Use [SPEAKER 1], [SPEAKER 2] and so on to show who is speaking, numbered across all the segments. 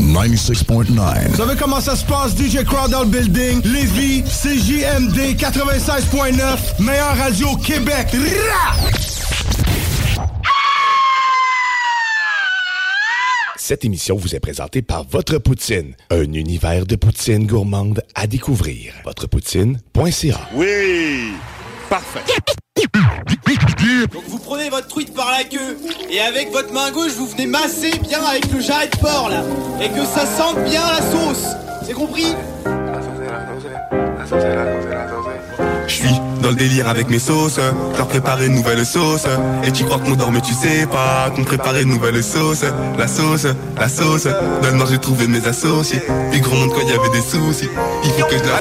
[SPEAKER 1] Vous
[SPEAKER 2] 96.9.
[SPEAKER 1] savez comment ça se passe, DJ Crowd dans le building, Lévis, CJMD 96.9, meilleure radio au Québec. Rah!
[SPEAKER 2] Cette émission vous est présentée par Votre Poutine, un univers de poutine gourmande à découvrir. Votrepoutine.ca
[SPEAKER 3] Oui Parfait.
[SPEAKER 4] Donc vous prenez votre truite par la queue et avec votre main gauche vous venez masser bien avec le jarret de porc là et que ça sente bien la sauce. C'est compris
[SPEAKER 5] Je suis dans le délire avec mes sauces, je leur préparer une nouvelle sauce. Et tu crois qu'on dort mais tu sais pas qu'on préparait une nouvelle sauce. La sauce, la sauce, dans le noir j'ai trouvé mes associés. Des gros mondes quand il y avait des soucis, il faut que je leur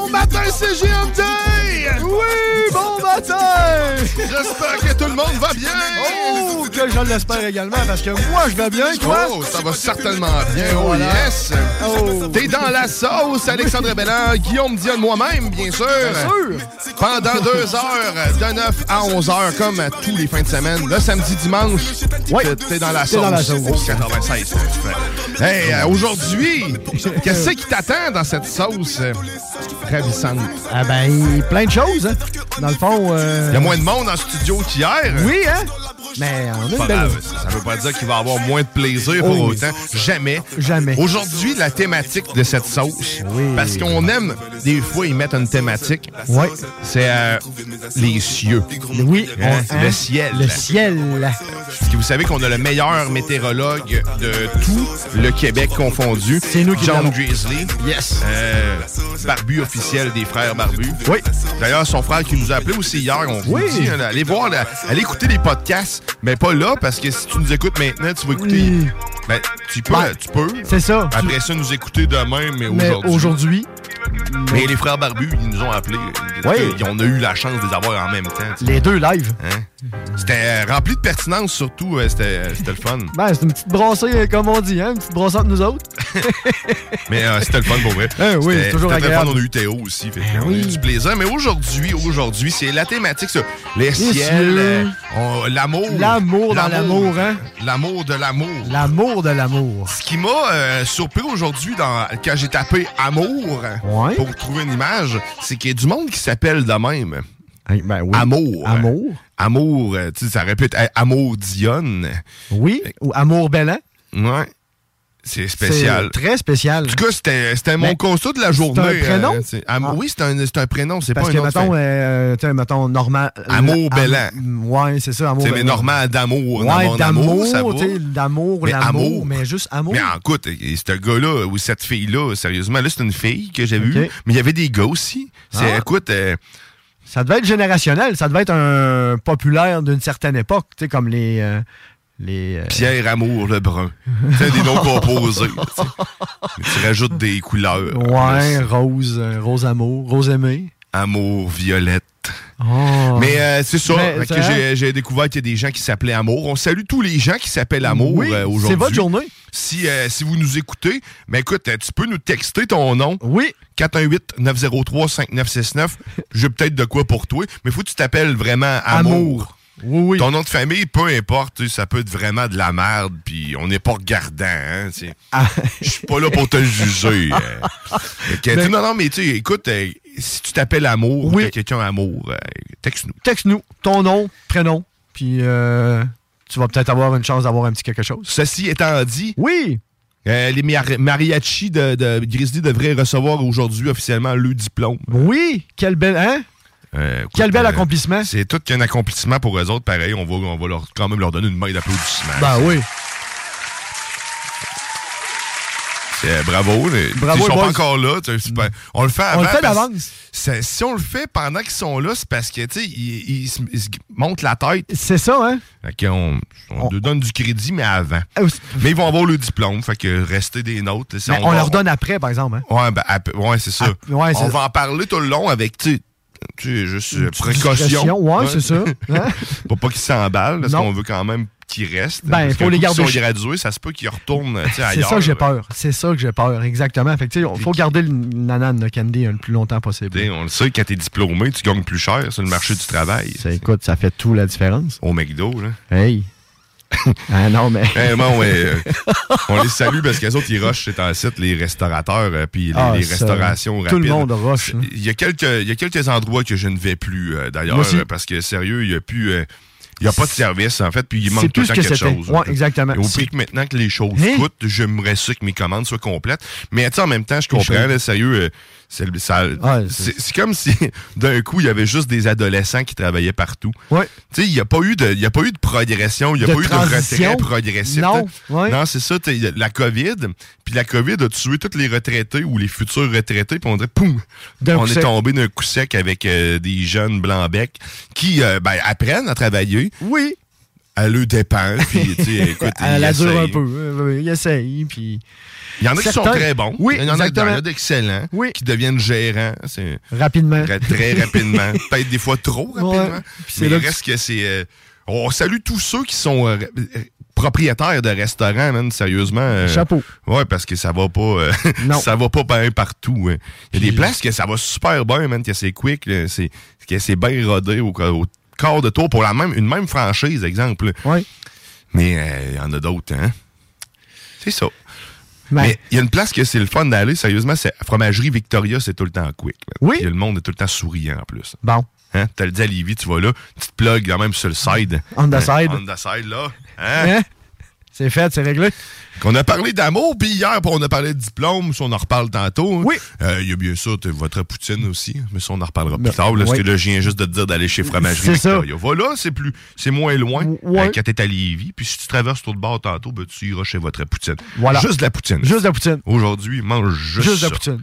[SPEAKER 1] Bon matin, CGMD! Oui, bon matin!
[SPEAKER 5] J'espère que tout le monde va bien
[SPEAKER 1] Oh, que je l'espère également, parce que moi, je vais bien, toi?
[SPEAKER 5] Oh, ça va certainement bien, oh yes!
[SPEAKER 1] Oh.
[SPEAKER 5] T'es dans la sauce, Alexandre Belland, Guillaume Dion, moi-même, bien sûr.
[SPEAKER 1] sûr.
[SPEAKER 5] Pendant deux heures, de 9 à 11 heures, comme à tous les fins de semaine, le samedi, dimanche,
[SPEAKER 1] Ouais.
[SPEAKER 5] t'es- t'es dans la
[SPEAKER 1] T'es
[SPEAKER 5] sauce.
[SPEAKER 1] dans la sauce.
[SPEAKER 5] Oh, 96. Hey, euh, aujourd'hui, qu'est-ce qui t'attend dans cette sauce euh, ravissante?
[SPEAKER 1] Ah ben, plein de choses, hein. Dans le fond, euh,
[SPEAKER 5] Il y a moins de monde en studio qu'hier. euh,
[SPEAKER 1] Oui, hein? Mais on a une
[SPEAKER 5] Pas
[SPEAKER 1] belle...
[SPEAKER 5] grave, ça ça veut pas dire qu'il va avoir moins de plaisir pour
[SPEAKER 1] Oh oui.
[SPEAKER 5] autant. Jamais.
[SPEAKER 1] Jamais.
[SPEAKER 5] Aujourd'hui, la thématique de cette sauce, parce qu'on aime, des fois, ils mettent une thématique,
[SPEAKER 1] Ouais.
[SPEAKER 5] c'est euh, les cieux.
[SPEAKER 1] Oui, on-
[SPEAKER 5] Hein?
[SPEAKER 1] hein?
[SPEAKER 5] Le ciel.
[SPEAKER 1] Le ciel.
[SPEAKER 5] Parce que vous savez qu'on a le meilleur météorologue de tout le Québec confondu.
[SPEAKER 1] C'est nous qui
[SPEAKER 5] John
[SPEAKER 1] l'avons.
[SPEAKER 5] Grizzly.
[SPEAKER 1] Yes.
[SPEAKER 5] Euh, barbu officiel des frères Barbu.
[SPEAKER 1] Oui.
[SPEAKER 5] D'ailleurs, son frère qui nous a appelé aussi hier, on vous
[SPEAKER 1] Oui.
[SPEAKER 5] le dit, hein, allez voir, la- allez écouter les podcasts, mais pas là, parce que si tu nous écoutes maintenant, tu vas écouter.
[SPEAKER 1] Oui.
[SPEAKER 5] Ben, tu peux,
[SPEAKER 1] Ben,
[SPEAKER 5] tu peux.
[SPEAKER 1] C'est ça. Tu-
[SPEAKER 5] Après ça, nous écouter demain, mais
[SPEAKER 1] Mais
[SPEAKER 5] aujourd'hui.
[SPEAKER 1] aujourd'hui,
[SPEAKER 5] Mais les frères Barbu, ils nous ont appelés.
[SPEAKER 1] Oui.
[SPEAKER 5] Ils- On a eu la chance de les avoir en même temps. tu sais.
[SPEAKER 1] les deux live.
[SPEAKER 5] Hein? C'était euh, rempli de pertinence, surtout. euh, C'était c'était le fun.
[SPEAKER 1] Ben, c'est une petite brassée, euh, comme on dit, hein? Une petite brassée entre nous autres.
[SPEAKER 5] Mais euh, c'était le fun pour vrai.
[SPEAKER 1] Eh oui,
[SPEAKER 5] C'était-
[SPEAKER 1] c'est toujours
[SPEAKER 5] c'était très
[SPEAKER 1] agréable.
[SPEAKER 5] fun, on a eu Théo aussi. Fait,
[SPEAKER 1] Ben
[SPEAKER 5] on a eu
[SPEAKER 1] oui.
[SPEAKER 5] du plaisir. Mais aujourd'hui, aujourd'hui, c'est la thématique, ça. Les, ciels,
[SPEAKER 1] cieux.
[SPEAKER 5] euh, on- l'amour.
[SPEAKER 1] L'amour dans l'amour, hein?
[SPEAKER 5] L'amour de Oh, l'amour.
[SPEAKER 1] L'amour de l'amour.
[SPEAKER 5] Ce qui m'a euh, surpris aujourd'hui dans- quand j'ai tapé amour
[SPEAKER 1] Ouais.
[SPEAKER 5] pour trouver une image, c'est qu'il y a du monde qui s'appelle de même.
[SPEAKER 1] Ben oui.
[SPEAKER 5] Amour.
[SPEAKER 1] Amour.
[SPEAKER 5] Amour, euh, tu sais, ça répète Amour Dionne.
[SPEAKER 1] Oui. Ou amour bellant.
[SPEAKER 5] Ouais. C'est spécial.
[SPEAKER 1] C'est très spécial.
[SPEAKER 5] En tout cas, c'était c'était Euh, mon
[SPEAKER 1] Mais
[SPEAKER 5] constat de la journée.
[SPEAKER 1] c'est un prénom?
[SPEAKER 5] euh, c'est- Am-
[SPEAKER 1] Ah.
[SPEAKER 5] Oui, c'est un, c'est un prénom, c'est pas
[SPEAKER 1] Parce
[SPEAKER 5] un
[SPEAKER 1] que,
[SPEAKER 5] nom de
[SPEAKER 1] mettons,
[SPEAKER 5] famille.
[SPEAKER 1] euh, tu sais, mettons, normal.
[SPEAKER 5] Amour Bellan.
[SPEAKER 1] Ouais, c'est ça, amour
[SPEAKER 5] C'est mais
[SPEAKER 1] Bellan.
[SPEAKER 5] normal d'amour.
[SPEAKER 1] Ouais,
[SPEAKER 5] d'amour,
[SPEAKER 1] d'amour,
[SPEAKER 5] ça va.
[SPEAKER 1] tu sais, d'amour,
[SPEAKER 5] Mais
[SPEAKER 1] l'amour,
[SPEAKER 5] amour.
[SPEAKER 1] mais juste amour.
[SPEAKER 5] Mais écoute, et- et ce gars-là ou cette fille-là, sérieusement, là, c'est une fille que j'ai vue,
[SPEAKER 1] Ok. Ah.
[SPEAKER 5] mais il y avait des gars aussi. C'est, écoute, euh,
[SPEAKER 1] Ça devait être générationnel, ça devait être un populaire d'une certaine époque, tu sais, comme les. euh, les euh,
[SPEAKER 5] Pierre Amour Lebrun. C'est des noms composés. tu sais. Mais tu rajoutes des couleurs.
[SPEAKER 1] ouais,
[SPEAKER 5] Plus.
[SPEAKER 1] Rose, euh, Rose Amour, Rose Aimée.
[SPEAKER 5] Amour Violette.
[SPEAKER 1] Oh.
[SPEAKER 5] Mais euh, c'est ça,
[SPEAKER 1] Mais,
[SPEAKER 5] fait que
[SPEAKER 1] c'est vrai.
[SPEAKER 5] j'ai, j'ai découvert qu'il y a des gens qui s'appelaient Amour. On salue tous les gens qui s'appellent Amour
[SPEAKER 1] oui,
[SPEAKER 5] euh, aujourd'hui.
[SPEAKER 1] c'est votre journée.
[SPEAKER 5] Si, euh, si vous nous écoutez, ben écoute, euh, tu peux nous texter ton nom.
[SPEAKER 1] Oui,
[SPEAKER 5] 418-903-5969. J'ai peut-être de quoi pour toi, mais faut que tu t'appelles vraiment Amour.
[SPEAKER 1] Amour.
[SPEAKER 5] Ton nom de famille, peu importe, tu sais, ça peut être vraiment de la merde, puis on n'est pas regardant. Hein, tu sais.
[SPEAKER 1] Ah.
[SPEAKER 5] Je suis pas là pour te le juger. euh. Fait que, tu sais, non, non, mais tu sais, écoute, euh, si tu t'appelles Amour ou t'as quelqu'un Amour, euh, texte-nous.
[SPEAKER 1] Texte-nous ton nom, prénom, puis euh, tu vas peut-être avoir une chance d'avoir un petit quelque chose.
[SPEAKER 5] Ceci étant dit,
[SPEAKER 1] oui.
[SPEAKER 5] Euh, les mar- mariachis de, de Grizzly devraient recevoir aujourd'hui officiellement le diplôme.
[SPEAKER 1] Oui, quel bel. Hein?
[SPEAKER 5] Euh, écoute,
[SPEAKER 1] Quel bel
[SPEAKER 5] euh,
[SPEAKER 1] accomplissement.
[SPEAKER 5] C'est tout qu'un accomplissement pour eux autres. Pareil, on va, on va leur, quand même leur donner une main d'applaudissement.
[SPEAKER 1] Ben oui.
[SPEAKER 5] C'est- euh, bravo. les-
[SPEAKER 1] Bravo,
[SPEAKER 5] Ils sont
[SPEAKER 1] les
[SPEAKER 5] pas
[SPEAKER 1] boys.
[SPEAKER 5] encore là. tu sais, c'est pas- on le fait
[SPEAKER 1] On
[SPEAKER 5] avant.
[SPEAKER 1] le fait
[SPEAKER 5] parce-
[SPEAKER 1] d'avance.
[SPEAKER 5] c'est- Si on le fait pendant qu'ils sont là, c'est parce que, tu sais, ils, ils se- ils se montent la tête.
[SPEAKER 1] C'est ça, hein?
[SPEAKER 5] Fait qu'on on leur donne du crédit, mais avant.
[SPEAKER 1] Euh,
[SPEAKER 5] Mais ils vont avoir le diplôme. Fait que restez des nôtres. là, si
[SPEAKER 1] mais on,
[SPEAKER 5] va-
[SPEAKER 1] leur donne après, par exemple. Hein?
[SPEAKER 5] Ouais, ben, à peu- ouais, c'est ça.
[SPEAKER 1] À- ouais,
[SPEAKER 5] on
[SPEAKER 1] c'est-
[SPEAKER 5] va en parler tout le long avec, tu sais, tu sais, juste euh,
[SPEAKER 1] discrétion,
[SPEAKER 5] précaution.
[SPEAKER 1] ouais, c'est ça. Hein?
[SPEAKER 5] Pour pas qu'ils s'emballent, parce
[SPEAKER 1] Non.
[SPEAKER 5] qu'on veut quand même qu'ils restent.
[SPEAKER 1] Ben,
[SPEAKER 5] Parce
[SPEAKER 1] faut les
[SPEAKER 5] qu'un coup qu'ils
[SPEAKER 1] garder
[SPEAKER 5] sont
[SPEAKER 1] chez-
[SPEAKER 5] gradués, ça se peut qu'ils retournent tu sais,
[SPEAKER 1] C'est
[SPEAKER 5] ailleurs.
[SPEAKER 1] ça que j'ai
[SPEAKER 5] là.
[SPEAKER 1] peur. C'est ça que j'ai peur, exactement. Fait que, tu sais, il faut garder le nanane de Candy hein, le plus longtemps possible.
[SPEAKER 5] Tu sais, On le sait, quand t'es diplômé, tu gagnes plus cher sur le marché du travail.
[SPEAKER 1] Ça, écoute, ça fait tout la différence.
[SPEAKER 5] Au McDo, là.
[SPEAKER 1] Hey. ah non, mais.
[SPEAKER 5] Eh, bon, ouais, euh, on les salue parce qu'elles autres, ils rushent c'est un site, les restaurateurs, euh, puis les,
[SPEAKER 1] Ah,
[SPEAKER 5] les
[SPEAKER 1] ça,
[SPEAKER 5] restaurations rapides.
[SPEAKER 1] Tout le monde rush. hein.
[SPEAKER 5] Il y, a quelques, il y a quelques endroits que je ne vais plus, euh, d'ailleurs,
[SPEAKER 1] Moi aussi.
[SPEAKER 5] euh, parce que sérieux, il n'y a plus. euh, il n'y a pas de service, en fait, puis il
[SPEAKER 1] C'est
[SPEAKER 5] manque tout
[SPEAKER 1] plus
[SPEAKER 5] le temps
[SPEAKER 1] ce que
[SPEAKER 5] quelque
[SPEAKER 1] c'était.
[SPEAKER 5] chose.
[SPEAKER 1] Ouais, exactement.
[SPEAKER 5] Et au
[SPEAKER 1] C'est-
[SPEAKER 5] prix que maintenant que les choses
[SPEAKER 1] Hein?
[SPEAKER 5] coûtent, j'aimerais ça que mes commandes soient complètes. Mais tu sais, en même temps, je comprends,
[SPEAKER 1] choses.
[SPEAKER 5] là, sérieux, euh, c'est ça-
[SPEAKER 1] Ouais, c'est-
[SPEAKER 5] c'est- c'est comme si d'un coup, il y avait juste des adolescents qui travaillaient partout.
[SPEAKER 1] Ouais.
[SPEAKER 5] Tu sais, il n'y a, pas eu de- il y a pas eu de progression, il n'y a
[SPEAKER 1] De
[SPEAKER 5] pas eu de
[SPEAKER 1] transition.
[SPEAKER 5] retrait progressif.
[SPEAKER 1] Non,
[SPEAKER 5] t'sais.
[SPEAKER 1] ouais.
[SPEAKER 5] Non, c'est ça. t'sais, y a La COVID, puis la COVID a tué tous les retraités ou les futurs retraités, puis on dirait, poum,
[SPEAKER 1] D'un
[SPEAKER 5] on
[SPEAKER 1] coup
[SPEAKER 5] est
[SPEAKER 1] sec.
[SPEAKER 5] tombé d'un coup sec avec euh, des jeunes blancs-becs qui euh, ben, apprennent à travailler
[SPEAKER 1] Oui.
[SPEAKER 5] à le dépens. Puis, tu sais, écoute,
[SPEAKER 1] À
[SPEAKER 5] ils
[SPEAKER 1] la dure un
[SPEAKER 5] essayent.
[SPEAKER 1] peu. Euh, Il essaye, puis
[SPEAKER 5] Il y en a qui sont
[SPEAKER 1] Certains-
[SPEAKER 5] très bons.
[SPEAKER 1] Oui,
[SPEAKER 5] il y en a, il y en a
[SPEAKER 1] exactement.
[SPEAKER 5] d'excellents
[SPEAKER 1] Oui.
[SPEAKER 5] qui deviennent gérants. C'est
[SPEAKER 1] rapidement.
[SPEAKER 5] ra- très rapidement. Peut-être des fois trop rapidement.
[SPEAKER 1] Ouais, puis c'est
[SPEAKER 5] mais il
[SPEAKER 1] là que-
[SPEAKER 5] reste que c'est. euh, on salue tous ceux qui sont euh, euh, propriétaires de restaurants, man, sérieusement. euh,
[SPEAKER 1] Chapeau.
[SPEAKER 5] Ouais, parce que ça va pas. euh,
[SPEAKER 1] Non.
[SPEAKER 5] ça va pas bien partout. hein. Il y a des
[SPEAKER 1] Puis-
[SPEAKER 5] places que ça va super bien, man, que c'est quick, là, c'est- que c'est bien rodé au, au quart de tour pour la même, une même franchise, exemple.
[SPEAKER 1] Oui.
[SPEAKER 5] Mais euh, il y en a d'autres, hein. C'est ça.
[SPEAKER 1] Mais,
[SPEAKER 5] Mais il y a une place que c'est le fun d'aller, sérieusement, c'est Fromagerie Victoria, c'est tout le temps quick. man.
[SPEAKER 1] Oui.
[SPEAKER 5] Puis Le monde est tout le temps souriant en plus.
[SPEAKER 1] bon,
[SPEAKER 5] Hein? T'as le dit à Lévis, tu vas là, petite plug quand même sur le side. Hein?
[SPEAKER 1] On the side.
[SPEAKER 5] On the side, là. Hein?
[SPEAKER 1] Hein? c'est fait, c'est réglé.
[SPEAKER 5] Qu'on a parlé d'amour, puis hier, on a parlé de diplôme, si on en reparle tantôt. hein.
[SPEAKER 1] Oui.
[SPEAKER 5] Euh, Il y a bien sûr t'as votre poutine aussi, hein, mais ça, on en reparlera
[SPEAKER 1] Ben,
[SPEAKER 5] plus tard. Là, Parce
[SPEAKER 1] oui.
[SPEAKER 5] que là, je viens juste de te dire d'aller chez Fromagerie
[SPEAKER 1] C'est ça.
[SPEAKER 5] Victoria. Voilà, c'est plus, c'est moins loin
[SPEAKER 1] Ouais.
[SPEAKER 5] euh, quand t'es à Lévis. Puis si tu traverses tout le bord tantôt, ben, tu iras chez votre poutine.
[SPEAKER 1] Voilà.
[SPEAKER 5] Juste de la poutine.
[SPEAKER 1] Juste de la poutine.
[SPEAKER 5] Aujourd'hui, mange juste,
[SPEAKER 1] Juste de
[SPEAKER 5] ça.
[SPEAKER 1] la poutine.
[SPEAKER 5] En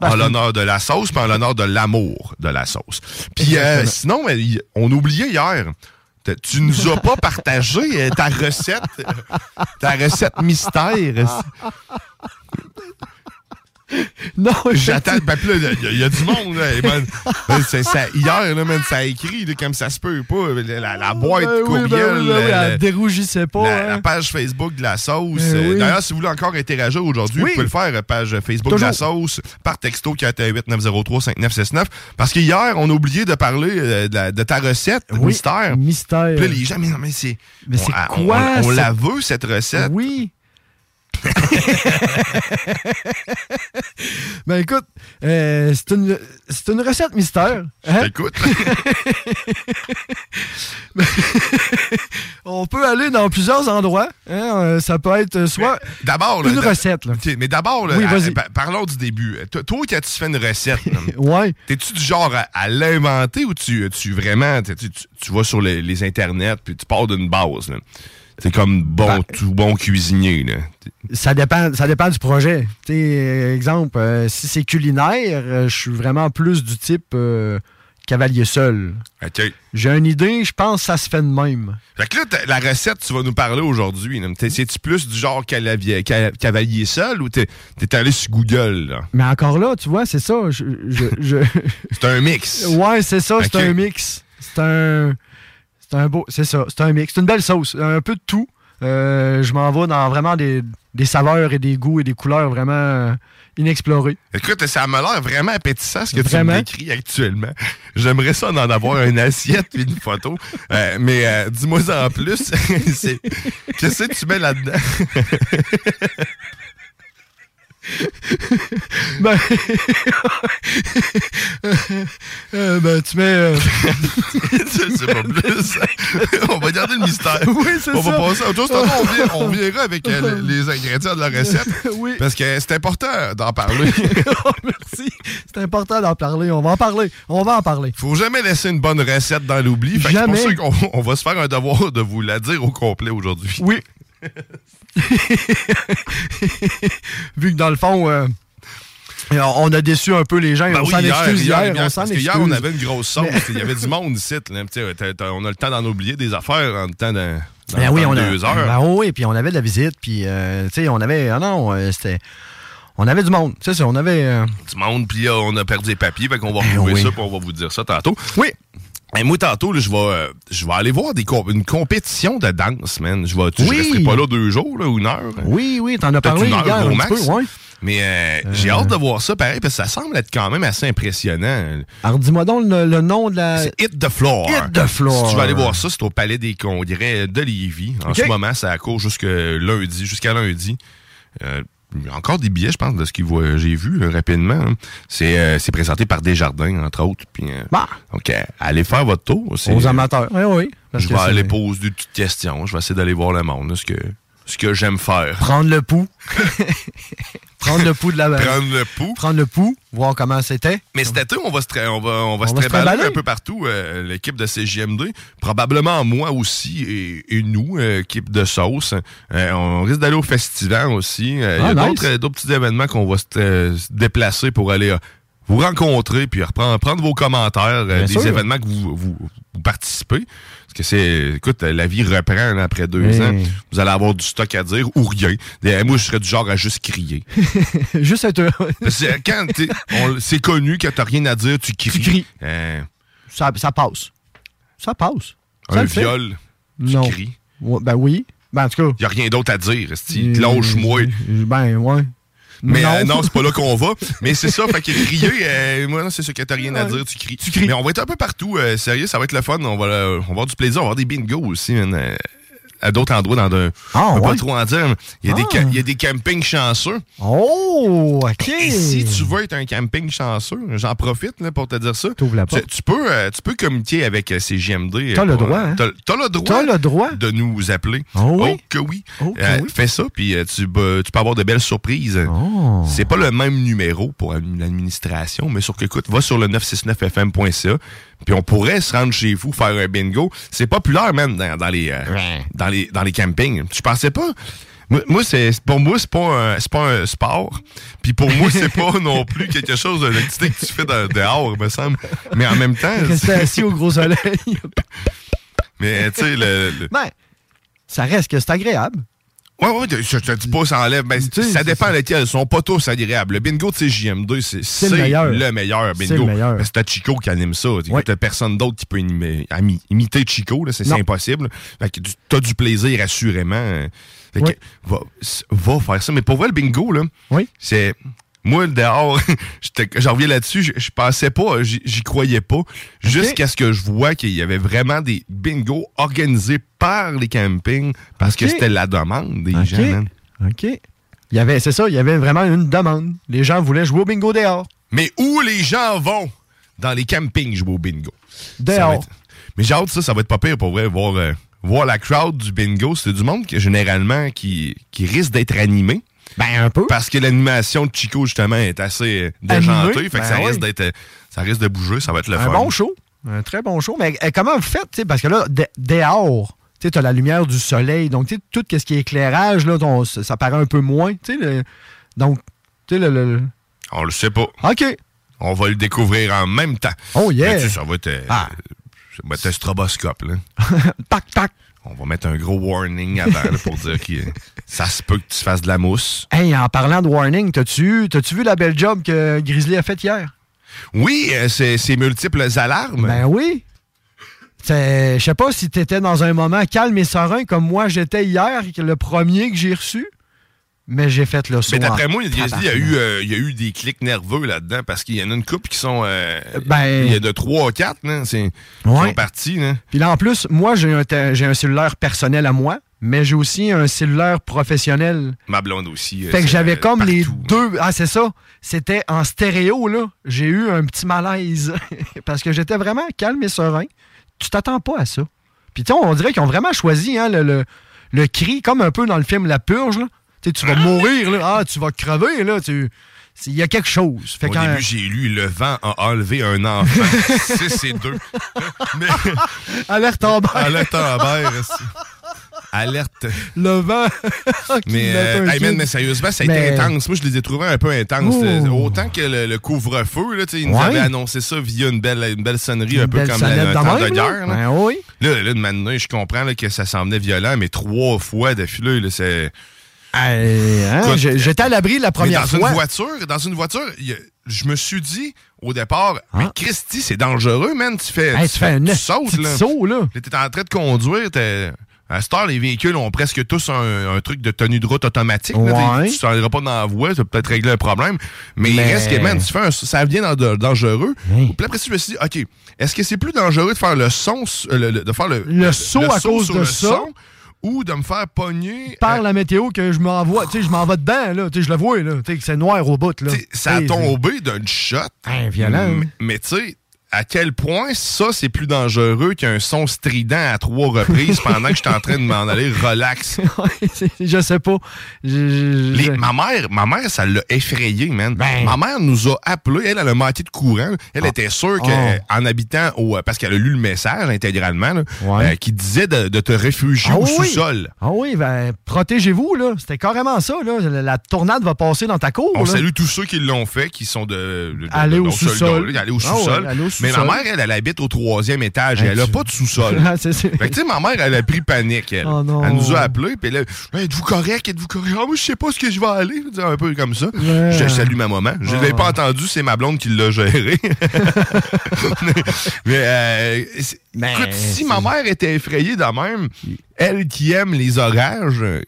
[SPEAKER 1] Parce que-
[SPEAKER 5] l'honneur de la sauce, puis en l'honneur de l'amour de la sauce. Puis euh,
[SPEAKER 1] Exactement.
[SPEAKER 5] sinon, mais, y- on oubliait hier. T'as- Tu nous as pas partagé euh, ta recette, euh, ta recette mystère.
[SPEAKER 1] Non,
[SPEAKER 5] J'attends, ben puis là, il y, a du monde. Là, et man, ben, c'est- ça- hier, là, man, ça a écrit là, comme ça se peut pas. La, la- la boîte
[SPEAKER 1] Ben oui, ben oui,
[SPEAKER 5] courriel,
[SPEAKER 1] ben oui,
[SPEAKER 5] euh,
[SPEAKER 1] elle dérougissait pas.
[SPEAKER 5] la,
[SPEAKER 1] hein.
[SPEAKER 5] la page Facebook de la sauce.
[SPEAKER 1] Ben
[SPEAKER 5] Euh,
[SPEAKER 1] oui.
[SPEAKER 5] D'ailleurs, si vous voulez encore interagir aujourd'hui,
[SPEAKER 1] Oui.
[SPEAKER 5] vous pouvez le faire, euh, page Facebook de la sauce, par texto 418-903-5969. Parce qu'hier, on a oublié de parler euh, de, la- de ta recette
[SPEAKER 1] Oui,
[SPEAKER 5] mystère.
[SPEAKER 1] Mystère.
[SPEAKER 5] Puis là, les gens, mais non, mais c'est.
[SPEAKER 1] Mais
[SPEAKER 5] on-
[SPEAKER 1] c'est
[SPEAKER 5] on-
[SPEAKER 1] quoi,
[SPEAKER 5] On, on
[SPEAKER 1] cette-
[SPEAKER 5] la veut, cette recette.
[SPEAKER 1] Oui. ben écoute, euh, c'est une, c'est une recette mystère. hein?
[SPEAKER 5] Écoute,
[SPEAKER 1] On peut aller dans plusieurs endroits. hein, euh, ça peut être soit
[SPEAKER 5] d'abord. là,
[SPEAKER 1] une
[SPEAKER 5] d'a-
[SPEAKER 1] recette. là.
[SPEAKER 5] Ok, mais d'abord, là,
[SPEAKER 1] Oui,
[SPEAKER 5] à-
[SPEAKER 1] vas-y.
[SPEAKER 5] pa- parlons du début. Toi, toi, quand tu fais une recette, là,
[SPEAKER 1] Ouais.
[SPEAKER 5] T'es-tu du genre à, à l'inventer ou tu, euh, tu vraiment, t'es- tu, tu- tu vas sur les, les internets puis tu pars d'une base, là? T'es comme bon,
[SPEAKER 1] Ben-
[SPEAKER 5] tout bon cuisinier, là. T'es-
[SPEAKER 1] Ça dépend, ça dépend du projet. Tu sais, exemple, euh, si c'est culinaire, euh, je suis vraiment plus du type euh, cavalier seul.
[SPEAKER 5] OK.
[SPEAKER 1] J'ai une idée, je pense que ça se fait de même.
[SPEAKER 5] Fait que là, t'as- la recette, tu vas nous parler aujourd'hui. là. T'es- C'est-tu plus du genre calavier- ca- cavalier seul ou t'es t'es allé sur Google, là?
[SPEAKER 1] Mais encore là, tu vois, c'est ça. Je, je- je-
[SPEAKER 5] C'est un mix.
[SPEAKER 1] Euh, ouais, c'est ça, c'est
[SPEAKER 5] Ok.
[SPEAKER 1] un mix. C'est un. C'est un beau. C'est ça, c'est un mix. C'est une belle sauce. Un peu de tout. Euh, je m'en vais dans vraiment des, des saveurs et des goûts et des couleurs vraiment euh, inexplorées.
[SPEAKER 5] Écoute, ça me l'air vraiment appétissant ce que
[SPEAKER 1] Vraiment.
[SPEAKER 5] tu me décris actuellement. J'aimerais ça en avoir une assiette et une photo. Euh, mais euh, dis-moi en plus. c'est- Qu'est-ce que tu mets là-dedans?
[SPEAKER 1] Ben, Euh, ben, tu mets. euh,
[SPEAKER 5] Je sais pas plus. on va garder le mystère.
[SPEAKER 1] Oui, c'est
[SPEAKER 5] On va
[SPEAKER 1] ça.
[SPEAKER 5] passer à autre chose. Tantôt, on, revient- on reviendra avec euh, les les ingrédients de la recette.
[SPEAKER 1] Oui.
[SPEAKER 5] Parce que c'est important d'en parler.
[SPEAKER 1] C'est important d'en parler. On va en parler. On va en parler.
[SPEAKER 5] Faut jamais laisser une bonne recette dans l'oubli. Fait que
[SPEAKER 1] Jamais.
[SPEAKER 5] C'est pour ça qu'on on va se faire un devoir de vous la dire au complet aujourd'hui.
[SPEAKER 1] Oui. Vu que dans le fond, euh, on a déçu un peu les gens.
[SPEAKER 5] Ben
[SPEAKER 1] on
[SPEAKER 5] oui,
[SPEAKER 1] s'en excuse hier. on s'en
[SPEAKER 5] parce que
[SPEAKER 1] excuse.
[SPEAKER 5] hier, on avait une grosse sauce.
[SPEAKER 1] Mais-
[SPEAKER 5] Il y avait du monde ici. là. Tu sais, t'as- t'as- on a le temps d'en oublier des affaires en le temps de. dans
[SPEAKER 1] Ben
[SPEAKER 5] le
[SPEAKER 1] oui,
[SPEAKER 5] temps
[SPEAKER 1] on
[SPEAKER 5] de
[SPEAKER 1] a,
[SPEAKER 5] deux heures.
[SPEAKER 1] ben oui, puis on avait de la visite, puis euh, tu sais, on avait, ah non, euh, c'était, on avait du monde, c'est ça, on avait, euh,
[SPEAKER 5] du monde, puis là, on a perdu des papiers, fait qu'on va retrouver
[SPEAKER 1] Eh oui.
[SPEAKER 5] ça, puis on va vous dire ça tantôt. Oui. Et moi, tantôt, là, je vais, euh, je vais aller voir des comp- une compétition de danse, man. Je vais, tu- je
[SPEAKER 1] Oui.
[SPEAKER 5] resterai pas là deux jours, là, ou une heure.
[SPEAKER 1] oui, oui, t'en as
[SPEAKER 5] Peut-être
[SPEAKER 1] parlé
[SPEAKER 5] une heure,
[SPEAKER 1] hier
[SPEAKER 5] gros
[SPEAKER 1] un
[SPEAKER 5] max.
[SPEAKER 1] petit peu, ouais.
[SPEAKER 5] Mais euh, j'ai hâte de voir ça, pareil, parce que ça semble être quand même assez impressionnant.
[SPEAKER 1] Alors dis-moi donc le, le nom de la,
[SPEAKER 5] Hit the floor.
[SPEAKER 1] Hit the floor.
[SPEAKER 5] Si tu veux aller voir ça, c'est au Palais des Congrès euh, de Lévis. En
[SPEAKER 1] Ok.
[SPEAKER 5] ce moment, ça court jusque lundi, jusqu'à lundi. Euh, il y a encore des billets, je pense, de ce que j'ai vu là, rapidement. hein. C'est euh, c'est présenté par Desjardins, entre autres. Puis, euh, OK, allez faire votre tour. c'est-
[SPEAKER 1] Bah. aux amateurs, oui, oui, parce
[SPEAKER 5] Je
[SPEAKER 1] que
[SPEAKER 5] vais
[SPEAKER 1] c'est-
[SPEAKER 5] aller poser des petites questions. Je vais essayer d'aller voir le monde, là, ce que, ce que j'aime faire.
[SPEAKER 1] prendre le pouls, prendre le pouls de la,
[SPEAKER 5] Prendre le pouls.
[SPEAKER 1] prendre le pouls, voir comment c'était.
[SPEAKER 5] Mais cet été, on va se, tra- on va, on va
[SPEAKER 1] On
[SPEAKER 5] se
[SPEAKER 1] va se
[SPEAKER 5] trimballer
[SPEAKER 1] trimballer.
[SPEAKER 5] un peu partout, euh, l'équipe de CJMD. Probablement moi aussi et, et nous, euh, équipe de sauce. Euh, on risque d'aller au festival aussi. Euh, Il
[SPEAKER 1] Ah,
[SPEAKER 5] y a
[SPEAKER 1] nice.
[SPEAKER 5] d'autres, euh, d'autres petits événements qu'on va se, euh, se déplacer pour aller euh, vous rencontrer puis reprendre, prendre vos commentaires
[SPEAKER 1] Bien
[SPEAKER 5] euh, des
[SPEAKER 1] sûr.
[SPEAKER 5] événements que vous, vous, vous participez. Parce que c'est, écoute, euh, la vie reprend là, après deux
[SPEAKER 1] Oui.
[SPEAKER 5] ans. Vous allez avoir du stock à dire ou rien. Des- Moi, je serais du genre à juste crier.
[SPEAKER 1] Juste être,
[SPEAKER 5] Parce que euh, quand t'es- on- c'est connu que t'as rien à dire, tu cries. Euh,
[SPEAKER 1] ça, ça passe, ça passe. Ça
[SPEAKER 5] un
[SPEAKER 1] le fait.
[SPEAKER 5] viol,
[SPEAKER 1] non.
[SPEAKER 5] tu cries.
[SPEAKER 1] Ouais, ben oui, ben en tout cas.
[SPEAKER 5] Il a rien d'autre à dire. esti.
[SPEAKER 1] Mm.
[SPEAKER 5] Lâche-moi.
[SPEAKER 1] Ben ouais.
[SPEAKER 5] Mais
[SPEAKER 1] non.
[SPEAKER 5] euh, non, c'est pas là qu'on va. Mais c'est ça, fait que crier, euh, moi, non, c'est sûr que t'as rien à dire, tu cries. Mais on va être un peu partout, euh, sérieux, ça va être le fun. On va, euh, on va avoir du plaisir, on va avoir des bingos aussi, man, euh, à d'autres endroits dans de.
[SPEAKER 1] Ah,
[SPEAKER 5] on peut
[SPEAKER 1] ouais? Ah.
[SPEAKER 5] pas trop en dire. mais Il y, a des ca- il y a des campings chanceux.
[SPEAKER 1] Oh, ok.
[SPEAKER 5] Et si tu veux être un camping chanceux, j'en profite là, pour te dire ça.
[SPEAKER 1] T'ouvres la
[SPEAKER 5] Tu,
[SPEAKER 1] porte.
[SPEAKER 5] tu peux, euh, tu peux communiquer avec euh, CJMD.
[SPEAKER 1] T'as
[SPEAKER 5] euh,
[SPEAKER 1] le
[SPEAKER 5] pour,
[SPEAKER 1] droit,
[SPEAKER 5] euh,
[SPEAKER 1] hein?
[SPEAKER 5] T'as t'as le droit.
[SPEAKER 1] T'as le droit.
[SPEAKER 5] de nous appeler.
[SPEAKER 1] Oh oui?
[SPEAKER 5] que oui.
[SPEAKER 1] que
[SPEAKER 5] Euh,
[SPEAKER 1] oui.
[SPEAKER 5] Fais ça, puis euh, tu, bah, tu peux avoir de belles surprises.
[SPEAKER 1] Oh.
[SPEAKER 5] C'est pas le même numéro pour admi- l'administration, mais sur que, écoute, va sur le 969fm.ca, puis on pourrait se rendre chez vous, faire un bingo. C'est populaire, même, dans, dans les, euh, dans, les, dans les campings. Je pensais pas... Moi, moi, c'est pour moi c'est pas un, c'est pas un sport. Puis pour moi c'est pas non plus quelque chose de l'activité que tu fais de- dehors, il me semble. Mais en même temps,
[SPEAKER 1] Rester
[SPEAKER 5] c'est-
[SPEAKER 1] assis au gros soleil.
[SPEAKER 5] mais tu sais le- le,
[SPEAKER 1] ben, ça reste que c'est agréable.
[SPEAKER 5] Ouais, ouais, je je te dis pas, ça enlève. Ben,
[SPEAKER 1] Tu sais,
[SPEAKER 5] ça
[SPEAKER 1] c'est
[SPEAKER 5] dépend
[SPEAKER 1] ça.
[SPEAKER 5] lesquels. Ils sont pas tous agréables. Le bingo de CJM2, c'est c'est
[SPEAKER 1] le meilleur.
[SPEAKER 5] le meilleur
[SPEAKER 1] C'est
[SPEAKER 5] bingo.
[SPEAKER 1] le meilleur.
[SPEAKER 5] Ben, c'est à Chico qui anime ça. Écoute,
[SPEAKER 1] Ouais.
[SPEAKER 5] T'as personne d'autre qui peut imi- ami- imiter Chico. là, C'est c'est
[SPEAKER 1] Non.
[SPEAKER 5] impossible. Fait que du- t'as du plaisir, assurément. hein. Fait que,
[SPEAKER 1] Ouais.
[SPEAKER 5] va, s- va faire ça. Mais pour vrai, le bingo, là,
[SPEAKER 1] Oui.
[SPEAKER 5] c'est. Moi, dehors, j'étais- j'en reviens là-dessus, je, je pensais pas, j'y j'y croyais pas, jusqu'à ce que je vois qu'il y avait vraiment des bingos organisés par les campings, parce que
[SPEAKER 1] Ok.
[SPEAKER 5] c'était la demande des
[SPEAKER 1] OK.
[SPEAKER 5] gens. man.
[SPEAKER 1] OK. Il y avait, c'est ça, il y avait vraiment une demande. Les gens voulaient jouer au bingo dehors.
[SPEAKER 5] Mais où les gens vont dans les campings jouer au bingo? Ça va
[SPEAKER 1] Dehors.
[SPEAKER 5] être- Mais j'ai hâte, ça, ça va être pas pire pour vrai, voir, euh, voir la crowd du bingo. C'est du monde que, généralement qui, qui risque d'être animé.
[SPEAKER 1] Ben, un peu.
[SPEAKER 5] Parce que l'animation de Chico, justement, est assez euh, déjantée.
[SPEAKER 1] Animé,
[SPEAKER 5] Fait que
[SPEAKER 1] ben
[SPEAKER 5] ça,
[SPEAKER 1] oui.
[SPEAKER 5] risque d'être, euh, ça risque de bouger, ça va être le
[SPEAKER 1] un
[SPEAKER 5] fun.
[SPEAKER 1] bon show. Un très bon show. Mais euh, comment vous faites, tu sais, parce que là, de- dehors, tu as la lumière du soleil. Donc, tu sais, tout ce qui est éclairage, là, ton- ça ça paraît un peu moins. tu sais, le- donc, tu sais, le, le- le-
[SPEAKER 5] On le sait pas.
[SPEAKER 1] OK.
[SPEAKER 5] On va le découvrir en même temps.
[SPEAKER 1] Oh, yeah. Ah.
[SPEAKER 5] Mais tu sais, ça va être, euh, ça va être un stroboscope. Là.
[SPEAKER 1] Tac, tac.
[SPEAKER 5] On va mettre un gros warning avant là, pour dire que euh, ça se peut que tu fasses de la mousse.
[SPEAKER 1] Hey, en parlant de warning, t'as-tu t'as-tu vu la belle job que Grizzly a faite hier?
[SPEAKER 5] Oui, euh, c'est c'est multiples alarmes.
[SPEAKER 1] Ben oui. C'est- Je sais pas si t'étais dans un moment calme et serein comme moi j'étais hier, le premier que j'ai reçu. mais j'ai fait le saut.
[SPEAKER 5] Mais d'après moi, il y, a- il y a
[SPEAKER 1] Tabarnak.
[SPEAKER 5] eu, euh, il y a eu des clics nerveux là-dedans parce qu'il y en a une couple qui sont. euh,
[SPEAKER 1] Ben-
[SPEAKER 5] il y a de 3 à 4 là, c'est, qui
[SPEAKER 1] Ouais.
[SPEAKER 5] sont partis. Là.
[SPEAKER 1] Puis là, en plus, moi, j'ai un, te- j'ai un cellulaire personnel à moi, mais j'ai aussi un cellulaire professionnel.
[SPEAKER 5] Ma blonde aussi. euh,
[SPEAKER 1] Fait que
[SPEAKER 5] c'est,
[SPEAKER 1] j'avais
[SPEAKER 5] euh,
[SPEAKER 1] comme les deux. Ah, c'est ça. C'était en stéréo, là. J'ai eu un petit malaise. Parce que j'étais vraiment calme et serein. Tu t'attends pas à ça. Puis, tu sais, on dirait qu'ils ont vraiment choisi hein, le, le- le cri, comme un peu dans le film La Purge, là. Tu sais, tu vas mourir, là. Ah, tu vas crever, là. Tu... c'est- Il y a quelque chose. Fait
[SPEAKER 5] Au
[SPEAKER 1] qu'en-
[SPEAKER 5] début, j'ai lu Le vent a enlevé un enfant. 6 et Ah, 2. Mais...
[SPEAKER 1] Alerte en bas.
[SPEAKER 5] Alerte en bas. Alerte.
[SPEAKER 1] Le vent. Ah, qui
[SPEAKER 5] Mais,
[SPEAKER 1] met
[SPEAKER 5] euh,
[SPEAKER 1] un
[SPEAKER 5] hey, man,
[SPEAKER 1] kid.
[SPEAKER 5] mais sérieusement, ça a été
[SPEAKER 1] Mais-
[SPEAKER 5] intense. Moi, je les ai trouvés un peu intenses.
[SPEAKER 1] Ouh.
[SPEAKER 5] Euh, Autant que le, le couvre-feu, là, tu sais, ils nous
[SPEAKER 1] Ouais.
[SPEAKER 5] avaient annoncé ça via une belle, une belle sonnerie, un
[SPEAKER 1] Une
[SPEAKER 5] peu
[SPEAKER 1] belle
[SPEAKER 5] comme
[SPEAKER 1] sonnette
[SPEAKER 5] la,
[SPEAKER 1] de
[SPEAKER 5] le temps
[SPEAKER 1] même,
[SPEAKER 5] de
[SPEAKER 1] là.
[SPEAKER 5] guerre. là.
[SPEAKER 1] Ben oui.
[SPEAKER 5] Là, là, de maintenant, je comprends là, que ça semblait violent, mais trois fois d'affilée, là, c'est...
[SPEAKER 1] hein,
[SPEAKER 5] Écoute,
[SPEAKER 1] j'ai- j'étais à l'abri la première
[SPEAKER 5] mais dans
[SPEAKER 1] fois.
[SPEAKER 5] Une voiture, dans une voiture, il y a- je me suis dit au départ, mais Christy, c'est dangereux, man. Tu fais,
[SPEAKER 1] Hey, tu fais un
[SPEAKER 5] tu
[SPEAKER 1] esti
[SPEAKER 5] sautes,
[SPEAKER 1] de
[SPEAKER 5] là.
[SPEAKER 1] saut, là.
[SPEAKER 5] Là, T'es en train de conduire, t'es- À cette heure, les véhicules ont presque tous un, un truc de tenue de route automatique. là.
[SPEAKER 1] Ouais.
[SPEAKER 5] Tu ne sortiras pas dans la voie, tu vas peut-être régler un problème. Mais, il
[SPEAKER 1] Mais-
[SPEAKER 5] reste que, man, tu fais un- ça devient dan- dangereux. Puis après, ça, je me suis dit, OK, est-ce que c'est plus dangereux de faire le son, s- euh, le- le- de faire le,
[SPEAKER 1] Le saut à cause
[SPEAKER 5] sur
[SPEAKER 1] de
[SPEAKER 5] le
[SPEAKER 1] ça.
[SPEAKER 5] son ou de me faire pogner euh,
[SPEAKER 1] par la météo que je m'envoie, tu sais, je m'en vais dedans, là, tu sais, je le vois, là, tu sais, que c'est noir au bout, là.
[SPEAKER 5] ça a
[SPEAKER 1] Hey,
[SPEAKER 5] tombé d'un shot.
[SPEAKER 1] violent,
[SPEAKER 5] M-
[SPEAKER 1] hein.
[SPEAKER 5] Mais tu sais, à quel point ça, c'est plus dangereux qu'un son strident à trois reprises pendant que j'étais en train de m'en aller relax.
[SPEAKER 1] c'est- je sais pas. Je- je- je-
[SPEAKER 5] Les- ma mère, ma mère, ça l'a effrayé, man.
[SPEAKER 1] Ben.
[SPEAKER 5] Ma mère nous a appelé, elle, elle a manqué de courant. Elle était sûre
[SPEAKER 1] Oh.
[SPEAKER 5] qu'en habitant au, euh, parce qu'elle a lu le message intégralement, là, euh, qui disait de, de te réfugier
[SPEAKER 1] Ah
[SPEAKER 5] au
[SPEAKER 1] oui!
[SPEAKER 5] sous-sol.
[SPEAKER 1] Ah oui, ben, protégez-vous, là. C'était carrément ça, là. La, la tornade va passer dans ta cour,
[SPEAKER 5] On
[SPEAKER 1] Oh, là.
[SPEAKER 5] salue tous ceux qui l'ont fait, qui sont de, de- de-
[SPEAKER 1] Aller
[SPEAKER 5] de-
[SPEAKER 1] au
[SPEAKER 5] de-
[SPEAKER 1] sous-sol.
[SPEAKER 5] de- Aller au
[SPEAKER 1] Ah ouais,
[SPEAKER 5] sous-sol.
[SPEAKER 1] aller au
[SPEAKER 5] Mais ma
[SPEAKER 1] sous-sol.
[SPEAKER 5] mère, elle, elle habite au troisième étage et
[SPEAKER 1] Hey,
[SPEAKER 5] elle n'a
[SPEAKER 1] tu-
[SPEAKER 5] pas de sous-sol.
[SPEAKER 1] Ah, c'est- c'est-
[SPEAKER 5] Fait que, tu sais, ma mère, elle a pris panique. Elle,
[SPEAKER 1] Oh non.
[SPEAKER 5] Elle nous a appelés, puis là, Hey, êtes-vous correct? Êtes-vous correct? Ah, moi, je sais pas ce que je vais aller. Je dis, Un peu comme ça.
[SPEAKER 1] Ouais.
[SPEAKER 5] Je salue ma maman. Je
[SPEAKER 1] Ah.
[SPEAKER 5] l'avais pas entendu, c'est ma blonde qui l'a géré. mais, mais, euh, c'est- écoute, si ma mère était effrayée de même, elle qui aime les orages. euh,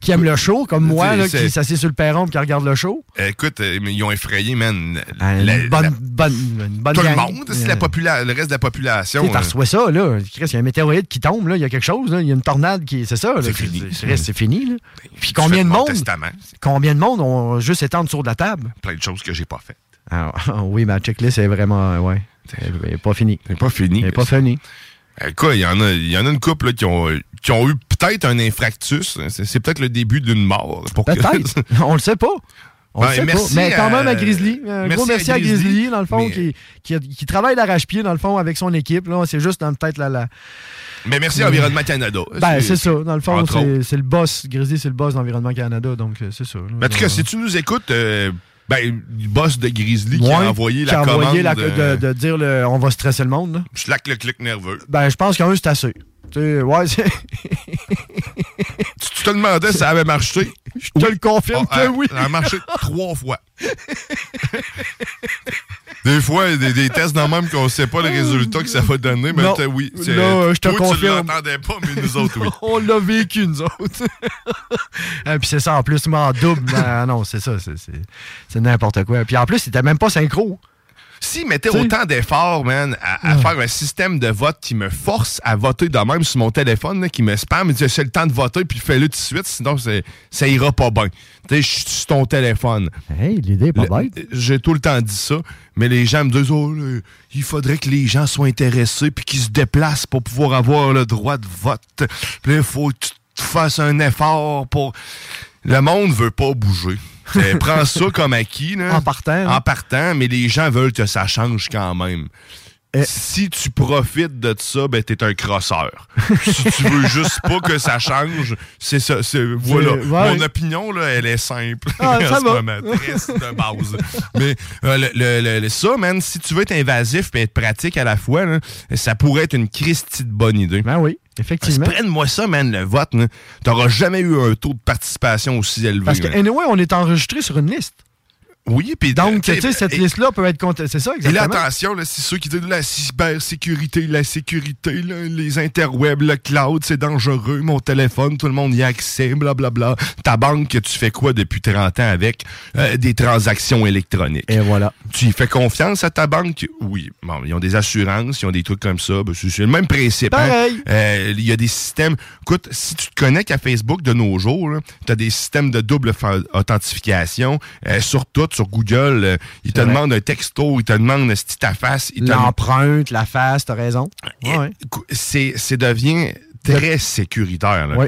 [SPEAKER 1] Qui aime le show, comme moi,
[SPEAKER 5] C'est-
[SPEAKER 1] là, qui
[SPEAKER 5] c'est-
[SPEAKER 1] s'assied sur le perron et qui regarde le show.
[SPEAKER 5] Écoute, euh, mais ils ont effrayé, man.
[SPEAKER 1] Ah, Une
[SPEAKER 5] la-
[SPEAKER 1] bonne,
[SPEAKER 5] la-
[SPEAKER 1] bonne, une bonne
[SPEAKER 5] tout le
[SPEAKER 1] gang.
[SPEAKER 5] monde, c'est la
[SPEAKER 1] Euh,
[SPEAKER 5] popula- le reste de la
[SPEAKER 1] Tu
[SPEAKER 5] population.
[SPEAKER 1] sais, t'as
[SPEAKER 5] hein.
[SPEAKER 1] reçois ça, là. Chris, il y a un météorite qui tombe, là. Il y a quelque chose, là. Il y a une tornade qui. C'est ça, là. C'est fini. C'est fini, là. Puis
[SPEAKER 5] Ben, Tu fais
[SPEAKER 1] combien de
[SPEAKER 5] mon
[SPEAKER 1] monde.
[SPEAKER 5] testament,
[SPEAKER 1] Combien de monde ont juste étendu autour de la table?
[SPEAKER 5] plein de choses que j'ai pas faites.
[SPEAKER 1] Ah, oui, ma checklist est vraiment. Ouais. Elle est pas finie.
[SPEAKER 5] Elle euh, est pas finie.
[SPEAKER 1] Elle est pas finie.
[SPEAKER 5] Écoute, il y en a, il y en a une couple là, qui ont, qui ont eu peut-être un infractus. C'est, c'est peut-être le début d'une mort. Pour que-
[SPEAKER 1] Peut-être. On le sait pas. On
[SPEAKER 5] Ben,
[SPEAKER 1] le sait
[SPEAKER 5] merci
[SPEAKER 1] pas. Mais quand
[SPEAKER 5] à-
[SPEAKER 1] même à Grizzly. euh, Un
[SPEAKER 5] merci
[SPEAKER 1] gros merci à
[SPEAKER 5] à
[SPEAKER 1] Grizzly,
[SPEAKER 5] Grizzly,
[SPEAKER 1] dans le fond,
[SPEAKER 5] mais-
[SPEAKER 1] qui, qui, qui travaille d'arrache-pied, dans le fond, avec son équipe. Là, c'est juste dans peut-être la. la...
[SPEAKER 5] Mais merci à Environnement Canada.
[SPEAKER 1] Ben, c'est ça. Dans le fond,
[SPEAKER 5] entre autres.
[SPEAKER 1] c'est c'est le boss. Grizzly, c'est le boss d'Environnement Canada, donc euh, c'est ça. là.
[SPEAKER 5] Mais Ben, en tout cas, si tu nous écoutes, euh, ben, le boss de Grizzly qui
[SPEAKER 1] Ouais,
[SPEAKER 5] a
[SPEAKER 1] qui
[SPEAKER 5] envoyé la
[SPEAKER 1] a envoyé
[SPEAKER 5] commande.
[SPEAKER 1] la-
[SPEAKER 5] euh,
[SPEAKER 1] de, de dire le, on va stresser le monde. là.
[SPEAKER 5] slack le clic nerveux.
[SPEAKER 1] Ben, je pense qu'en eux, c'est assez. Tu sais, ouais, c'est-
[SPEAKER 5] Tu, tu te demandais si ça avait marché.
[SPEAKER 1] Je te le confirme que oui.
[SPEAKER 5] Ça a marché trois fois. Des fois, des, des tests dans le même qu'on sait pas le résultat que ça va donner, mais
[SPEAKER 1] Non.
[SPEAKER 5] t'as- oui. c'est-
[SPEAKER 1] Là, euh, je te
[SPEAKER 5] toi,
[SPEAKER 1] confirme.
[SPEAKER 5] tu l'entendais pas, mais nous autres, oui.
[SPEAKER 1] on l'a vécu, nous autres. Et Ah, puis c'est ça, en plus, mais en double. Ben, non, c'est ça, c'est- c'est c'est n'importe quoi. Puis en plus, c'était même pas synchro.
[SPEAKER 5] S'ils mettaient
[SPEAKER 1] T'sais.
[SPEAKER 5] autant d'efforts, man, à, à faire un système de vote qui me force à voter de même sur mon téléphone, là, qui me spam, me dit c'est le temps de voter, puis fais-le tout de suite, sinon c'est- ça ira pas bien. Tu sais, je suis sur ton téléphone.
[SPEAKER 1] Hey, l'idée est pas
[SPEAKER 5] Le- euh, J'ai tout le temps dit ça, mais les gens me disent oh, là, il faudrait que les gens soient intéressés puis qu'ils se déplacent pour pouvoir avoir le droit de vote. Puis là, il faut que tu te fasses un effort pour. Le monde veut pas bouger. Euh, prends ça comme acquis. là.
[SPEAKER 1] En partant, là.
[SPEAKER 5] En partant, mais les gens veulent que ça change quand même.
[SPEAKER 1] Eh.
[SPEAKER 5] Si tu profites de ça, ben t'es un crosseur. si tu veux juste pas que ça change, c'est ça. c'est- Voilà.
[SPEAKER 1] C'est- ouais.
[SPEAKER 5] Mon opinion, là, elle est simple.
[SPEAKER 1] Ah,
[SPEAKER 5] en
[SPEAKER 1] ça
[SPEAKER 5] ce
[SPEAKER 1] va.
[SPEAKER 5] moment. Triste de base. Mais euh, le, le- le- le- ça, man, si tu veux être invasif et être pratique à la fois, là, ça pourrait être une Christie de bonne idée.
[SPEAKER 1] Ben oui, effectivement.
[SPEAKER 5] Prenne-moi ça, man, le vote. là. T'auras jamais eu un taux de participation aussi élevé.
[SPEAKER 1] Parce que,
[SPEAKER 5] man.
[SPEAKER 1] anyway, on est enregistré sur une liste.
[SPEAKER 5] Oui, puis euh,
[SPEAKER 1] Donc, tu sais, cette liste-là peut être contestée. C'est ça,
[SPEAKER 5] Et là,
[SPEAKER 1] exactement.
[SPEAKER 5] attention, là, c'est ceux qui disent la cybersécurité, la sécurité, là, les interwebs, le cloud, c'est dangereux, mon téléphone, tout le monde y a accès, blablabla. Ta banque, tu fais quoi depuis 30 ans avec Euh, des transactions électroniques? Et
[SPEAKER 1] voilà.
[SPEAKER 5] Tu y fais confiance à ta banque? Oui. Bon, ils ont des assurances, ils ont des trucs comme ça. Ben, c'est c'est le même principe. hein.
[SPEAKER 1] Pareil.
[SPEAKER 5] Euh, Il y a des systèmes. Écoute, si tu te connectes à Facebook de nos jours, tu as des systèmes de double fa- authentification euh, sur tout, sur Google. euh, ils te
[SPEAKER 1] vrai.
[SPEAKER 5] demandent un texto, ils te demandent si ta face. ils te-
[SPEAKER 1] L'empreinte, la face, t'as raison. Ouais.
[SPEAKER 5] Écou- C'est c'est devient très sécuritaire. là.
[SPEAKER 1] Oui,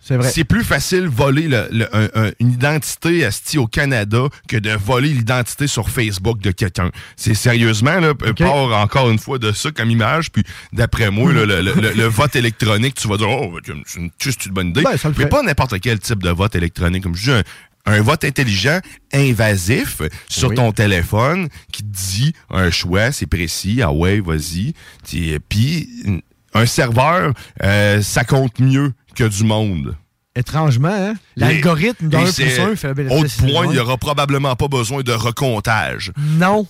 [SPEAKER 1] c'est vrai.
[SPEAKER 5] C'est plus facile voler le- le- un- un- une identité asti au Canada que de voler l'identité sur Facebook de quelqu'un. C'est sérieusement, là, part encore une fois de ça comme image, puis d'après moi, là, le, le- le- le vote électronique, tu vas dire « Oh, c'est une- c'est une, c'est une bonne idée
[SPEAKER 1] Ben, ça le
[SPEAKER 5] Mais
[SPEAKER 1] fait.
[SPEAKER 5] pas n'importe quel type de vote électronique. Comme je dis, un, un vote intelligent, invasif, sur ton téléphone, qui te dit un choix, c'est précis, ah ouais, vas-y. Puis- Puis, un serveur, euh, ça compte mieux que du monde.
[SPEAKER 1] Étrangement, hein? l'algorithme d'un
[SPEAKER 5] d'un
[SPEAKER 1] plus un fait
[SPEAKER 5] Autre point, il n'y aura probablement pas besoin de recomptage.
[SPEAKER 1] Non.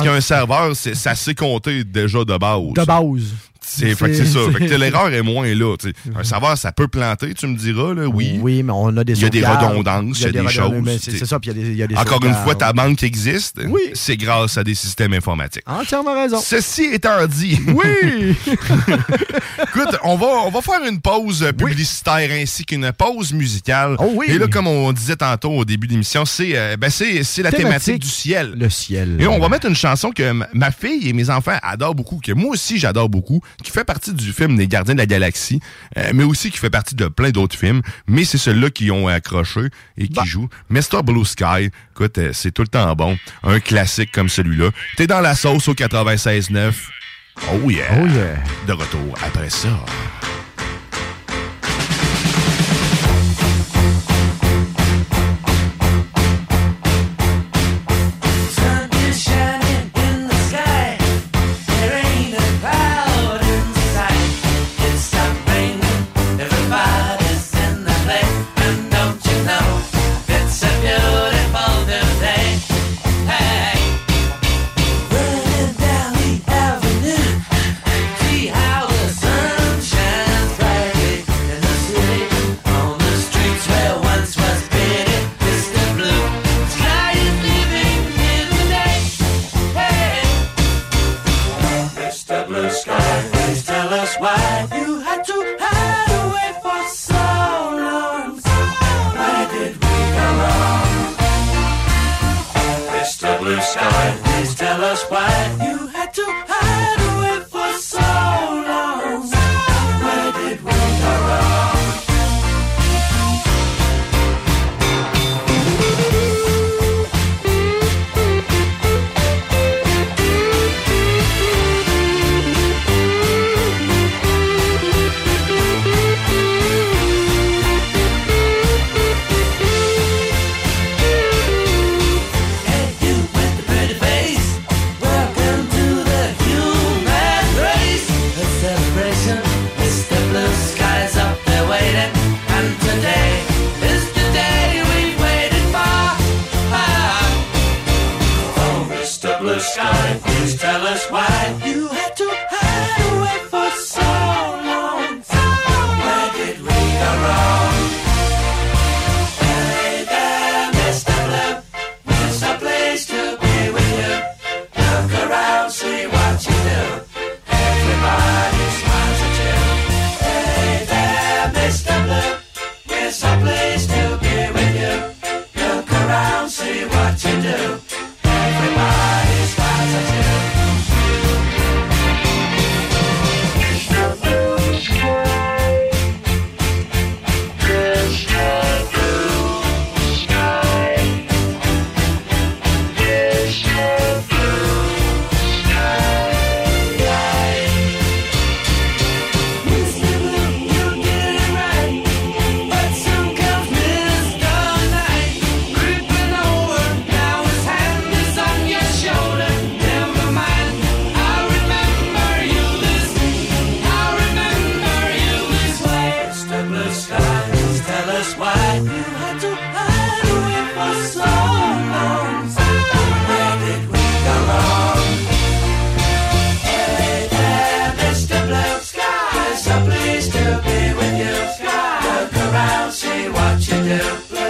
[SPEAKER 1] Mm. Ah.
[SPEAKER 5] qu'un serveur, c'est- ça s'est compté déjà de base.
[SPEAKER 1] De base.
[SPEAKER 5] C'est fait que c'est ça. Fait que l'erreur est moins là. tu sais. Un serveur, ça peut planter, tu me diras, là, oui.
[SPEAKER 1] Oui, mais on a des
[SPEAKER 5] Il y a des
[SPEAKER 1] sauvegardes,
[SPEAKER 5] redondances, il y a des,
[SPEAKER 1] redondances,
[SPEAKER 5] choses.
[SPEAKER 1] mais
[SPEAKER 5] tu
[SPEAKER 1] C'est
[SPEAKER 5] sais.
[SPEAKER 1] c'est ça, puis il y a des- il y a des
[SPEAKER 5] Encore une
[SPEAKER 1] sauvegardes.
[SPEAKER 5] fois, ta banque existe. C'est grâce à des systèmes informatiques.
[SPEAKER 1] Entièrement raison.
[SPEAKER 5] Ceci étant dit. Oui! Écoute, on va, on va faire une pause euh, publicitaire ainsi qu'une pause musicale. Et là, comme on disait tantôt au début de l'émission, c'est euh, ben, c'est- c'est la thématique du ciel.
[SPEAKER 1] Le ciel.
[SPEAKER 5] et on va mettre une chanson que m- ma fille et mes enfants adorent beaucoup, que moi aussi j'adore beaucoup, qui fait partie du film Les Gardiens de la Galaxie, euh, mais aussi qui fait partie de plein d'autres films. Mais c'est ceux-là qui ont accroché et qui jouent. Mr. Blue Sky, écoute, euh, c'est tout le temps bon. Un classique comme celui-là. T'es dans la sauce au 96.9. Oh yeah! Oh yeah! De retour après ça.
[SPEAKER 2] Sun is shining in the sky. There ain't a cloud in sight. It stopped raining. Everybody's in the place. And don't you know it's a beautiful new day? Hey, running down the avenue, see how the sun shines brightly in the city. On the streets where once was pretty, Mr. Blue. Sky is living in the day. Hey. Mr. Blue Sky, please tell us why you had to hide away for so long. Where did we go wrong? Mr. Blue Sky, please tell us why you had to hide away for so long. Where did we go wrong? pretty face. Welcome to the human race. A celebration. Mr. Blue Sky's up there waiting. And today is the day we've waited for. Ah. Oh, Mr. Blue Sky, please tell us why you had to hide away for so long. Where did we go wrong? Hey there, Mr. Blue. It's a place to be with you. Look around, see what you do. Everybody smiles at you. Hey there, Mr. Blue. It's a place.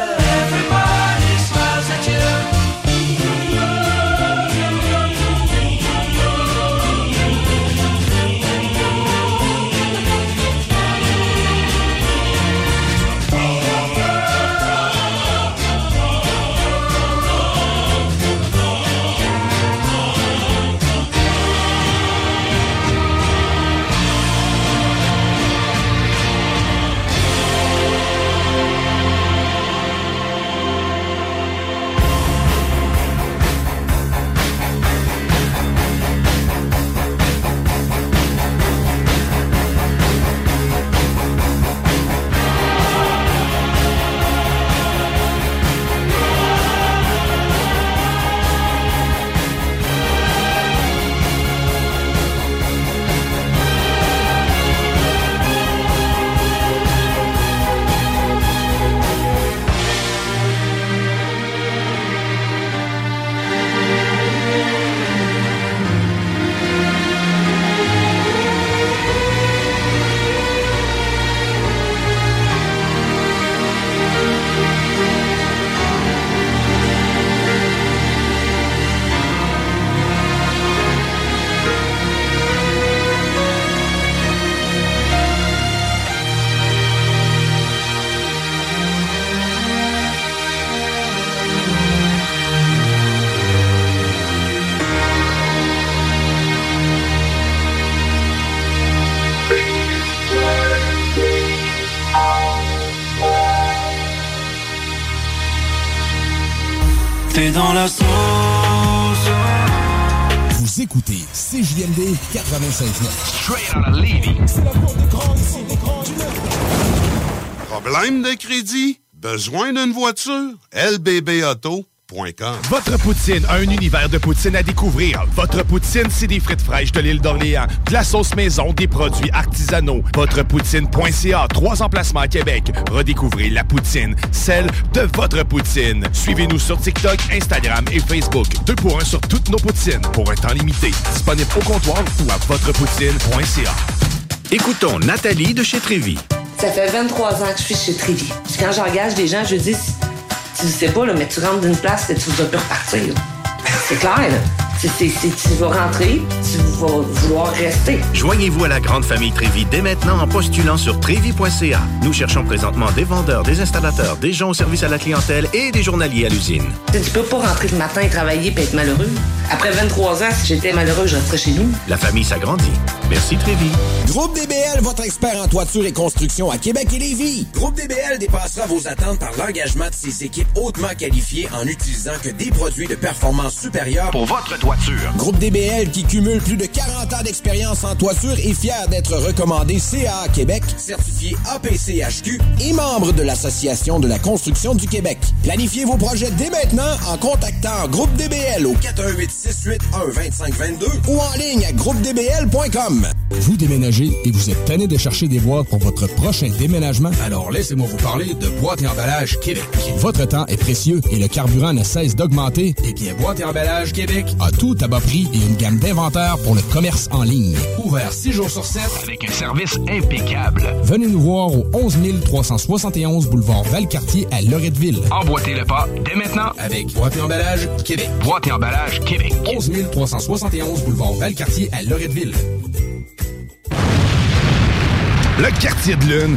[SPEAKER 2] Everybody smiles at you.
[SPEAKER 6] T'es dans la sauce.
[SPEAKER 7] Vous écoutez CJMD 85.9.
[SPEAKER 8] Problème de crédit? Besoin d'une voiture? lbbauto.com
[SPEAKER 5] Votre poutine, un univers de poutine à découvrir. Votre poutine, c'est des frites fraîches de l'île d'Orléans, de la sauce maison, des produits artisanaux. Votrepoutine.ca, trois emplacements à Québec. Redécouvrez la poutine, celle de votre poutine. Suivez-nous sur TikTok, Instagram et Facebook. Deux pour un sur toutes nos poutines, pour un temps limité. Disponible au comptoir ou à Votrepoutine.ca.
[SPEAKER 9] Écoutons Nathalie de chez Trévy.
[SPEAKER 10] Ça fait 23 ans que je suis chez Trivi. Puis quand j'engage des gens, je dis, tu le sais pas, là, mais tu rentres d'une place et tu vas plus repartir. C'est clair, là. C'est- c'est- c'est- tu vas rentrer, tu vas vouloir rester.
[SPEAKER 9] Joignez-vous à la grande famille Trévi dès maintenant en postulant sur trévi.ca. Nous cherchons présentement des vendeurs, des installateurs, des gens au service à la clientèle et des journaliers à l'usine.
[SPEAKER 10] Tu sais, tu peux pas rentrer le matin et travailler puis être malheureux. Après 23 ans, si j'étais malheureux, je resterais chez nous.
[SPEAKER 9] La famille s'agrandit. Merci Trévi.
[SPEAKER 7] Groupe DBL, votre expert en toiture et construction à Québec et Lévis. Groupe DBL dépassera vos attentes par l'engagement de ses équipes hautement qualifiées en utilisant que des produits de performance supérieure
[SPEAKER 6] Pour votre toiture.
[SPEAKER 7] Groupe DBL qui cumule plus de 40 ans d'expérience en toiture est fier d'être recommandé CA Québec, certifié APCHQ et membre de l'Association de la construction du Québec. Planifiez vos projets dès maintenant en contactant Groupe DBL au 418 681 2522 ou en ligne à groupedbl.com.
[SPEAKER 11] Vous déménagez et vous êtes tanné de chercher des boîtes pour votre prochain déménagement? Alors laissez-moi vous parler de Boîte et Emballage Québec. Votre temps est précieux et le carburant ne cesse d'augmenter. Eh bien, Boîte et Emballage Québec a tout à bas prix et une gamme d'inventaires pour le commerce en ligne. Ouvert 6 jours sur 7
[SPEAKER 6] Avec un service impeccable.
[SPEAKER 11] Venez nous voir au 11 371 boulevard Valcartier à Loretteville.
[SPEAKER 6] Emboîtez le pas dès maintenant avec Boîte et Emballage Québec. Boîte et Emballage Québec.
[SPEAKER 11] 11 371 boulevard Valcartier à Loretteville.
[SPEAKER 5] Le quartier de lune,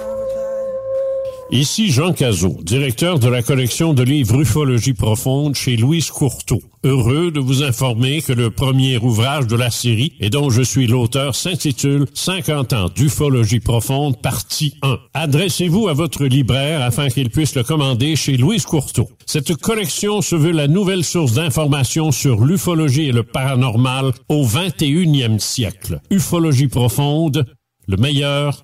[SPEAKER 12] Ici Jean Cazot, directeur de la collection de livres Ufologie profonde chez Louise Courteau. Heureux de vous informer que le premier ouvrage de la série et dont je suis l'auteur s'intitule 50 ans d'ufologie profonde partie 1. Adressez-vous à votre libraire afin qu'il puisse le commander chez Louise Courteau. Cette collection se veut la nouvelle source d'information sur l'ufologie et le paranormal au 21e siècle. Ufologie profonde, le meilleur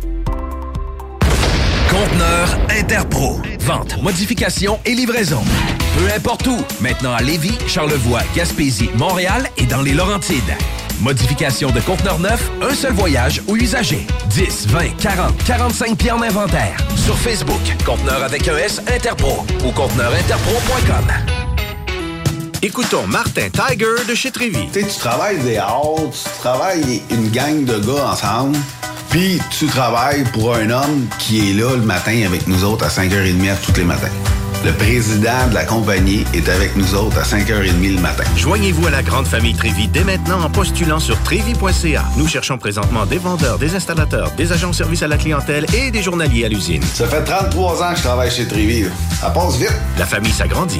[SPEAKER 6] Conteneur Interpro. Vente, modification et livraison. Peu importe où, maintenant à Lévis, Charlevoix, Gaspésie, Montréal et dans les Laurentides. Modification de conteneur neuf, un seul voyage ou usager. 10, 20, 40, 45 pieds en inventaire. Sur Facebook, conteneur avec un S Interpro ou conteneurinterpro.com.
[SPEAKER 9] Écoutons Martin Tiger de chez Trévy.
[SPEAKER 13] Tu sais, tu travailles des heures, tu travailles une gang de gars ensemble, puis tu travailles pour un homme qui est là le matin avec nous autres à 5h30 tous les matins. Le président de la compagnie est avec nous autres à 5h30 le matin.
[SPEAKER 9] Joignez-vous à la grande famille Trévi dès maintenant en postulant sur trévi.ca. Nous cherchons présentement des vendeurs, des installateurs, des agents de service à la clientèle et des journaliers à l'usine.
[SPEAKER 13] Ça fait 33 ans que je travaille chez Trévi. Ça passe vite.
[SPEAKER 9] La famille s'agrandit.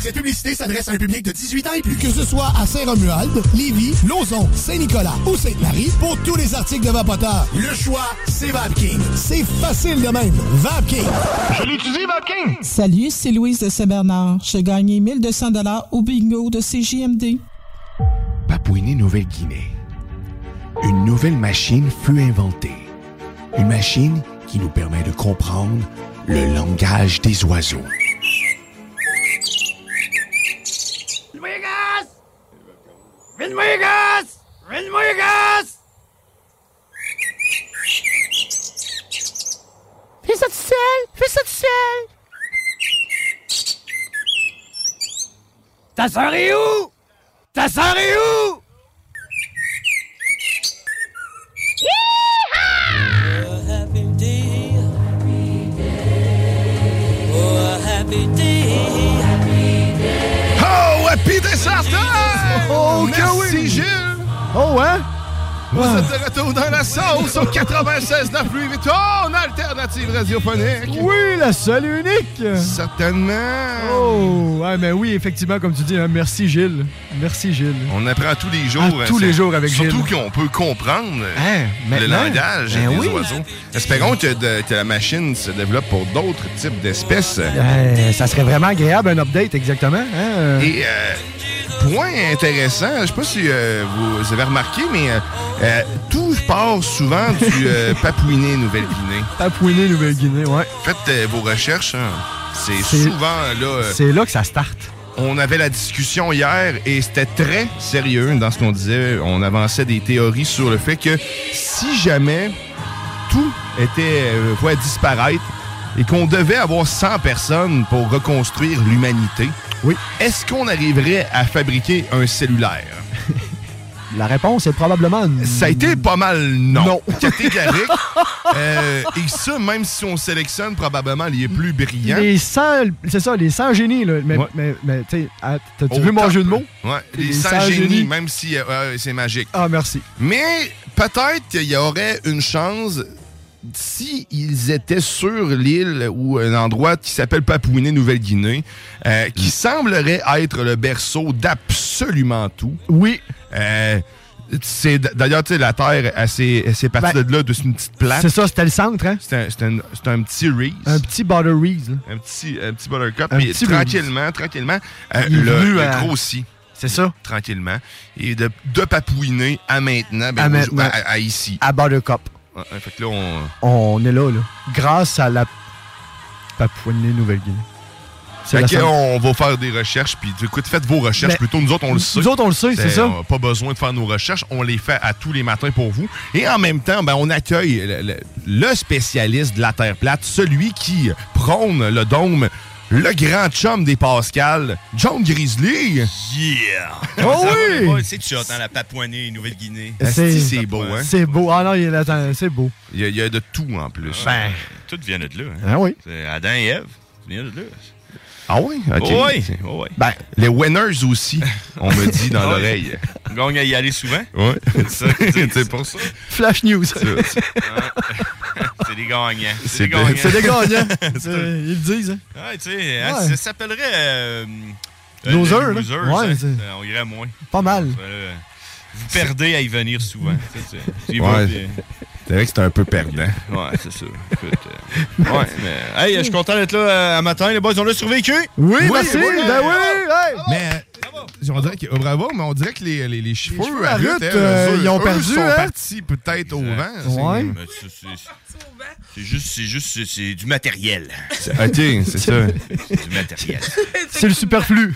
[SPEAKER 14] Cette publicité s'adresse à un public de 18 ans et plus.
[SPEAKER 15] Que ce soit à Saint-Romuald, Lévis, Lauson, Saint-Nicolas ou Sainte-Marie, pour tous les articles de Vapoteur, le choix, c'est VapKing. C'est facile de même. VapKing. Je l'utilise, VapKing.
[SPEAKER 16] Salut, c'est Louise de Saint-Bernard. J'ai gagné 1200 dollars au bingo de CJMD.
[SPEAKER 17] Papouinie-Nouvelle-Guinée. Une nouvelle machine fut inventée. Une machine qui nous permet de comprendre le langage des oiseaux.
[SPEAKER 2] Vite-moi, gosse! Vite-moi, gosse! Fais ça tout seul! Fais ça tout seul! Ta sœur est où? Ta sœur est où?
[SPEAKER 5] Oh, Happy Disaster! Oh, Merci, Gilles!
[SPEAKER 1] Oh, hein?
[SPEAKER 5] Vous êtes de retour dans la sauce au 96 9 Louis Vuitton, alternative radiophonique.
[SPEAKER 1] Oui, la seule et unique!
[SPEAKER 5] Certainement!
[SPEAKER 1] Oh, ouais, mais oui, effectivement, comme tu dis, hein, merci Gilles. Merci Gilles.
[SPEAKER 5] On apprend tous les jours.
[SPEAKER 1] À
[SPEAKER 5] hein,
[SPEAKER 1] tous les
[SPEAKER 5] c'est-
[SPEAKER 1] jours avec
[SPEAKER 5] surtout
[SPEAKER 1] Gilles.
[SPEAKER 5] qu'on peut comprendre
[SPEAKER 1] Hein,
[SPEAKER 5] euh, le
[SPEAKER 1] maintenant?
[SPEAKER 5] langage
[SPEAKER 1] Ben
[SPEAKER 5] des
[SPEAKER 1] oui.
[SPEAKER 5] oiseaux. Espérons que, de- que la machine se développe pour d'autres types d'espèces.
[SPEAKER 1] Eh, ça serait vraiment agréable, un update, exactement. hein, euh.
[SPEAKER 5] Et euh, point intéressant, je sais pas si euh, vous avez remarqué, mais euh, euh, tout part souvent du euh, Papouiné Nouvelle-Guinée.
[SPEAKER 1] Papouiné Nouvelle-Guinée, ouais.
[SPEAKER 5] Faites euh, vos recherches, hein. c'est
[SPEAKER 1] C'est-
[SPEAKER 5] souvent là. euh,
[SPEAKER 1] C'est là que ça starte.
[SPEAKER 5] on avait la discussion hier et c'était très sérieux dans ce qu'on disait. On avançait des théories sur le fait que si jamais tout était euh, voué à disparaître et qu'on devait avoir 100 personnes pour reconstruire l'humanité,
[SPEAKER 1] oui.
[SPEAKER 5] est-ce qu'on arriverait à fabriquer un cellulaire?
[SPEAKER 1] La réponse est probablement n-
[SPEAKER 5] Ça a été pas mal non. Catégorique. Euh, et ça, même si on sélectionne probablement les plus brillants.
[SPEAKER 1] Les 100, c'est ça, les 100 génies, là. Mais,
[SPEAKER 5] Hein? Ouais.
[SPEAKER 1] mais, mais tu sais, ah, t'as-tu
[SPEAKER 5] Au
[SPEAKER 1] vu mon
[SPEAKER 5] top.
[SPEAKER 1] jeu de mots?
[SPEAKER 5] Ouais,
[SPEAKER 1] Les
[SPEAKER 5] les 100
[SPEAKER 1] cent
[SPEAKER 5] génies,
[SPEAKER 1] génies.
[SPEAKER 5] même si euh, ouais, c'est magique.
[SPEAKER 1] Ah, merci.
[SPEAKER 5] Mais peut-être qu'il y aurait une chance si ils étaient sur l'île ou un endroit qui s'appelle Papouiné Nouvelle-Guinée, euh,
[SPEAKER 1] Mm.
[SPEAKER 5] qui semblerait être le berceau d'absolument tout. Euh,
[SPEAKER 1] Oui.
[SPEAKER 5] c'est d'ailleurs tu sais, la terre, elle s'est elle s'est partie
[SPEAKER 1] Ben,
[SPEAKER 5] de là, de une petite plate.
[SPEAKER 1] C'est ça, c'était le centre, hein?
[SPEAKER 5] C'est un, c'est un- c'est un petit Reese,
[SPEAKER 1] Un petit butter Reese, là.
[SPEAKER 5] un petit, un petit buttercup.
[SPEAKER 1] Un
[SPEAKER 5] puis
[SPEAKER 1] petit
[SPEAKER 5] tranquillement, tranquillement, euh,
[SPEAKER 1] Il est
[SPEAKER 5] le,
[SPEAKER 1] venu
[SPEAKER 5] le
[SPEAKER 1] à-
[SPEAKER 5] grossit.
[SPEAKER 1] C'est ça.
[SPEAKER 5] Tranquillement. Et de, de papouiner à maintenant, ben,
[SPEAKER 1] À
[SPEAKER 5] au-
[SPEAKER 1] maintenant.
[SPEAKER 5] à- à ici.
[SPEAKER 1] À Buttercup.
[SPEAKER 5] Ouais, ouais, fait que là, on.
[SPEAKER 1] On est là, là. Grâce à la Papouanie-Nouvelle-Guinée.
[SPEAKER 5] Fait
[SPEAKER 1] la
[SPEAKER 5] que,
[SPEAKER 1] seule-
[SPEAKER 5] on va faire des recherches, puis écoute, faites vos recherches.
[SPEAKER 1] Mais-
[SPEAKER 5] plutôt, nous autres, on le
[SPEAKER 1] Nous
[SPEAKER 5] sait.
[SPEAKER 1] autres, on le sait, c'est ça.
[SPEAKER 5] on a pas besoin de faire nos recherches. On les fait à tous les matins pour vous. Et en même temps, ben, on accueille le, le- le spécialiste de la Terre plate, celui qui prône le dôme, le grand chum des Pascal, John Grizzly.
[SPEAKER 18] Yeah!
[SPEAKER 1] Oh
[SPEAKER 18] Ça va,
[SPEAKER 1] oui!
[SPEAKER 18] les boys? C'est hot, hein, la Papouanie, Nouvelle-Guinée.
[SPEAKER 5] Asti, c'est beau, hein?
[SPEAKER 1] C'est beau. Ah non, il est là, attends, c'est beau.
[SPEAKER 5] Il y, a- il y a de tout en plus.
[SPEAKER 18] Ben. Tout vient de là. Hein?
[SPEAKER 1] Ah oui.
[SPEAKER 18] C'est Adam et Ève, tout vient de là.
[SPEAKER 5] Ah oui? OK.
[SPEAKER 18] Oh oui, oh oui.
[SPEAKER 5] Ben, les winners aussi, on me dit dans
[SPEAKER 18] Ouais.
[SPEAKER 5] l'oreille.
[SPEAKER 18] Ah On gagne à y aller souvent.
[SPEAKER 5] Ouais.
[SPEAKER 18] Ça, c'est-
[SPEAKER 5] C'est pour ça.
[SPEAKER 1] Flash news.
[SPEAKER 5] C'est-
[SPEAKER 18] Ah. C'est des gagnants.
[SPEAKER 5] C'est des- c'est des
[SPEAKER 1] gagnants.
[SPEAKER 18] C'est-
[SPEAKER 1] Euh, Ils le disent. hein.
[SPEAKER 18] Ouais, tu sais, hein,
[SPEAKER 1] Ouais.
[SPEAKER 18] ça s'appellerait. Euh, euh,
[SPEAKER 1] Loser,
[SPEAKER 18] le
[SPEAKER 1] là.
[SPEAKER 18] Losers,
[SPEAKER 1] Ouais,
[SPEAKER 18] hein.
[SPEAKER 1] c'est-
[SPEAKER 18] Euh, On irait moins.
[SPEAKER 1] Pas mal.
[SPEAKER 18] Euh, Vous perdez à y venir souvent. Ça, c'est- c'est bon,
[SPEAKER 5] Ouais.
[SPEAKER 18] puis-
[SPEAKER 5] C'est vrai que c'est un peu perdant.
[SPEAKER 18] Ouais, c'est ça. Écoute, euh, ouais, mais. Hey, je suis content d'être là euh, à matin. Les boys, on l'a survécu.
[SPEAKER 5] Oui,
[SPEAKER 1] merci,
[SPEAKER 5] voilà.
[SPEAKER 1] ben oui, hey.
[SPEAKER 18] Ah,
[SPEAKER 5] Mais euh, on dirait que, oh, bravo, mais on dirait que les, les, les cheveux
[SPEAKER 1] cheveux
[SPEAKER 5] à
[SPEAKER 1] à
[SPEAKER 5] Ruth,
[SPEAKER 1] Ruth,
[SPEAKER 5] hein,
[SPEAKER 1] euh,
[SPEAKER 5] eux,
[SPEAKER 1] ils ont
[SPEAKER 5] eux
[SPEAKER 1] perdu,
[SPEAKER 5] sont
[SPEAKER 1] hein?
[SPEAKER 5] partis peut-être au vent.
[SPEAKER 18] Mais ça, Ben, c'est- C'est juste, c'est juste, c'est- c'est du matériel.
[SPEAKER 1] ah,
[SPEAKER 5] OK, c'est ça.
[SPEAKER 18] C'est du matériel.
[SPEAKER 1] C'est le superflu.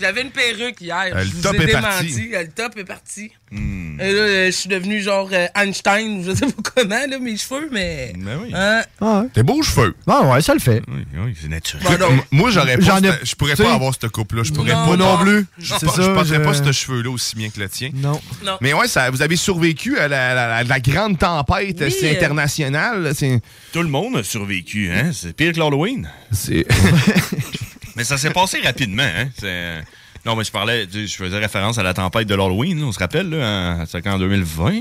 [SPEAKER 8] J'avais une perruque hier.
[SPEAKER 5] Euh,
[SPEAKER 8] je
[SPEAKER 5] le
[SPEAKER 8] vous
[SPEAKER 5] top
[SPEAKER 8] ai
[SPEAKER 5] est
[SPEAKER 8] démenti.
[SPEAKER 5] parti.
[SPEAKER 8] Euh, Le top est parti. Et là, euh, je suis devenu genre euh, Einstein, je sais pas comment, là, mes cheveux, mais.
[SPEAKER 18] Ben oui.
[SPEAKER 8] Hein?
[SPEAKER 5] T'es beau aux cheveux.
[SPEAKER 1] Ah ouais, ça le fait. Ben
[SPEAKER 18] c'est naturel.
[SPEAKER 5] Écoute, m- Moi, j'aurais pas.
[SPEAKER 1] J'en ai-
[SPEAKER 5] cette- Je pourrais
[SPEAKER 1] t'sais-
[SPEAKER 5] pas avoir ce coupe-là. Je pourrais
[SPEAKER 1] Non, moi
[SPEAKER 5] pas.
[SPEAKER 1] non plus.
[SPEAKER 5] Je
[SPEAKER 1] C'est
[SPEAKER 5] pas- je
[SPEAKER 1] ça,
[SPEAKER 5] porterais
[SPEAKER 1] je-
[SPEAKER 5] pas ce cheveu-là aussi bien que le tien.
[SPEAKER 1] Non.
[SPEAKER 8] Non.
[SPEAKER 5] Mais ouais, ça, vous avez survécu à la, la- la- la grande tempête
[SPEAKER 18] Oui,
[SPEAKER 5] c'est
[SPEAKER 18] euh,
[SPEAKER 5] internationale. C'est. Ben,
[SPEAKER 18] Tout le monde a survécu, hein? C'est pire que l'Halloween.
[SPEAKER 5] C'est.
[SPEAKER 18] mais ça s'est passé rapidement, hein? C'est- Non, mais je parlais, tu sais, je faisais référence à la tempête de l'Halloween, on se rappelle, là, en, c'est quand, en 2020,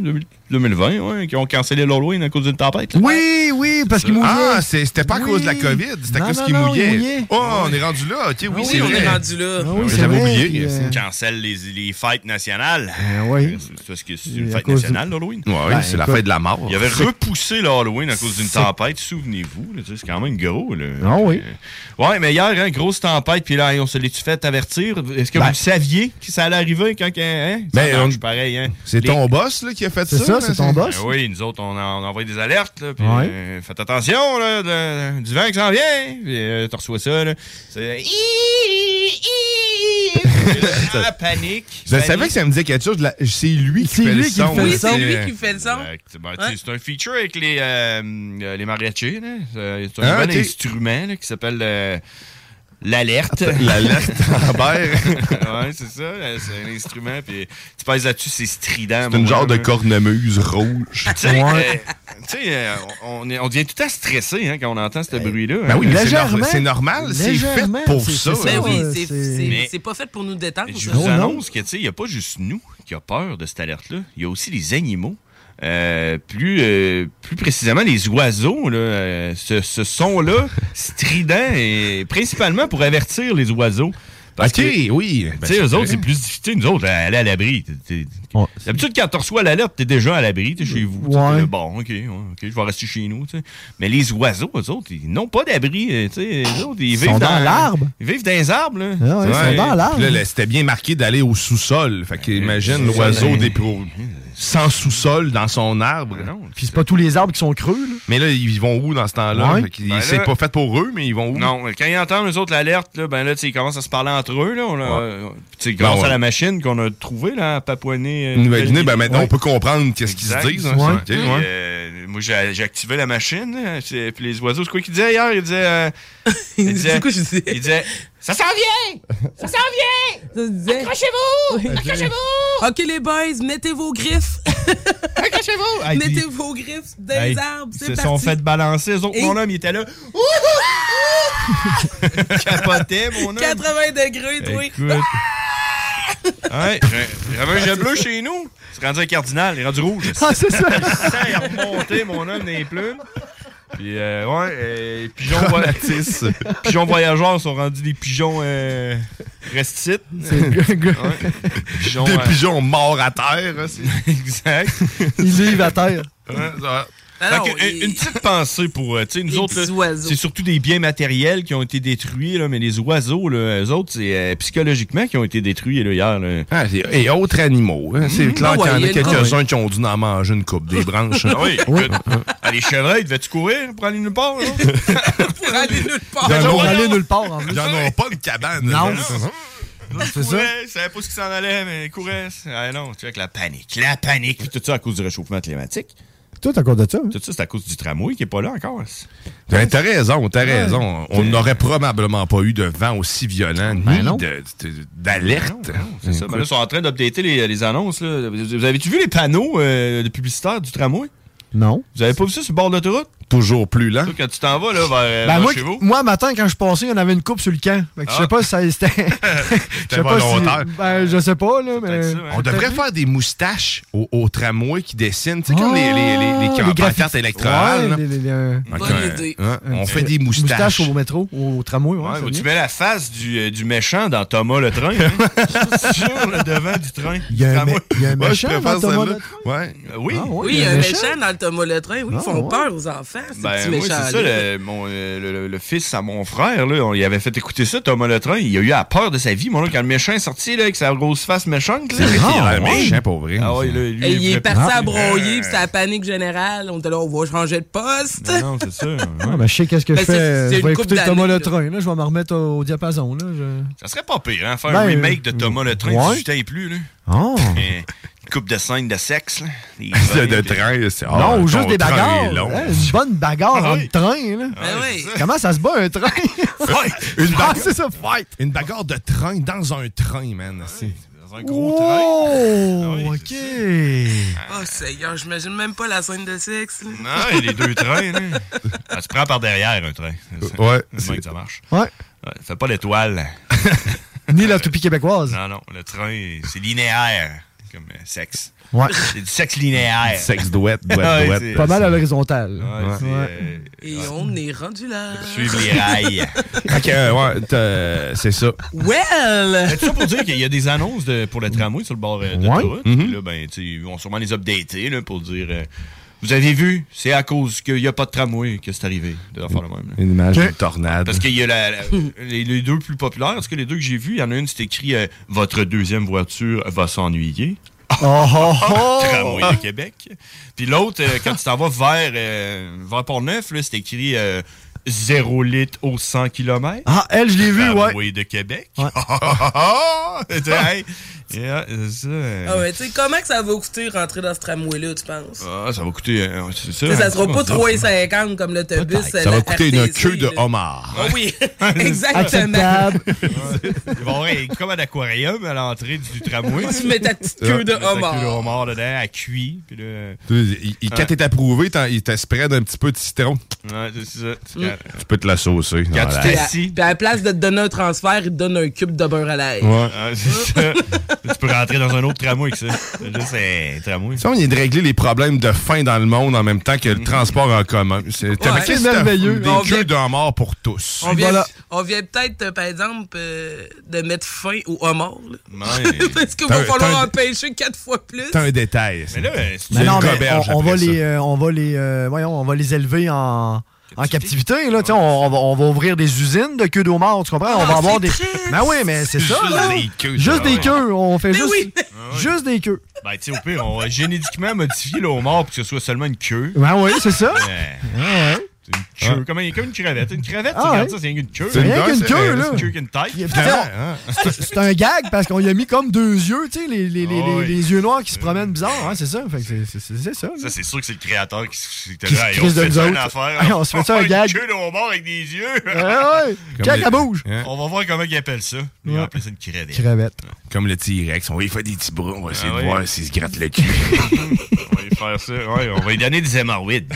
[SPEAKER 18] 2000 2020, ouais, qui ont cancellé l'Halloween à cause d'une tempête. là.
[SPEAKER 1] Oui, oui, parce qu'il mouillait.
[SPEAKER 5] Ah, c'est- c'était pas à cause de la COVID, c'était à
[SPEAKER 1] Non,
[SPEAKER 5] cause
[SPEAKER 1] non,
[SPEAKER 5] qu'il
[SPEAKER 1] non,
[SPEAKER 5] mouillait.
[SPEAKER 1] il mouillait.
[SPEAKER 5] Oh, on est rendu là. OK, oui,
[SPEAKER 8] Oui,
[SPEAKER 5] c'est
[SPEAKER 8] on
[SPEAKER 5] vrai. Ah
[SPEAKER 8] est rendu là.
[SPEAKER 5] oui, c'est
[SPEAKER 18] J'avais
[SPEAKER 5] vrai,
[SPEAKER 18] oublié.
[SPEAKER 5] puis, euh,
[SPEAKER 18] Ils cancellent les, les fêtes nationales. Euh,
[SPEAKER 1] oui.
[SPEAKER 18] C'est parce que c'est une
[SPEAKER 5] à
[SPEAKER 18] fête
[SPEAKER 5] cause du-
[SPEAKER 18] nationale, l'Halloween.
[SPEAKER 5] Ouais, oui, Ben, c'est la écoute, fête de la mort.
[SPEAKER 18] Ils avaient
[SPEAKER 5] C'est-
[SPEAKER 18] repoussé l'Halloween à cause d'une
[SPEAKER 5] C'est-
[SPEAKER 18] tempête, souvenez-vous. là, tu sais, C'est quand même gros. Là.
[SPEAKER 1] Ah oui.
[SPEAKER 18] Ouais, mais hier, hein, grosse tempête, puis là, on se l'est-tu fait avertir? Est-ce que vous saviez que ça allait arriver quand. que- Hein? Ça
[SPEAKER 5] Ben,
[SPEAKER 18] marche
[SPEAKER 5] on-
[SPEAKER 18] pareil, hein?
[SPEAKER 5] C'est
[SPEAKER 18] Les-
[SPEAKER 5] ton boss là, qui a fait ça. là,
[SPEAKER 18] Ben oui, nous autres, on a, on a envoyé des alertes. là, puis,
[SPEAKER 5] Ouais.
[SPEAKER 18] euh, faites attention là, de- du vent qui s'en vient. Puis, euh, tu reçois ça. là. C'est. Ah, panique.
[SPEAKER 5] Je savais que ça me disait quelque chose. de la- C'est lui qui fait le son. là, c'est-
[SPEAKER 8] fait le son.
[SPEAKER 18] Ben, tu sais, C'est un feature avec les, euh, euh, les mariachis. là. C'est c'est un
[SPEAKER 5] Ah,
[SPEAKER 18] bon
[SPEAKER 5] ok.
[SPEAKER 18] instrument là, qui s'appelle euh, l'alerte.
[SPEAKER 5] L'alerte Amber.
[SPEAKER 18] ouais, c'est ça. là, C'est un instrument. Puis tu pèses là-dessus, c'est strident.
[SPEAKER 5] C'est une
[SPEAKER 18] mon
[SPEAKER 5] genre de
[SPEAKER 18] homme, hein.
[SPEAKER 5] cornemuse rouge.
[SPEAKER 18] Tu sais, euh, tu sais, euh, on, on est- on devient tout le temps stressé hein, quand on entend ce bruit-là. hein.
[SPEAKER 5] ben oui, mais c'est Légèrement. nor- c'est normal, c'est Légèrement, fait pour c'est- ça, c'est
[SPEAKER 8] Ben
[SPEAKER 5] hein.
[SPEAKER 8] oui,
[SPEAKER 5] Ouais,
[SPEAKER 8] c'est-
[SPEAKER 5] c'est-
[SPEAKER 8] c'est
[SPEAKER 18] Mais-
[SPEAKER 8] c'est pas fait pour nous détendre.
[SPEAKER 18] Je
[SPEAKER 5] Ah
[SPEAKER 8] ça.
[SPEAKER 18] vous annonce que, tu sais, il n'y a pas juste nous qui a peur de cette alerte-là. Il y a aussi les animaux. Euh, plus, euh, plus précisément, les oiseaux, là, euh, ce, ce son-là, strident, et principalement pour avertir les oiseaux. Parce
[SPEAKER 5] Ok, oui.
[SPEAKER 18] Tu
[SPEAKER 5] Ben,
[SPEAKER 18] sais,
[SPEAKER 5] c'est
[SPEAKER 18] eux
[SPEAKER 5] vrai.
[SPEAKER 18] autres, c'est plus difficile. Nous autres, aller à l'abri. T'es- t'es- D'habitude, quand tu reçois l'alerte, t'es déjà à l'abri, t'es chez vous. t'es là, bon, ok, ouais, ok, je vais rester chez nous. tu sais. Mais les oiseaux, eux autres, ils n'ont pas d'abri. euh, tu sais, eux autres, ils,
[SPEAKER 5] Ils
[SPEAKER 18] vivent
[SPEAKER 5] sont dans l'arbre. Ah
[SPEAKER 18] Ils vivent dans les arbres. Là.
[SPEAKER 5] Ouais,
[SPEAKER 18] Ouais.
[SPEAKER 5] Puis là, là, C'était bien marqué d'aller au sous-sol. Fait que imagine
[SPEAKER 18] Ben, c'est ça,
[SPEAKER 5] l'oiseau
[SPEAKER 18] mais-
[SPEAKER 5] des pro- sans sous-sol dans son arbre.
[SPEAKER 18] Ben
[SPEAKER 1] Puis c'est pas tous les arbres qui sont creux, là.
[SPEAKER 5] Mais là, ils vont où dans ce temps-là?
[SPEAKER 1] Ouais.
[SPEAKER 5] Fait qu'ils-
[SPEAKER 18] Ben là-
[SPEAKER 5] c'est pas fait pour eux, mais ils vont où?
[SPEAKER 18] Non, quand ils entendent, eux autres, l'alerte, là, ben là, tu sais, ils commencent à se parler entre eux, là. On a- euh, puis, tu sais, grâce
[SPEAKER 5] Ben, ouais.
[SPEAKER 18] à la machine qu'on a trouvée, là, à Papouané. euh,
[SPEAKER 5] Nouvelle-Guinée, ben maintenant, on peut comprendre qu'est-ce qu'ils se disent. hein, ça. Ok, ouais.
[SPEAKER 18] euh, moi, j'ai j'ai activé la machine, là, c'est- puis les oiseaux, c'est quoi qu'ils disaient hier? Ils disaient... euh, ils disaient... ils disaient, Ça s'en
[SPEAKER 8] vient! Ça s'en vient! Ça se disait. Accrochez-vous! Accrochez-vous! OK, les boys, mettez vos griffes!
[SPEAKER 18] Hey,
[SPEAKER 8] Accrochez-vous! mettez
[SPEAKER 18] dis-
[SPEAKER 8] vos griffes dans les
[SPEAKER 18] Hey,
[SPEAKER 8] arbres, c'est
[SPEAKER 18] Ils se
[SPEAKER 8] parti!
[SPEAKER 18] sont fait balancer. Eux autres,
[SPEAKER 8] Et-
[SPEAKER 18] mon homme, il était là. Capotait, Eh, mon homme.
[SPEAKER 8] 80 degrés, toi!
[SPEAKER 18] Écoute. Ouais, j'avais un jet bleu chez nous. C'est rendu un cardinal, il est rendu rouge.
[SPEAKER 8] Ah, c'est ça.
[SPEAKER 18] Le sang est remonté, mon homme, dans les plumes. Puis, euh, ouais, euh, pigeons, voy-
[SPEAKER 5] Dramatis.
[SPEAKER 18] pigeons voyageurs sont rendus des pigeons euh, restites.
[SPEAKER 5] C'est- Des
[SPEAKER 18] euh,
[SPEAKER 5] pigeons morts à terre. hein,
[SPEAKER 18] exact.
[SPEAKER 1] Ils vivent à terre.
[SPEAKER 5] Ouais, ça va.
[SPEAKER 18] Hein, Fait
[SPEAKER 8] non,
[SPEAKER 18] que, euh, Une petite pensée pour, euh, tu sais, nous
[SPEAKER 8] Les
[SPEAKER 18] autres, là,
[SPEAKER 8] petits oiseaux.
[SPEAKER 18] c'est surtout des biens matériels qui ont été détruits, là, mais les oiseaux, là, eux autres, c'est euh, psychologiquement qui ont été détruits là, hier. là.
[SPEAKER 5] Ah, et autres animaux. hein. C'est
[SPEAKER 18] Mhm.
[SPEAKER 5] clair
[SPEAKER 18] Ah ouais, il
[SPEAKER 5] qu'il
[SPEAKER 18] y
[SPEAKER 5] y en
[SPEAKER 18] a
[SPEAKER 5] a
[SPEAKER 18] une-
[SPEAKER 5] quelques-uns
[SPEAKER 18] ah ouais.
[SPEAKER 5] qui ont dû en manger une coupe des branches. hein.
[SPEAKER 18] Ah oui, écoute. Ah, les chevreuils, devais-tu courir pour aller nulle part? là?
[SPEAKER 8] pour aller nulle part.
[SPEAKER 18] Ils en ont
[SPEAKER 5] allé
[SPEAKER 1] nulle part. En
[SPEAKER 5] Ils n'en ont pas de cabane.
[SPEAKER 18] Non.
[SPEAKER 1] C'est
[SPEAKER 18] ça? Je savais pas ce qui s'en allait, mais ils couraient. Ah non, tu vois, avec la panique. La panique. Puis tout ça à cause du réchauffement climatique.
[SPEAKER 1] Tout à cause de ça. hein?
[SPEAKER 18] Tout ça, c'est à cause du tramway qui est pas là encore.
[SPEAKER 5] Ben, t'as raison, t'as raison. On n'aurait probablement pas eu de vent aussi violent, ni de- de- d'alerte.
[SPEAKER 18] C'est ça. Ben là, ils sont en train d'updater les, les annonces. Là. Vous vous avez-tu vu les panneaux euh, de publicitaires du tramway?
[SPEAKER 1] Non.
[SPEAKER 18] Vous avez pas vu ça sur le bord de l'autoroute?
[SPEAKER 5] Toujours plus lent.
[SPEAKER 18] Quand tu t'en vas là, vers,
[SPEAKER 1] Ben,
[SPEAKER 18] vers
[SPEAKER 1] moi,
[SPEAKER 18] Euh, chez vous?
[SPEAKER 1] moi, matin, quand je passais, il y en avait une coupe sur le camp. Fait que Je sais
[SPEAKER 18] Ah.
[SPEAKER 1] pas si ça- c'était. Je sais pas
[SPEAKER 5] volontaire.
[SPEAKER 1] si. Ben, je sais pas, là, mais.
[SPEAKER 5] On devrait faire des moustaches au, au tramway qui dessinent, tu sais, comme
[SPEAKER 1] Ah,
[SPEAKER 5] les, les, les, les- qui ont
[SPEAKER 1] les
[SPEAKER 5] en pancartes
[SPEAKER 1] graphiques.
[SPEAKER 5] électorales.
[SPEAKER 1] Ouais,
[SPEAKER 5] là.
[SPEAKER 1] les- les- les- euh,
[SPEAKER 5] Bonne Ok, idée. hein, on fait des moustaches.
[SPEAKER 1] Moustaches au métro, au tramway, ouais.
[SPEAKER 18] Ouais,
[SPEAKER 1] ça
[SPEAKER 18] où tu
[SPEAKER 1] vient.
[SPEAKER 18] mets la face du, euh, du méchant dans Thomas le train. hein? sur le devant du train.
[SPEAKER 1] Il y a un
[SPEAKER 5] Ah,
[SPEAKER 18] Tramway.
[SPEAKER 1] mé- il y a un
[SPEAKER 18] Ouais, je
[SPEAKER 1] méchant
[SPEAKER 18] préfère
[SPEAKER 1] dans Thomas
[SPEAKER 18] celle-là.
[SPEAKER 1] le
[SPEAKER 5] Ouais.
[SPEAKER 18] Euh, oui.
[SPEAKER 8] Oui, Ah, il y a un méchant dans le Thomas le train.
[SPEAKER 18] Ah
[SPEAKER 8] Oui, ils font peur aux enfants, ces
[SPEAKER 18] Ben,
[SPEAKER 8] petits
[SPEAKER 18] moi,
[SPEAKER 8] méchants.
[SPEAKER 18] c'est ça, le, mon, euh, le- le- le fils à mon frère, là, on lui avait fait écouter ça, Thomas Le Train. Il a eu la peur de sa vie, mon là, quand le méchant est sorti, là, avec sa grosse face méchante.
[SPEAKER 5] C'est vrai qu'il a
[SPEAKER 18] un
[SPEAKER 5] l'air méchant, pour vrai.
[SPEAKER 18] Ah ouais, là, lui,
[SPEAKER 8] Et il est
[SPEAKER 18] voulait-
[SPEAKER 8] parti à
[SPEAKER 18] Ah.
[SPEAKER 8] broyer, puis c'est la panique générale. On était là, on va changer de poste.
[SPEAKER 18] Non, c'est ça.
[SPEAKER 1] Ah, ben, je sais qu'est-ce que
[SPEAKER 8] Ben,
[SPEAKER 1] je
[SPEAKER 8] c'est-
[SPEAKER 1] fais.
[SPEAKER 8] c'est
[SPEAKER 1] Je vais
[SPEAKER 8] une coupe
[SPEAKER 1] écouter Thomas
[SPEAKER 8] d'années,
[SPEAKER 1] le train, là. Je vais me remettre au, au diapason, là. je-
[SPEAKER 18] Ça serait pas pire, hein, faire un
[SPEAKER 1] Ben,
[SPEAKER 18] remake de Thomas Le Train,
[SPEAKER 1] ouais.
[SPEAKER 18] tu t'es plus, là.
[SPEAKER 5] Ah.
[SPEAKER 1] Oh.
[SPEAKER 18] Mais Une coupe de scène de sexe, là. Des
[SPEAKER 5] De- de
[SPEAKER 18] vins,
[SPEAKER 5] train, c'est- ah,
[SPEAKER 1] non,
[SPEAKER 5] ton
[SPEAKER 1] ou juste des
[SPEAKER 5] train
[SPEAKER 1] bagarres.
[SPEAKER 5] est long.
[SPEAKER 1] hein, une bonne
[SPEAKER 18] Ah
[SPEAKER 1] bagarre en train, là.
[SPEAKER 8] Ben
[SPEAKER 1] Comment ça se bat, un train?
[SPEAKER 5] Une
[SPEAKER 1] Ah,
[SPEAKER 5] bagarre,
[SPEAKER 1] c'est ça,
[SPEAKER 5] fight. Une bagarre de train dans un train, man. c'est- Dans un
[SPEAKER 1] Oh,
[SPEAKER 5] gros
[SPEAKER 18] Ah
[SPEAKER 1] OK.
[SPEAKER 8] Oh, Seigneur, j'imagine même pas la scène de sexe. là.
[SPEAKER 18] Ah, et les deux trains, là. Ça se prend Ah, par derrière, un train.
[SPEAKER 5] Ouais.
[SPEAKER 18] C'est que ça marche.
[SPEAKER 1] Ouais.
[SPEAKER 18] Ouais, Fais pas l'étoile.
[SPEAKER 1] Ni la toupie québécoise.
[SPEAKER 18] Non, non, le train, c'est linéaire, comme euh, sexe.
[SPEAKER 1] Ouais.
[SPEAKER 18] C'est du sexe linéaire.
[SPEAKER 5] Du sexe douette, douette,
[SPEAKER 18] Ouais,
[SPEAKER 5] douette.
[SPEAKER 18] c'est-
[SPEAKER 1] Pas mal à l'horizontale.
[SPEAKER 18] Ouais, c'est,
[SPEAKER 1] Ouais.
[SPEAKER 18] euh,
[SPEAKER 8] Et on est rendu là.
[SPEAKER 18] Suivre les rails.
[SPEAKER 5] Ok, ouais, t'as- c'est ça.
[SPEAKER 8] Well!
[SPEAKER 18] C'est ça pour dire qu'il y a des annonces de- pour le tramway sur le bord euh, de
[SPEAKER 5] Ouais.
[SPEAKER 18] la route. Là, ben, tu sais, ils vont sûrement les updater là, pour dire euh, Vous avez vu, c'est à cause qu'il n'y a pas de tramway que c'est arrivé. De faire le même. là.
[SPEAKER 5] Une image d'une tornade.
[SPEAKER 18] Parce qu'il y a la- la- les, les deux plus populaires. Parce que les deux que j'ai vus, il y en a une, c'est écrit euh, Votre deuxième voiture va s'ennuyer.
[SPEAKER 1] Oh, oh, oh.
[SPEAKER 18] Tramway de Québec. Puis l'autre, euh, quand tu t'en vas vers, euh, vers Port-Neuf, là, c'est écrit euh, 0 litre au 100 km.
[SPEAKER 1] Ah, elle, je l'ai vu, ouais.
[SPEAKER 18] Tramway de Québec.
[SPEAKER 1] Ouais.
[SPEAKER 18] Tu sais, hey, yeah, c'est ça.
[SPEAKER 8] Ah ouais, tu sais, comment que ça va coûter rentrer dans ce tramway-là, tu penses?
[SPEAKER 18] Ah, ça va coûter. euh, c'est
[SPEAKER 8] Tu
[SPEAKER 18] ça.
[SPEAKER 8] sais, ça sera pas
[SPEAKER 18] Ça-
[SPEAKER 8] 3,50 comme l'autobus.
[SPEAKER 18] Ça
[SPEAKER 8] la
[SPEAKER 18] va coûter une
[SPEAKER 8] RTC,
[SPEAKER 18] queue de
[SPEAKER 8] là.
[SPEAKER 18] homard.
[SPEAKER 8] Ah oui, exactement.
[SPEAKER 1] Acceptable.
[SPEAKER 18] Ils vont avoir comme un aquarium à l'entrée du tramway.
[SPEAKER 8] Tu mets ta petite queue
[SPEAKER 18] Ouais,
[SPEAKER 8] de
[SPEAKER 18] tu mets ta
[SPEAKER 8] homard.
[SPEAKER 18] queue de homard dedans, à cuit. Puis là,
[SPEAKER 5] Tu sais, il- il- Quand
[SPEAKER 18] Ouais.
[SPEAKER 5] t'es approuvé, t'en- il te spread un petit peu de citron.
[SPEAKER 18] ouais, c'est ça.
[SPEAKER 8] Mm.
[SPEAKER 5] Tu peux te la saucer.
[SPEAKER 18] Quand tu
[SPEAKER 8] Puis
[SPEAKER 18] t'es
[SPEAKER 8] à,
[SPEAKER 18] assis.
[SPEAKER 8] puis à la place de te donner un transfert, il te donne un cube de beurre à l'ail.
[SPEAKER 18] Ah, c'est ça. tu peux rentrer dans un autre tramway que ça. C'est juste un tramway.
[SPEAKER 5] Ça, on est de régler les problèmes de faim dans le monde en même temps que le transport en commun. C'est t'as-
[SPEAKER 8] Mhm. Ouais.
[SPEAKER 5] qu'est-ce
[SPEAKER 8] C'est
[SPEAKER 5] que t'as-
[SPEAKER 8] merveilleux.
[SPEAKER 5] Des
[SPEAKER 8] On
[SPEAKER 5] queues
[SPEAKER 8] vient-
[SPEAKER 5] de mort pour tous.
[SPEAKER 8] On vient, on vient peut-être, euh, par exemple, euh, de mettre fin au homard. là. Parce qu'il
[SPEAKER 5] T'as
[SPEAKER 8] va
[SPEAKER 5] un-
[SPEAKER 8] falloir
[SPEAKER 5] t'as un- Hein?
[SPEAKER 8] en pêcher quatre fois plus.
[SPEAKER 5] T'as un détail.
[SPEAKER 18] Mais là, ben, c'est
[SPEAKER 1] Mais non, mais on, on va les, euh, on va les, euh, voyons, on va les élever en, en captivité. Là, Tu sais, on, on va, on va ouvrir des usines de queues d'homards, tu comprends? on va avoir des. Ben oui, mais c'est ça.
[SPEAKER 18] Juste
[SPEAKER 1] là.
[SPEAKER 18] des queues,
[SPEAKER 1] Juste
[SPEAKER 18] ça,
[SPEAKER 1] des
[SPEAKER 18] ouais.
[SPEAKER 1] queues. On fait juste, juste des queues.
[SPEAKER 18] Ah Ben, tu sais, au pire, on va génétiquement modifier le homard pour que ce soit seulement une queue.
[SPEAKER 1] Ben oui, c'est ça.
[SPEAKER 18] Euh,
[SPEAKER 1] Ah ouais.
[SPEAKER 18] queue, comme, une- comme une crevette. Une crevette,
[SPEAKER 1] Ah
[SPEAKER 18] tu regardes
[SPEAKER 1] ouais.
[SPEAKER 18] ça, c'est rien qu'une queue.
[SPEAKER 1] C'est rien qu'une queue, là.
[SPEAKER 18] C'est une queue qu'une tête. hein.
[SPEAKER 1] Puis, putain, C'est- C'est un gag parce qu'on y a mis comme deux yeux, tu sais, les, les, les, les- les yeux noirs qui se promènent bizarre. hein, c'est ça. Fait que c'est- c'est- c'est c'est ça. là.
[SPEAKER 18] Ça, c'est sûr que c'est le créateur qui se
[SPEAKER 1] Qui se crisse de nous
[SPEAKER 18] une
[SPEAKER 1] autres.
[SPEAKER 18] affaire.
[SPEAKER 1] Hey, on se fait ça un
[SPEAKER 18] Une
[SPEAKER 1] gag.
[SPEAKER 18] queue de homard avec des yeux. Hein?
[SPEAKER 1] Ah ouais. Check,
[SPEAKER 5] les-
[SPEAKER 1] elle bouge.
[SPEAKER 18] On va voir comment ils appellent ça. Ils ont appelé ça une crevette.
[SPEAKER 1] Crevette.
[SPEAKER 5] Comme le T-Rex, on va y faire des petits bras, on va essayer
[SPEAKER 18] Ah
[SPEAKER 5] de
[SPEAKER 18] oui.
[SPEAKER 5] voir s'il se gratte le cul.
[SPEAKER 18] On va lui faire ça. Ouais, on va lui donner des hémorroïdes.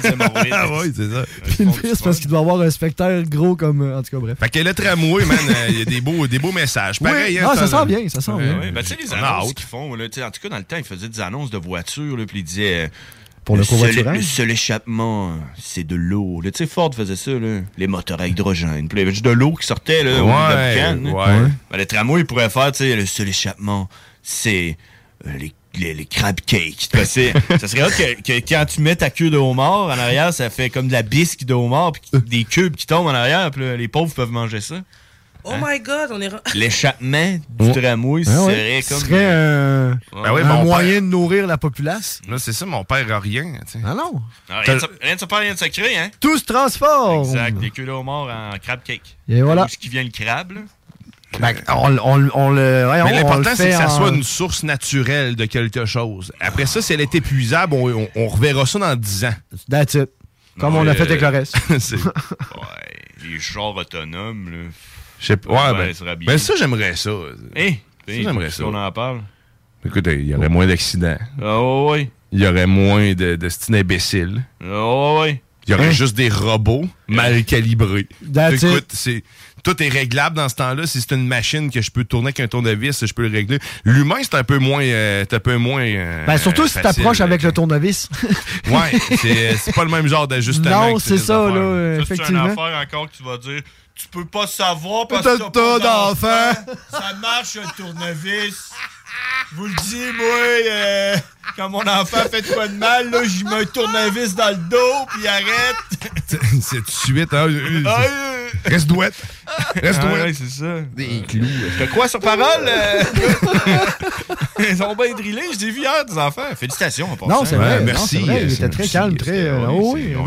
[SPEAKER 18] Des hémorroïdes.
[SPEAKER 5] ah oui, c'est ça.
[SPEAKER 1] Puis une piste parce qu'il doit avoir un spectacle gros comme. euh, En tout cas, bref.
[SPEAKER 5] Fait que le tramway, man, euh, il y a des beaux, des beaux messages.
[SPEAKER 1] Oui.
[SPEAKER 5] Pareil, hein,
[SPEAKER 1] Ah, ça
[SPEAKER 5] t'en-
[SPEAKER 1] sent bien, ça sent bien.
[SPEAKER 18] Ouais, ben, tu sais, les
[SPEAKER 5] On a
[SPEAKER 18] annonces
[SPEAKER 5] hâte.
[SPEAKER 18] qu'ils font, là, tu sais, en tout cas, dans le temps, ils faisaient des annonces de voitures, là, puis ils disaient. euh,
[SPEAKER 1] Pour le
[SPEAKER 18] seul-
[SPEAKER 1] covoiturage?
[SPEAKER 18] Le seul échappement, c'est de l'eau. là. Tu sais, Ford faisait ça, là. les moteurs à hydrogène. Puis il y avait juste de l'eau qui sortait, là, au bout
[SPEAKER 5] Ouais,
[SPEAKER 18] de la boucane, là.
[SPEAKER 5] ouais.
[SPEAKER 18] Ben, le tramway, il pourrait faire, tu sais, le seul échappement, c'est euh, les les, les crab cakes. Tu vois, c'est- ça serait hot que, que quand tu mets ta queue de homard en arrière, ça fait comme de la bisque de homard, puis des cubes qui tombent en arrière, puis là, les pauvres peuvent manger ça.
[SPEAKER 8] Oh my god, on est. re-
[SPEAKER 18] L'échappement du tramway
[SPEAKER 1] Ah ouais,
[SPEAKER 18] serait
[SPEAKER 1] ce
[SPEAKER 18] comme.
[SPEAKER 1] serait, euh,
[SPEAKER 5] Ben oui,
[SPEAKER 1] un
[SPEAKER 5] mon
[SPEAKER 1] moyen de nourrir la populace.
[SPEAKER 5] Là, c'est ça, mon père a rien.
[SPEAKER 1] Ah non?
[SPEAKER 18] Ah, rien, de, ça- rien de ça part, rien de ça crée, hein?
[SPEAKER 1] Tout se transforme.
[SPEAKER 18] Exact, des queues de homard en crab cake.
[SPEAKER 1] Et voilà.
[SPEAKER 18] Où ce qui vient le crabe, là?
[SPEAKER 1] Ben, on, on- on le. ouais, on-
[SPEAKER 5] Mais
[SPEAKER 1] on le
[SPEAKER 5] l'important,
[SPEAKER 1] fait
[SPEAKER 5] c'est que ça
[SPEAKER 1] en-
[SPEAKER 5] soit une source naturelle de quelque chose. Après ça, si elle est épuisable, on, on- on reverra ça dans 10 ans.
[SPEAKER 1] That's it. Comme on l'a fait avec
[SPEAKER 5] euh,
[SPEAKER 1] le reste.
[SPEAKER 5] C'est-
[SPEAKER 18] ouais, les genres autonomes, là.
[SPEAKER 5] Je sais pas. Ouais, ben,
[SPEAKER 18] ça sera bien.
[SPEAKER 5] ben ça, j'aimerais ça.
[SPEAKER 18] Eh,
[SPEAKER 5] Ça,
[SPEAKER 18] eh,
[SPEAKER 5] j'aimerais
[SPEAKER 18] faut
[SPEAKER 5] ça.
[SPEAKER 18] qu'on en parle.
[SPEAKER 5] Écoute, il y aurait moins d'accidents.
[SPEAKER 18] Ah oui.
[SPEAKER 5] Il y aurait moins de, de cet imbécile.
[SPEAKER 18] Ah,
[SPEAKER 5] Il
[SPEAKER 1] Hein?
[SPEAKER 5] y aurait juste des robots mal calibrés.
[SPEAKER 1] That's
[SPEAKER 5] Écoute, c'est tout est réglable dans ce temps-là. Si c'est une machine que je peux tourner avec un tournevis, je peux le régler. L'humain, c'est un peu moins. euh, c'est un peu moins. euh,
[SPEAKER 1] Ben, surtout si tu
[SPEAKER 5] facile.
[SPEAKER 1] t'approches avec le tournevis.
[SPEAKER 5] Ouais, c'est c'est pas le même genre d'ajustement.
[SPEAKER 1] Non,
[SPEAKER 5] que ces
[SPEAKER 1] c'est ça,
[SPEAKER 5] affaires.
[SPEAKER 1] là, euh,
[SPEAKER 18] Ça, c'est une
[SPEAKER 1] effectivement.
[SPEAKER 18] affaire encore que tu vas dire. Tu peux pas savoir parce
[SPEAKER 5] T'as
[SPEAKER 18] que
[SPEAKER 5] le
[SPEAKER 18] t'as pas
[SPEAKER 5] tas d'enfants.
[SPEAKER 18] Ça marche un tournevis. Je vous le dis, moi, euh, quand mon enfant fait de quoi de mal, là, j'y mets un tournevis dans le dos, puis il arrête.
[SPEAKER 5] c'est tout de suite. Hein?
[SPEAKER 18] Ah,
[SPEAKER 5] Reste douette. Reste
[SPEAKER 18] Ah,
[SPEAKER 5] douette.
[SPEAKER 18] ouais, c'est ça.
[SPEAKER 1] Euh,
[SPEAKER 5] Des clous.
[SPEAKER 18] Je te crois sur parole. euh. Ils ont bien drillé. Je les ai vu hier, des enfants. Félicitations, en
[SPEAKER 1] Non,
[SPEAKER 18] passant.
[SPEAKER 1] c'est vrai. non, c'est
[SPEAKER 18] euh,
[SPEAKER 1] vrai, Il était très calme, très. euh, oh oui, non.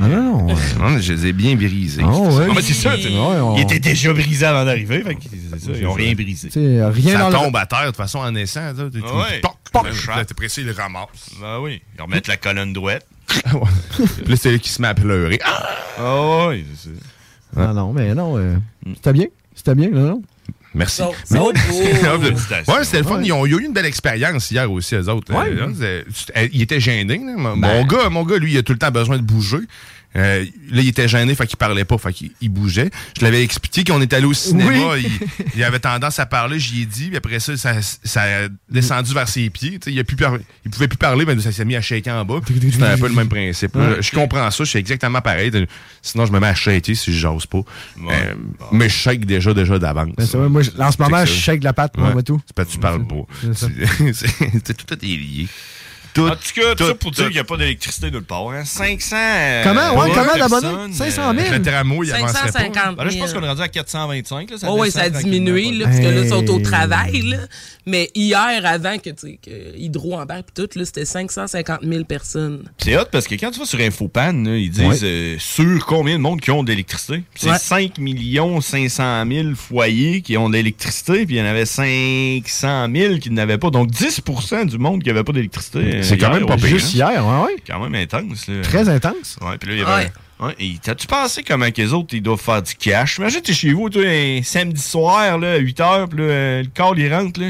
[SPEAKER 1] Ah non, non.
[SPEAKER 5] Non, je les ai bien brisés.
[SPEAKER 1] Ah ouais.
[SPEAKER 18] Ah, ben, c'est ça. tu sais.
[SPEAKER 1] Ouais, on-
[SPEAKER 18] Ils étaient déjà brisés avant d'arriver. fait que c'est ça, Ils ont rien brisé.
[SPEAKER 1] Tu sais, rien
[SPEAKER 5] ça
[SPEAKER 1] dans le-
[SPEAKER 5] tombe à terre de toute façon en naissant. là. Tu- tu-
[SPEAKER 18] Ah Ouais.
[SPEAKER 5] toc,
[SPEAKER 18] Poc.
[SPEAKER 5] là, T'es pressé, il le ramasse.
[SPEAKER 18] Ben oui. Ils remettent la colonne droite.
[SPEAKER 5] Puis là, c'est lui qui se met à pleurer. Ah!
[SPEAKER 18] Ah oui, c'est ça.
[SPEAKER 1] Non, non, mais non. euh,
[SPEAKER 5] Mm.
[SPEAKER 1] C'était bien. C'était bien, non, non.
[SPEAKER 5] Merci.
[SPEAKER 1] Non,
[SPEAKER 5] Mais-
[SPEAKER 1] c'est beau.
[SPEAKER 5] ouais, c'était le fun. Ils ont ils ont eu une belle expérience hier aussi, eux autres.
[SPEAKER 1] Ouais. Ben.
[SPEAKER 5] Euh, là, c'est- c'est- euh, ils étaient gênés. là. Mon, mon gars, mon gars, lui, il a tout le temps besoin de bouger. Euh, là, il était gêné, fait qu'il parlait pas, fait qu'il il bougeait. Je l'avais expliqué qu'on est allé au cinéma,
[SPEAKER 1] Oui.
[SPEAKER 5] il, il avait tendance à parler, j'y ai dit, puis après ça, ça, ça a descendu vers ses pieds. tu sais, Il, a plus par- il pouvait plus parler, mais ça s'est mis à shaker en bas. C'était un peu le même principe. là.
[SPEAKER 1] Ouais.
[SPEAKER 5] Je comprends ça, je suis exactement pareil. Sinon, je me mets à shaker si j'ose pas. Euh, Mais je shake déjà, déjà d'avance.
[SPEAKER 1] Ben, c'est vrai, moi, je- en ce moment,
[SPEAKER 5] C'est
[SPEAKER 1] je
[SPEAKER 5] ça.
[SPEAKER 1] shake de la patte, moi,
[SPEAKER 5] Ouais.
[SPEAKER 1] moi, tout.
[SPEAKER 5] C'est pas que tu parles pas. C'est- c'est- c'est- Tout est lié. Tout,
[SPEAKER 18] En tout cas, tout ça pour
[SPEAKER 5] tout.
[SPEAKER 18] dire qu'il n'y a pas d'électricité nulle part. Hein. 500. euh,
[SPEAKER 1] Comment, ouais,
[SPEAKER 18] personnes,
[SPEAKER 1] comment
[SPEAKER 18] euh,
[SPEAKER 1] d'abonnés? 500 000?
[SPEAKER 5] le tramway, il avancerait pas.
[SPEAKER 8] 550
[SPEAKER 18] Ben là, je pense
[SPEAKER 8] 000.
[SPEAKER 18] qu'on est rendu à 425. Là, ça
[SPEAKER 8] Oh oui,
[SPEAKER 18] descend
[SPEAKER 8] ça a
[SPEAKER 18] tranquillement,
[SPEAKER 8] diminué,
[SPEAKER 18] pas
[SPEAKER 8] là,
[SPEAKER 18] mal.
[SPEAKER 8] parce que là, ils sont au
[SPEAKER 18] Hey.
[SPEAKER 8] travail. Là. Mais hier, avant que, tu sais, que Hydro embarque et tout, là, c'était 550 000 personnes.
[SPEAKER 18] C'est hot parce que quand tu vas sur Infopan, là, ils disent euh, sur combien de monde qui ont de l'électricité. Puis C'est
[SPEAKER 8] Ouais.
[SPEAKER 18] 5 500 000 foyers qui ont de l'électricité, puis il y en avait 500 000 qui n'avaient pas. Donc 10 du monde qui n'avait pas d'électricité. euh,
[SPEAKER 5] C'est quand
[SPEAKER 18] hier,
[SPEAKER 5] même pas
[SPEAKER 18] ouais.
[SPEAKER 5] pire. hein.
[SPEAKER 1] Juste hier, ouais, ouais.
[SPEAKER 18] Quand même intense. Là.
[SPEAKER 1] Très intense.
[SPEAKER 18] Ouais, puis là, il y avait. Ouais, et t'as-tu pensé comment que les autres, ils doivent faire du cash? Imagine, t'es chez vous, toi, un samedi soir, là, à 8 h, puis là, euh, le corps, il rentre, là.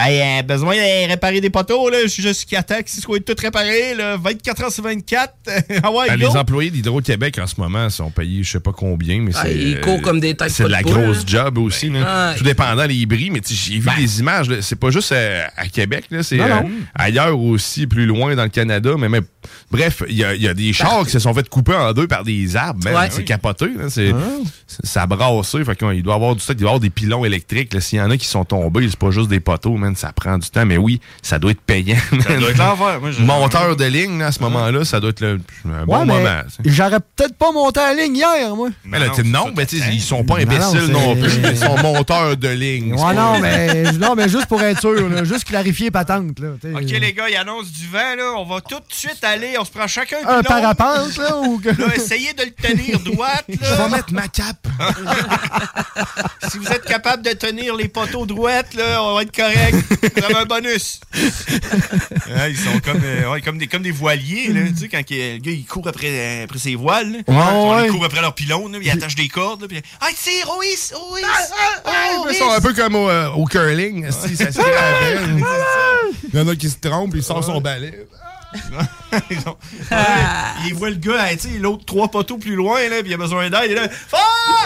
[SPEAKER 18] Hey, euh, besoin de réparer des poteaux, là. Je suis juste qu'attends que ce soit tout réparé, là. 24 h sur 24. ah ouais,
[SPEAKER 5] Ben,
[SPEAKER 18] go.
[SPEAKER 5] les employés d'Hydro-Québec en ce moment sont payés je sais pas combien, mais
[SPEAKER 8] Ah,
[SPEAKER 5] c'est.
[SPEAKER 8] ils
[SPEAKER 5] euh,
[SPEAKER 8] courent comme des têtes
[SPEAKER 5] C'est
[SPEAKER 8] pas
[SPEAKER 5] de la
[SPEAKER 8] de poule,
[SPEAKER 5] grosse
[SPEAKER 8] hein.
[SPEAKER 5] job aussi. là.
[SPEAKER 8] Ah, Ben.
[SPEAKER 5] Tout dépendant les bris, mais tu sais, j'ai vu des images. là, C'est pas juste euh, à Québec, là, c'est
[SPEAKER 1] Non,
[SPEAKER 5] euh,
[SPEAKER 1] non.
[SPEAKER 5] ailleurs aussi, plus loin dans le Canada. Mais même, bref, il y a, il y a des chars qui se sont fait couper en deux par des arbres. man.
[SPEAKER 1] Ouais.
[SPEAKER 5] C'est capoté. là, c'est-
[SPEAKER 8] Ah.
[SPEAKER 5] c'est- Ça brasse. Fait qu'on- il doit y avoir du stock, il doit y avoir des pilons électriques. là. S'il y en a qui sont tombés, c'est pas juste des poteaux, man, ça prend du temps. Mais oui, ça doit être payant.
[SPEAKER 18] Ça
[SPEAKER 5] man.
[SPEAKER 18] doit être l'enfer. Moi, je-
[SPEAKER 5] Monteur de ligne, là, à ce moment-là, ça doit être le, un bon
[SPEAKER 1] Ouais, mais
[SPEAKER 5] moment. ça.
[SPEAKER 1] J'aurais peut-être pas monté la ligne hier, moi.
[SPEAKER 5] Mais là, tu- non, mais tu sais, ils sont pas
[SPEAKER 1] Non, non,
[SPEAKER 5] imbéciles
[SPEAKER 1] c'est-
[SPEAKER 5] non, plus. Ils sont monteurs de ligne.
[SPEAKER 1] Ouais, non, mais, non, mais juste pour être sûr, là, juste clarifier patente. Là, t'sais.
[SPEAKER 18] Ok, les gars, ils annoncent du vent, là. On va tout de suite aller. On se prend chacun
[SPEAKER 1] un
[SPEAKER 18] pilon.
[SPEAKER 1] parapente, là, ou que...
[SPEAKER 18] Là, essayez de le tenir droite, là.
[SPEAKER 1] Je vais mettre ma
[SPEAKER 5] cape.
[SPEAKER 18] si vous êtes capable de tenir les poteaux droites, là, on va être correct. Vous avez un bonus. Ouais, ils sont comme, euh, ouais, comme, des, comme des voiliers, là. Tu sais, quand que- le gars, il court après, après ses voiles, là.
[SPEAKER 1] Ouais,
[SPEAKER 18] On
[SPEAKER 1] ouais.
[SPEAKER 18] court après leurs pylônes, là, puis ils attachent des cordes, là, puis- Ah, c'est Roïs! Roïs!
[SPEAKER 8] Ah,
[SPEAKER 18] Oh,
[SPEAKER 5] Ils
[SPEAKER 18] Roïs!
[SPEAKER 5] sont un peu comme au, euh, au curling. si, ça se rappelle. Il y en a qui se trompent, ils sortent son balai.
[SPEAKER 18] Ils ont-
[SPEAKER 1] Ah.
[SPEAKER 18] Ouais, Il voit le gars, hein, tu sais, l'autre trois poteaux plus loin, là, puis il a besoin d'aide, et là, Ah!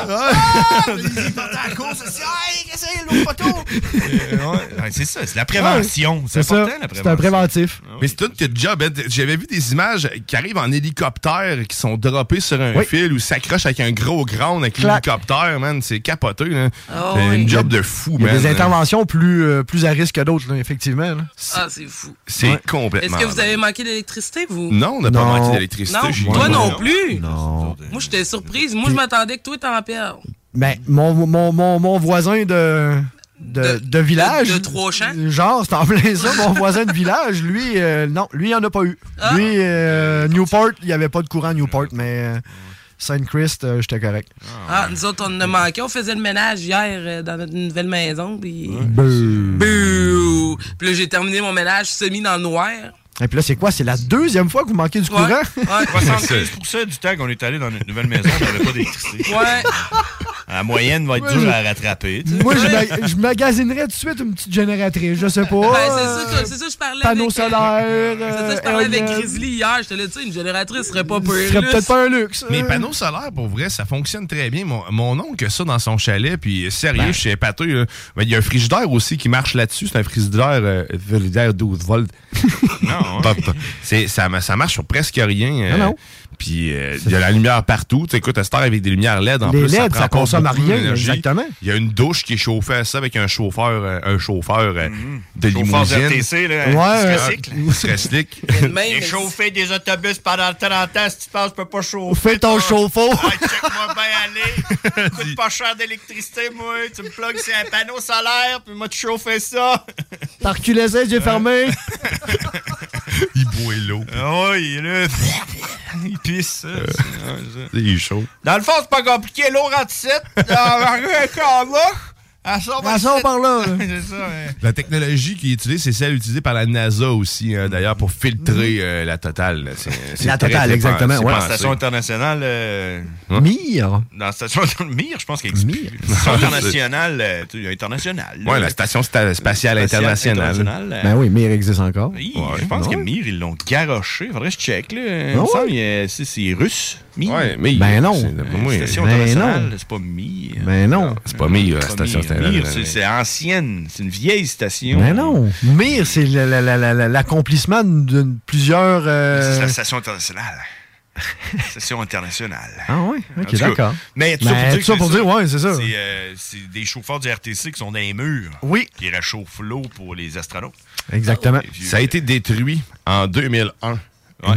[SPEAKER 2] Ah! Puis Il partait à la course, il dit Hey, qu'est-ce que c'est, l'autre poteau?
[SPEAKER 18] Euh, ouais, ouais, c'est ça, c'est la prévention.
[SPEAKER 5] Ouais,
[SPEAKER 18] c'est
[SPEAKER 5] c'est
[SPEAKER 18] important,
[SPEAKER 5] ça.
[SPEAKER 18] la
[SPEAKER 5] C'est
[SPEAKER 18] prévention. Ah
[SPEAKER 5] un
[SPEAKER 1] préventif.
[SPEAKER 5] Mais c'est tout que job. hein. J'avais vu des images qui arrivent en hélicoptère, qui sont droppées sur un fil ou s'accrochent avec un gros ground avec
[SPEAKER 1] Clac.
[SPEAKER 5] l'hélicoptère, man. C'est capoteux, là.
[SPEAKER 1] Ah
[SPEAKER 5] C'est
[SPEAKER 1] oui.
[SPEAKER 5] une job de fou,
[SPEAKER 1] Il y a
[SPEAKER 5] man.
[SPEAKER 1] des interventions plus, euh, plus à risque que d'autres, là, effectivement. là.
[SPEAKER 8] Ah, c'est fou.
[SPEAKER 5] C'est complètement.
[SPEAKER 8] Est-ce que vous avez manqué d'électricité, vous?
[SPEAKER 5] Non, on n'a pas manqué d'électricité,
[SPEAKER 8] Non,
[SPEAKER 5] j'ai-
[SPEAKER 8] toi
[SPEAKER 5] Non.
[SPEAKER 8] non plus.
[SPEAKER 1] Non.
[SPEAKER 8] Moi, j'étais surprise. Moi, je m'attendais que toi, t'en perds.
[SPEAKER 1] Ben, mon, mon, mon, mon voisin de, de, de village.
[SPEAKER 8] de trois champs?
[SPEAKER 1] Genre, c'est en plein ça. Mon voisin de village, lui, euh, non, lui, il en a pas eu.
[SPEAKER 8] Ah.
[SPEAKER 1] Lui, euh, Newport, il n'y avait pas de courant à Newport, mais euh, Saint-Christ, euh, j'étais correct.
[SPEAKER 8] Ah, nous autres, on en a manqué. On faisait le ménage hier euh, dans notre nouvelle maison. Puis, Bouh! Puis là, j'ai terminé mon ménage semi dans le noir.
[SPEAKER 1] Et puis là, c'est quoi? C'est la deuxième fois que vous manquez du
[SPEAKER 8] Ouais.
[SPEAKER 1] courant?
[SPEAKER 8] Ouais.
[SPEAKER 18] 75 du temps qu'on est allé dans notre nouvelle maison, on n'avait pas d'électricité.
[SPEAKER 8] Ouais.
[SPEAKER 18] La moyenne va être
[SPEAKER 1] Moi,
[SPEAKER 18] dure
[SPEAKER 1] je-
[SPEAKER 18] à rattraper. tu sais.
[SPEAKER 1] Moi, je, ma- je magasinerais tout de suite une petite génératrice, je sais pas.
[SPEAKER 8] Ben, c'est ça que- c'est ça que je parlais
[SPEAKER 1] Panneau
[SPEAKER 8] avec, euh,
[SPEAKER 1] solaire. euh,
[SPEAKER 8] C'est ça, je parlais avec Grizzly hier. J'étais là, tu sais, une génératrice serait pas pire. là.
[SPEAKER 1] pas un luxe.
[SPEAKER 5] Mais panneaux solaires, pour vrai, ça fonctionne très bien. Mon, mon oncle a ça dans son chalet, puis sérieux,
[SPEAKER 1] Ben.
[SPEAKER 5] je suis épaté. là. Mais Il y a un frigidaire aussi qui marche là-dessus. C'est un frigidaire, euh, frigidaire 12 volts. non. C'est, ça, ma- ça marche sur presque rien. euh,
[SPEAKER 1] Non, non.
[SPEAKER 5] Puis euh, il y a la lumière partout. Tu sais, écoute, à cette heure, avec des lumières LED, en
[SPEAKER 1] Les
[SPEAKER 5] plus, ça,
[SPEAKER 1] LED,
[SPEAKER 5] prend
[SPEAKER 1] ça
[SPEAKER 5] pas
[SPEAKER 1] consomme
[SPEAKER 5] beaucoup
[SPEAKER 1] rien,
[SPEAKER 5] d'énergie.
[SPEAKER 1] exactement.
[SPEAKER 5] Il y a une douche qui est chauffée à ça avec un chauffeur, euh, un chauffeur euh, de
[SPEAKER 18] Chauffeur
[SPEAKER 5] limousine.
[SPEAKER 18] RTC, là,
[SPEAKER 5] ouais,
[SPEAKER 18] qui se
[SPEAKER 5] euh, qui se recycle.
[SPEAKER 18] J'ai chauffé des autobus pendant 30 ans. Si tu penses, je peux pas chauffer.
[SPEAKER 1] Fais ton chauffe-eau.
[SPEAKER 18] Check-moi bien aller. Coûte pas cher d'électricité, moi. Tu me plugues sur un panneau solaire, puis moi, tu chauffais ça.
[SPEAKER 1] Par cul les yeux fermés.
[SPEAKER 5] Il boit l'eau.
[SPEAKER 18] Ah ouais, il est là. Il pisse. ça.
[SPEAKER 5] Euh.
[SPEAKER 18] Ouais, ça.
[SPEAKER 5] Il est chaud.
[SPEAKER 18] Dans le fond, c'est pas compliqué. L'eau rentre ici. Elle va arriver un corps là. Elle sort par ici.
[SPEAKER 1] hein.
[SPEAKER 18] C'est ça, ouais.
[SPEAKER 5] La technologie qui est utilisée, c'est celle utilisée par la NASA aussi, hein, d'ailleurs, pour filtrer euh, la totale. là. C'est- c'est
[SPEAKER 1] La
[SPEAKER 5] très,
[SPEAKER 1] totale,
[SPEAKER 5] très
[SPEAKER 1] exactement,
[SPEAKER 5] pensé,
[SPEAKER 18] Dans la
[SPEAKER 5] pensé. Hein?
[SPEAKER 18] station internationale. euh,
[SPEAKER 1] Mire.
[SPEAKER 18] Dans la station Mire, je pense qu'il existe. plus. La Station internationale. euh, tu sais, internationale.
[SPEAKER 5] Ouais, la station sta- spatiale internationale.
[SPEAKER 18] euh,
[SPEAKER 1] Ben oui, Mire existe encore.
[SPEAKER 18] Hi, je pense que Mir, ils l'ont garoché. Faudrait que je check. Là. Il me
[SPEAKER 1] ouais?
[SPEAKER 18] semble, il y a- c'est c'est russe. Mir.
[SPEAKER 5] Ah Ouais, Mir.
[SPEAKER 1] Ben non.
[SPEAKER 18] C'est, d'après moi,
[SPEAKER 1] Ben
[SPEAKER 18] station
[SPEAKER 1] non.
[SPEAKER 18] internationale, c'est pas Mir.
[SPEAKER 1] Ben non.
[SPEAKER 5] C'est pas Mire, la
[SPEAKER 18] Pas
[SPEAKER 5] station
[SPEAKER 18] Mir.
[SPEAKER 5] internationale.
[SPEAKER 18] Mir, c'est, c'est ancienne. C'est une vieille station.
[SPEAKER 1] Mais Ben non. Mire, c'est la- la- la- la- la- l'accomplissement de plusieurs. euh,
[SPEAKER 18] C'est la station internationale. station internationale.
[SPEAKER 1] Ah oui,
[SPEAKER 18] En
[SPEAKER 1] ok,
[SPEAKER 18] tout cas,
[SPEAKER 1] d'accord.
[SPEAKER 18] Mais tout ça
[SPEAKER 1] Ben,
[SPEAKER 18] pour dire,
[SPEAKER 1] tout ça
[SPEAKER 18] que
[SPEAKER 1] pour dire, ouais, c'est ça.
[SPEAKER 18] C'est, euh, c'est des chauffeurs du RTC qui sont dans les murs.
[SPEAKER 1] Oui.
[SPEAKER 18] Qui réchauffent l'eau pour les astronautes.
[SPEAKER 1] Exactement.
[SPEAKER 5] Ça a été détruit en 2001.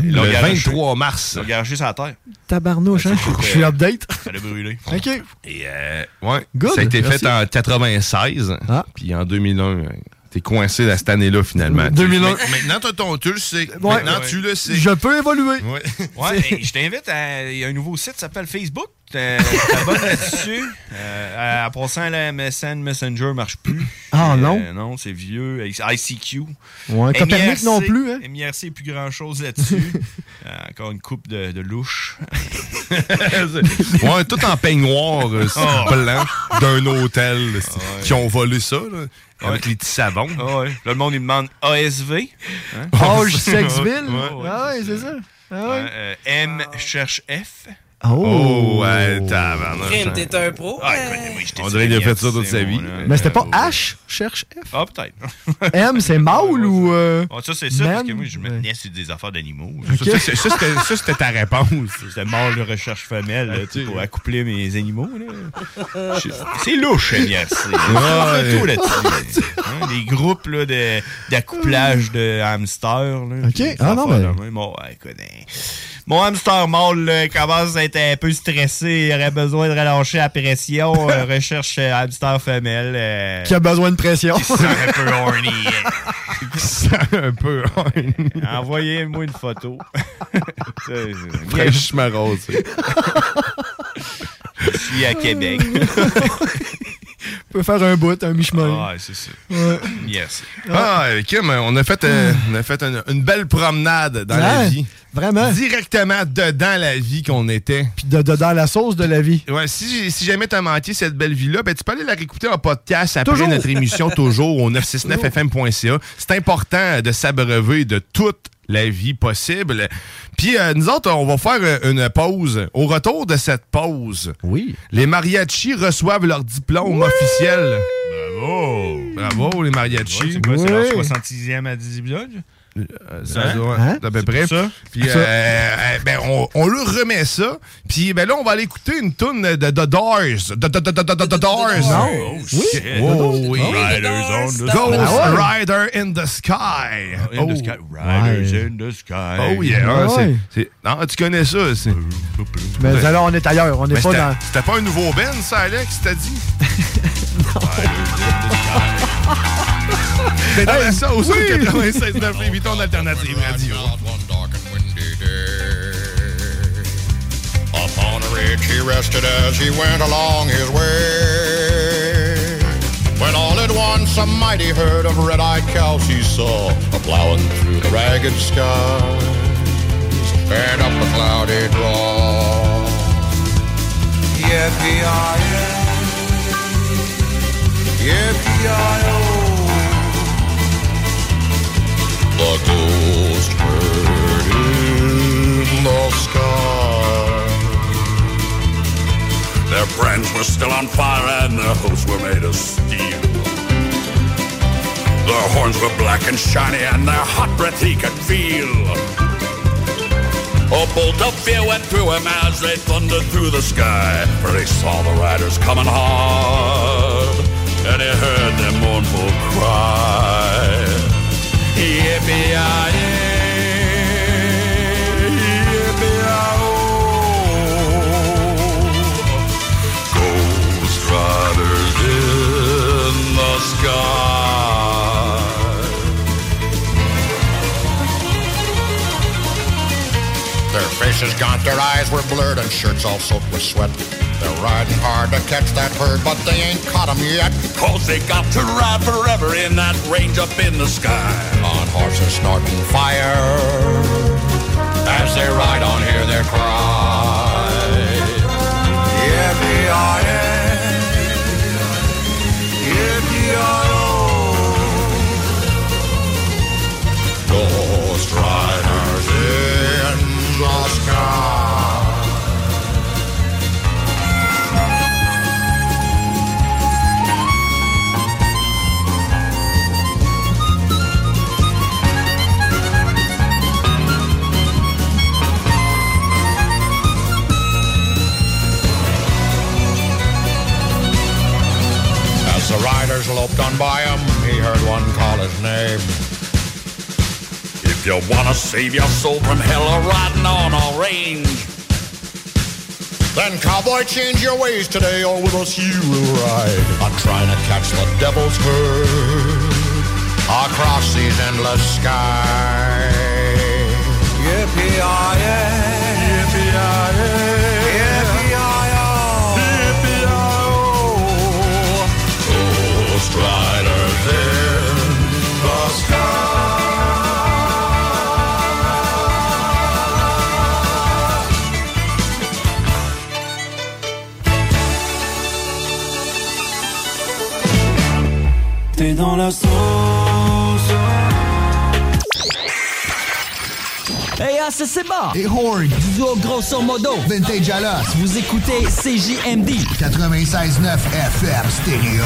[SPEAKER 18] ils l'ont
[SPEAKER 5] le
[SPEAKER 18] garoché.
[SPEAKER 5] 23 mars.
[SPEAKER 18] Ils l'ont garoché sur la Terre. Ben,
[SPEAKER 1] Tabarnouche, hein? Je
[SPEAKER 18] euh,
[SPEAKER 1] suis update.
[SPEAKER 18] Ça l'a brûlé.
[SPEAKER 1] OK.
[SPEAKER 5] Et euh, ouais,
[SPEAKER 1] Good,
[SPEAKER 5] ça a été
[SPEAKER 1] merci.
[SPEAKER 5] fait en 96. Puis en 2001, euh, t'es coincé dans cette année-là, finalement.
[SPEAKER 1] 2001.
[SPEAKER 5] Maintenant- Maintenant, t'as ton, tu le sais.
[SPEAKER 1] Ouais.
[SPEAKER 5] Maintenant, tu le sais.
[SPEAKER 1] Je peux évoluer.
[SPEAKER 5] Ouais.
[SPEAKER 18] Ouais, hey, je t'invite à. Il y a un nouveau site qui s'appelle Facebook. T'as- T'abonnes là-dessus. Euh, à- en passant, la MSN Messenger marche plus.
[SPEAKER 1] Ah non?
[SPEAKER 18] Euh, non, c'est vieux. ICQ.
[SPEAKER 1] Ouais, Copernic non plus, hein?
[SPEAKER 18] MIRC, plus grand-chose là-dessus. Euh, encore une coupe de, de louche.
[SPEAKER 5] Ouais, tout en peignoir euh, sur
[SPEAKER 18] Oh.
[SPEAKER 5] blanc d'un hôtel là, qui ont volé ça, là, avec les petits savons.
[SPEAKER 18] Ah ouais. Là, le monde, il demande ASV. Hein?
[SPEAKER 1] Âge, sexe, ville.
[SPEAKER 18] Ouais.
[SPEAKER 1] Ah ouais, c'est ça. Ah ouais.
[SPEAKER 18] Euh, euh, M cherche F.
[SPEAKER 5] Oh, ouais, tabarnak.
[SPEAKER 8] Crime, t'es un pro.
[SPEAKER 18] Ah,
[SPEAKER 5] On dirait qu'il a fait ça toute sa vie.
[SPEAKER 1] Mais Ben, c'était pas
[SPEAKER 18] Euh,
[SPEAKER 1] H, cherche F.
[SPEAKER 18] Ah, peut-être.
[SPEAKER 1] M, c'est mâle ou. euh,
[SPEAKER 18] Ah, ça, c'est ça, parce que
[SPEAKER 1] man?
[SPEAKER 18] moi, je me tenais sur des affaires d'animaux.
[SPEAKER 1] Ok.
[SPEAKER 18] Ça, c'est- ça, c'était- ça, c'était ta réponse. C'était mort de recherche femelle là, tu sais, pour accoupler mes animaux. là. Je- C'est louche, MIRC.
[SPEAKER 5] Ouais.
[SPEAKER 18] C'est tout là-dessus. Hein, des groupes là, de- d'accouplage de, hamsters. Là,
[SPEAKER 1] Ok. Ah, non, ben-
[SPEAKER 18] mais... Mon hamster mâle là, commence à être un peu stressé. Il aurait besoin de relâcher la pression. Euh, recherche euh, hamster femelle. euh,
[SPEAKER 1] Qui a besoin de pression.
[SPEAKER 18] qui sent un peu horny.
[SPEAKER 5] Qui sent un peu horny.
[SPEAKER 18] Envoyez-moi une photo. Ça, c'est-
[SPEAKER 5] Fraîchement rose. tu sais.
[SPEAKER 18] Je suis à Québec.
[SPEAKER 1] peut faire un bout, un mi-chemin.
[SPEAKER 18] Ouais, Ah, c'est ça.
[SPEAKER 1] Ouais.
[SPEAKER 18] Yes.
[SPEAKER 5] Ah, Kim, on a fait, euh, on a fait une, une belle promenade dans la
[SPEAKER 1] Hmm. Ouais,
[SPEAKER 5] vie.
[SPEAKER 1] Vraiment.
[SPEAKER 5] Directement dedans la vie qu'on était.
[SPEAKER 1] Puis de, de- dans la sauce de la vie.
[SPEAKER 5] Ouais, si, si jamais t'as manqué cette belle vie-là, ben, tu peux aller la réécouter en podcast après
[SPEAKER 1] Toujours.
[SPEAKER 5] notre émission, toujours au 969fm.ca. C'est important de s'abreuver de toutes la vie possible. Puis euh, nous autres, on va faire euh, une pause. Au retour de cette pause, oui. les mariachis reçoivent leur diplôme officiel. Bravo! Bravo, les mariachis.
[SPEAKER 18] C'est quoi, c'est leur 66e à 10
[SPEAKER 5] Ça
[SPEAKER 18] Hein?
[SPEAKER 5] doit
[SPEAKER 18] Hein?
[SPEAKER 5] à peu près.
[SPEAKER 18] ça?
[SPEAKER 5] Puis
[SPEAKER 18] Ça.
[SPEAKER 5] euh, eh ben, on, on leur remet ça. Puis ben là, on va aller écouter une toune de The Doors. The, the- the- the- the- the Doors.
[SPEAKER 19] Non.
[SPEAKER 5] Oh,
[SPEAKER 19] Oui.
[SPEAKER 5] shit.
[SPEAKER 19] Oh,
[SPEAKER 5] Oh, oui.
[SPEAKER 19] oui.
[SPEAKER 5] Riders on the
[SPEAKER 19] Stop.
[SPEAKER 5] Ghost
[SPEAKER 19] Ah ouais.
[SPEAKER 5] Rider in the Sky.
[SPEAKER 18] Oh, in the sky. Riders in the sky.
[SPEAKER 5] Oh yeah, hein,
[SPEAKER 1] Ah ouais.
[SPEAKER 5] c'est- c'est- non, tu connais ça. c'est-
[SPEAKER 1] Mais
[SPEAKER 5] Ouais.
[SPEAKER 1] là, on est ailleurs. On n'est
[SPEAKER 18] Ben,
[SPEAKER 5] Mais
[SPEAKER 1] pas
[SPEAKER 5] c'était-
[SPEAKER 1] dans.
[SPEAKER 5] C'était pas un nouveau Ben, ça, Alex, t'as dit? T'es dans la sauce
[SPEAKER 19] oui.
[SPEAKER 5] au 96 9 ton alternative radio.
[SPEAKER 2] Upon a ridge he rested as he went along his way. When all at once a mighty herd of red-eyed cows he saw a plowing through the ragged skies and up a cloudy draw. Yippee-yi-yo, yippee-yi-yo. The ghost bird in the sky.
[SPEAKER 12] Their brands were still on fire and their hooves were made of steel. Their horns were black and shiny and their hot breath he could feel. A bolt of fear went through him as they thundered through the sky, for he saw the riders coming hard, and he heard their mournful cry. Yippee-yi-yay, yippee-yi-oh. Ghost Riders in the sky.
[SPEAKER 2] Their faces gaunt, their eyes were blurred, and shirts all soaked with sweat. They're riding hard to catch that herd, but they ain't caught 'em yet.
[SPEAKER 12] Cause they got to ride forever in that range up in the sky.
[SPEAKER 2] On horses snorting fire, as they ride on, hear their cry. Yippee-yi-yay, yippee-yi-oh. Ghost Riders in the sky. As the riders loped on by him, he heard one call his name.
[SPEAKER 12] If you wanna save your soul from hell or riding on a range,
[SPEAKER 2] Then, cowboy, change your ways today, or with us you will ride. I'm trying to catch the devil's herd across these endless skies. Yippee-yi-yay, yippee-yi-yay, yippee-yi-yo, yippee-yi-yo.
[SPEAKER 12] Ghost Riders in the sky.
[SPEAKER 19] T'es dans la sauce.
[SPEAKER 20] Hey, ah, c'est Seba! Et Horn! Duo grosso modo! Vintage Alas! Vous écoutez CJMD!
[SPEAKER 21] 96.9 FM Stéréo.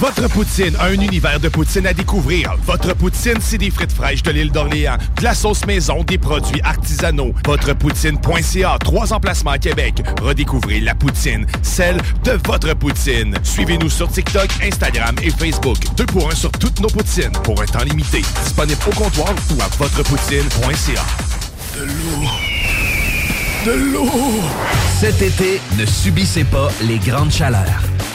[SPEAKER 22] Votre poutine a un univers de poutine à découvrir. Votre poutine, c'est des frites fraîches de l'île d'Orléans, de la sauce maison, des produits artisanaux. Votrepoutine.ca, trois emplacements à Québec. Redécouvrez la poutine, celle de votre poutine. Suivez-nous sur TikTok, Instagram et Facebook. Deux pour un sur toutes nos poutines, pour un temps limité. Disponible au comptoir ou à votrepoutine.ca.
[SPEAKER 12] De l'eau. De l'eau.
[SPEAKER 6] Cet été, ne subissez pas les grandes chaleurs.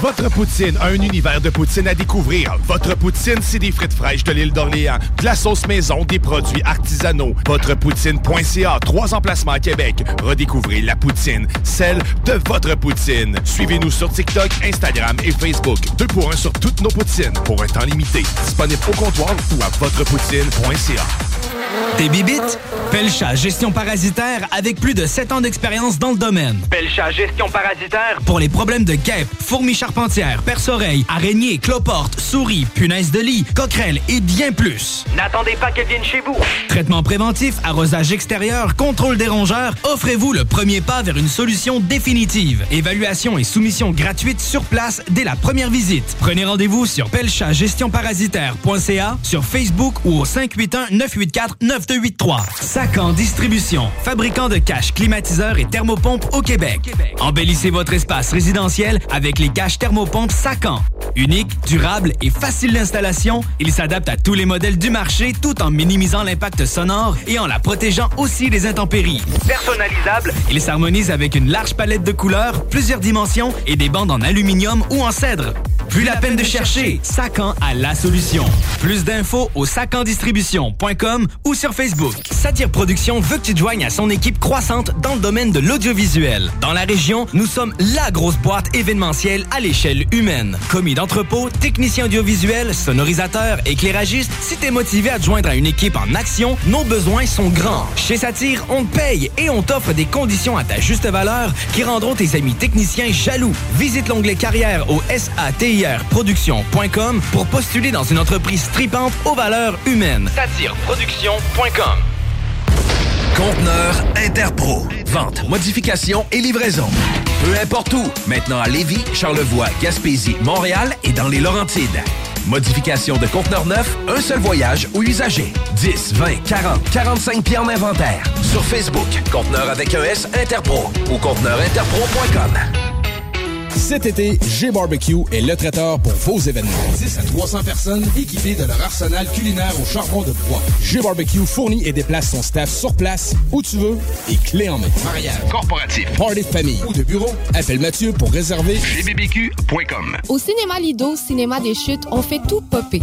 [SPEAKER 5] Votre poutine, un univers de poutine à découvrir. Votre poutine, c'est des frites fraîches de l'île d'Orléans, de la sauce maison, des produits artisanaux. Votrepoutine.ca, trois emplacements à Québec. Redécouvrez la poutine, celle de votre poutine. Suivez-nous sur TikTok, Instagram et Facebook. Deux pour un sur toutes nos poutines, pour un temps limité. Disponible au comptoir ou à votrepoutine.ca.
[SPEAKER 4] Tes bibites? Pelcha Gestion Parasitaire avec plus de 7 ans d'expérience dans le domaine.
[SPEAKER 23] Pelcha Gestion Parasitaire.
[SPEAKER 4] Pour les problèmes de guêpes, fourmis charpentières, perce-oreilles, araignées, cloportes, souris, punaises de lit, coquerelles et bien plus.
[SPEAKER 23] N'attendez pas qu'elle vienne chez vous.
[SPEAKER 4] Traitement préventif, arrosage extérieur, contrôle des rongeurs, offrez-vous le premier pas vers une solution définitive. Évaluation et soumission gratuite sur place dès la première visite. Prenez rendez-vous sur pelchagestionparasitaire.ca, sur Facebook ou au 581-984-9283. Sacan Distribution, fabricant de caches, climatiseurs et thermopompes au Québec. Embellissez votre espace résidentiel avec les caches thermopompes Sacan. Unique, durable et facile d'installation, il s'adapte à tous les modèles du marché tout en minimisant l'impact sonore et en la protégeant aussi des intempéries.
[SPEAKER 23] Personnalisable.
[SPEAKER 4] Il s'harmonise avec une large palette de couleurs, plusieurs dimensions et des bandes en aluminium ou en cèdre. Plus la peine de chercher, Sacan a la solution. Plus d'infos au sacandistribution.com ou sur Facebook. Satire Production veut que tu te joignes à son équipe croissante dans le domaine de l'audiovisuel. Dans la région, nous sommes la grosse boîte événementielle à l'échelle humaine. Commis d'entrepôt, technicien audiovisuel, sonorisateur, éclairagiste, si t'es motivé à te joindre à une équipe en action, nos besoins sont grands. Chez Satire, on te paye et on t'offre des conditions à ta juste valeur qui rendront tes amis techniciens jaloux. Visite l'onglet carrière au satirproduction.com pour postuler dans une entreprise tripante aux valeurs humaines. Satireproduction.com
[SPEAKER 6] Conteneur Interpro. Vente, modification et livraison. Peu importe où, maintenant à Lévis, Charlevoix, Gaspésie, Montréal et dans les Laurentides. Modification de conteneur neuf, un seul voyage ou usager. 10, 20, 40, 45 pieds en inventaire. Sur Facebook, conteneur avec un S Interpro ou conteneurinterpro.com.
[SPEAKER 11] Cet été, G-Barbecue est le traiteur pour vos événements. 10 à 300 personnes équipées de leur arsenal culinaire au charbon de bois. G-Barbecue fournit et déplace son staff sur place, où tu veux, et clé en main. Mariage, corporatif, party de famille ou de bureau, appelle Mathieu pour réserver gbbq.com.
[SPEAKER 24] Au cinéma Lido, cinéma des chutes, on fait tout popper.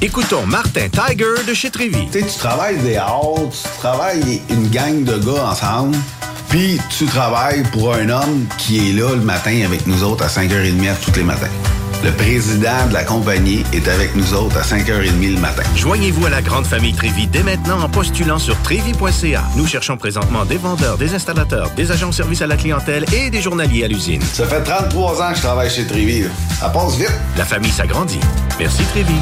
[SPEAKER 6] Écoutons Martin Tiger de chez Trévy.
[SPEAKER 13] Tu sais, tu travailles des heures, tu travailles une gang de gars ensemble, puis tu travailles pour un homme qui est là le matin avec nous autres à 5h30 tous les matins. Le président de la compagnie est avec nous autres à 5h30 le matin.
[SPEAKER 9] Joignez-vous
[SPEAKER 6] à la grande famille Trévi dès maintenant en postulant sur trévi.ca. Nous cherchons présentement des vendeurs, des installateurs, des agents de service à la clientèle et des journaliers à l'usine.
[SPEAKER 13] Ça fait 33 ans que je travaille chez Trévi. là. Ça passe vite.
[SPEAKER 6] La famille s'agrandit. Merci Trévi.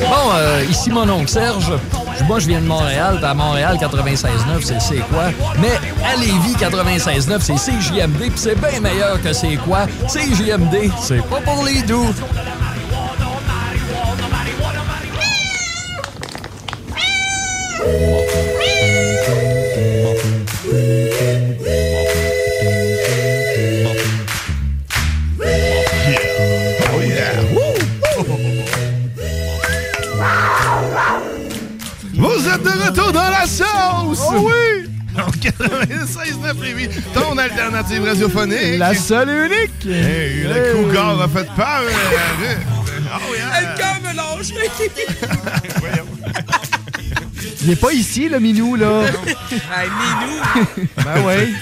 [SPEAKER 2] Bon, euh, ici mon oncle Serge. Moi, je viens de Montréal. puis À Montréal, 96.9, c'est c'est quoi. Mais à Lévis, 96.9, c'est CJMD. Puis c'est bien meilleur que c'est quoi. CJMD, c'est pas pour les doux.
[SPEAKER 13] Oh yeah!
[SPEAKER 5] Vous êtes de retour dans la sauce! oui!
[SPEAKER 13] OK!
[SPEAKER 5] 96 9 Lévis, ton alternative radiophonique.
[SPEAKER 17] La seule et unique.
[SPEAKER 5] Hey,
[SPEAKER 17] Hey.
[SPEAKER 5] Le cougar a fait peur. euh,
[SPEAKER 8] Le gars me lâche.
[SPEAKER 1] Il est pas ici, le minou, là.
[SPEAKER 8] hey, Minou.
[SPEAKER 1] ben oui.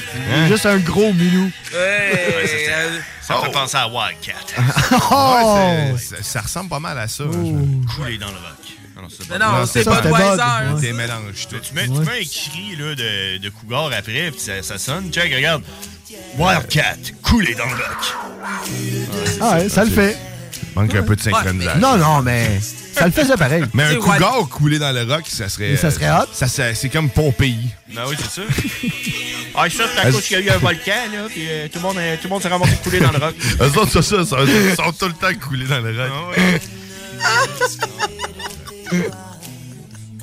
[SPEAKER 1] Juste un gros minou.
[SPEAKER 8] Ouais,
[SPEAKER 18] ça, ça
[SPEAKER 5] oh.
[SPEAKER 18] me fait penser à Wildcat.
[SPEAKER 5] Ouais, c'est- ça, ça ressemble pas mal à ça.
[SPEAKER 18] Couler dans le rock. Non,
[SPEAKER 5] Mais non,
[SPEAKER 18] bon.
[SPEAKER 5] c'est Ça, c'était Budweiser. Bud, ouais. Des
[SPEAKER 18] mélanges.
[SPEAKER 5] toi.
[SPEAKER 18] Tu mets, tu
[SPEAKER 5] Ouais.
[SPEAKER 18] mets un cri là, de, de cougar après, puis ça, ça sonne. Check, regarde. Wildcat, couler dans le rock.
[SPEAKER 1] Ah ouais, ça le fait.
[SPEAKER 5] Manque un peu de synchronisation.
[SPEAKER 1] Non, non, mais ça le faisait pareil.
[SPEAKER 5] Mais un cougar Oh, coulé dans le rock, ça serait.
[SPEAKER 1] Mais ça serait hot.
[SPEAKER 5] Ça, ça- c'est comme Pompéi.
[SPEAKER 18] Ben oui, c'est ça. Ah, ça, c'est à cause qu'il y a eu un volcan, là, puis euh, tout le monde, euh, tout le monde s'est ramassé coulé dans le rock.
[SPEAKER 5] Eux autres, c'est ça, ça, ils sont tout le temps coulés dans le rock.
[SPEAKER 18] Ah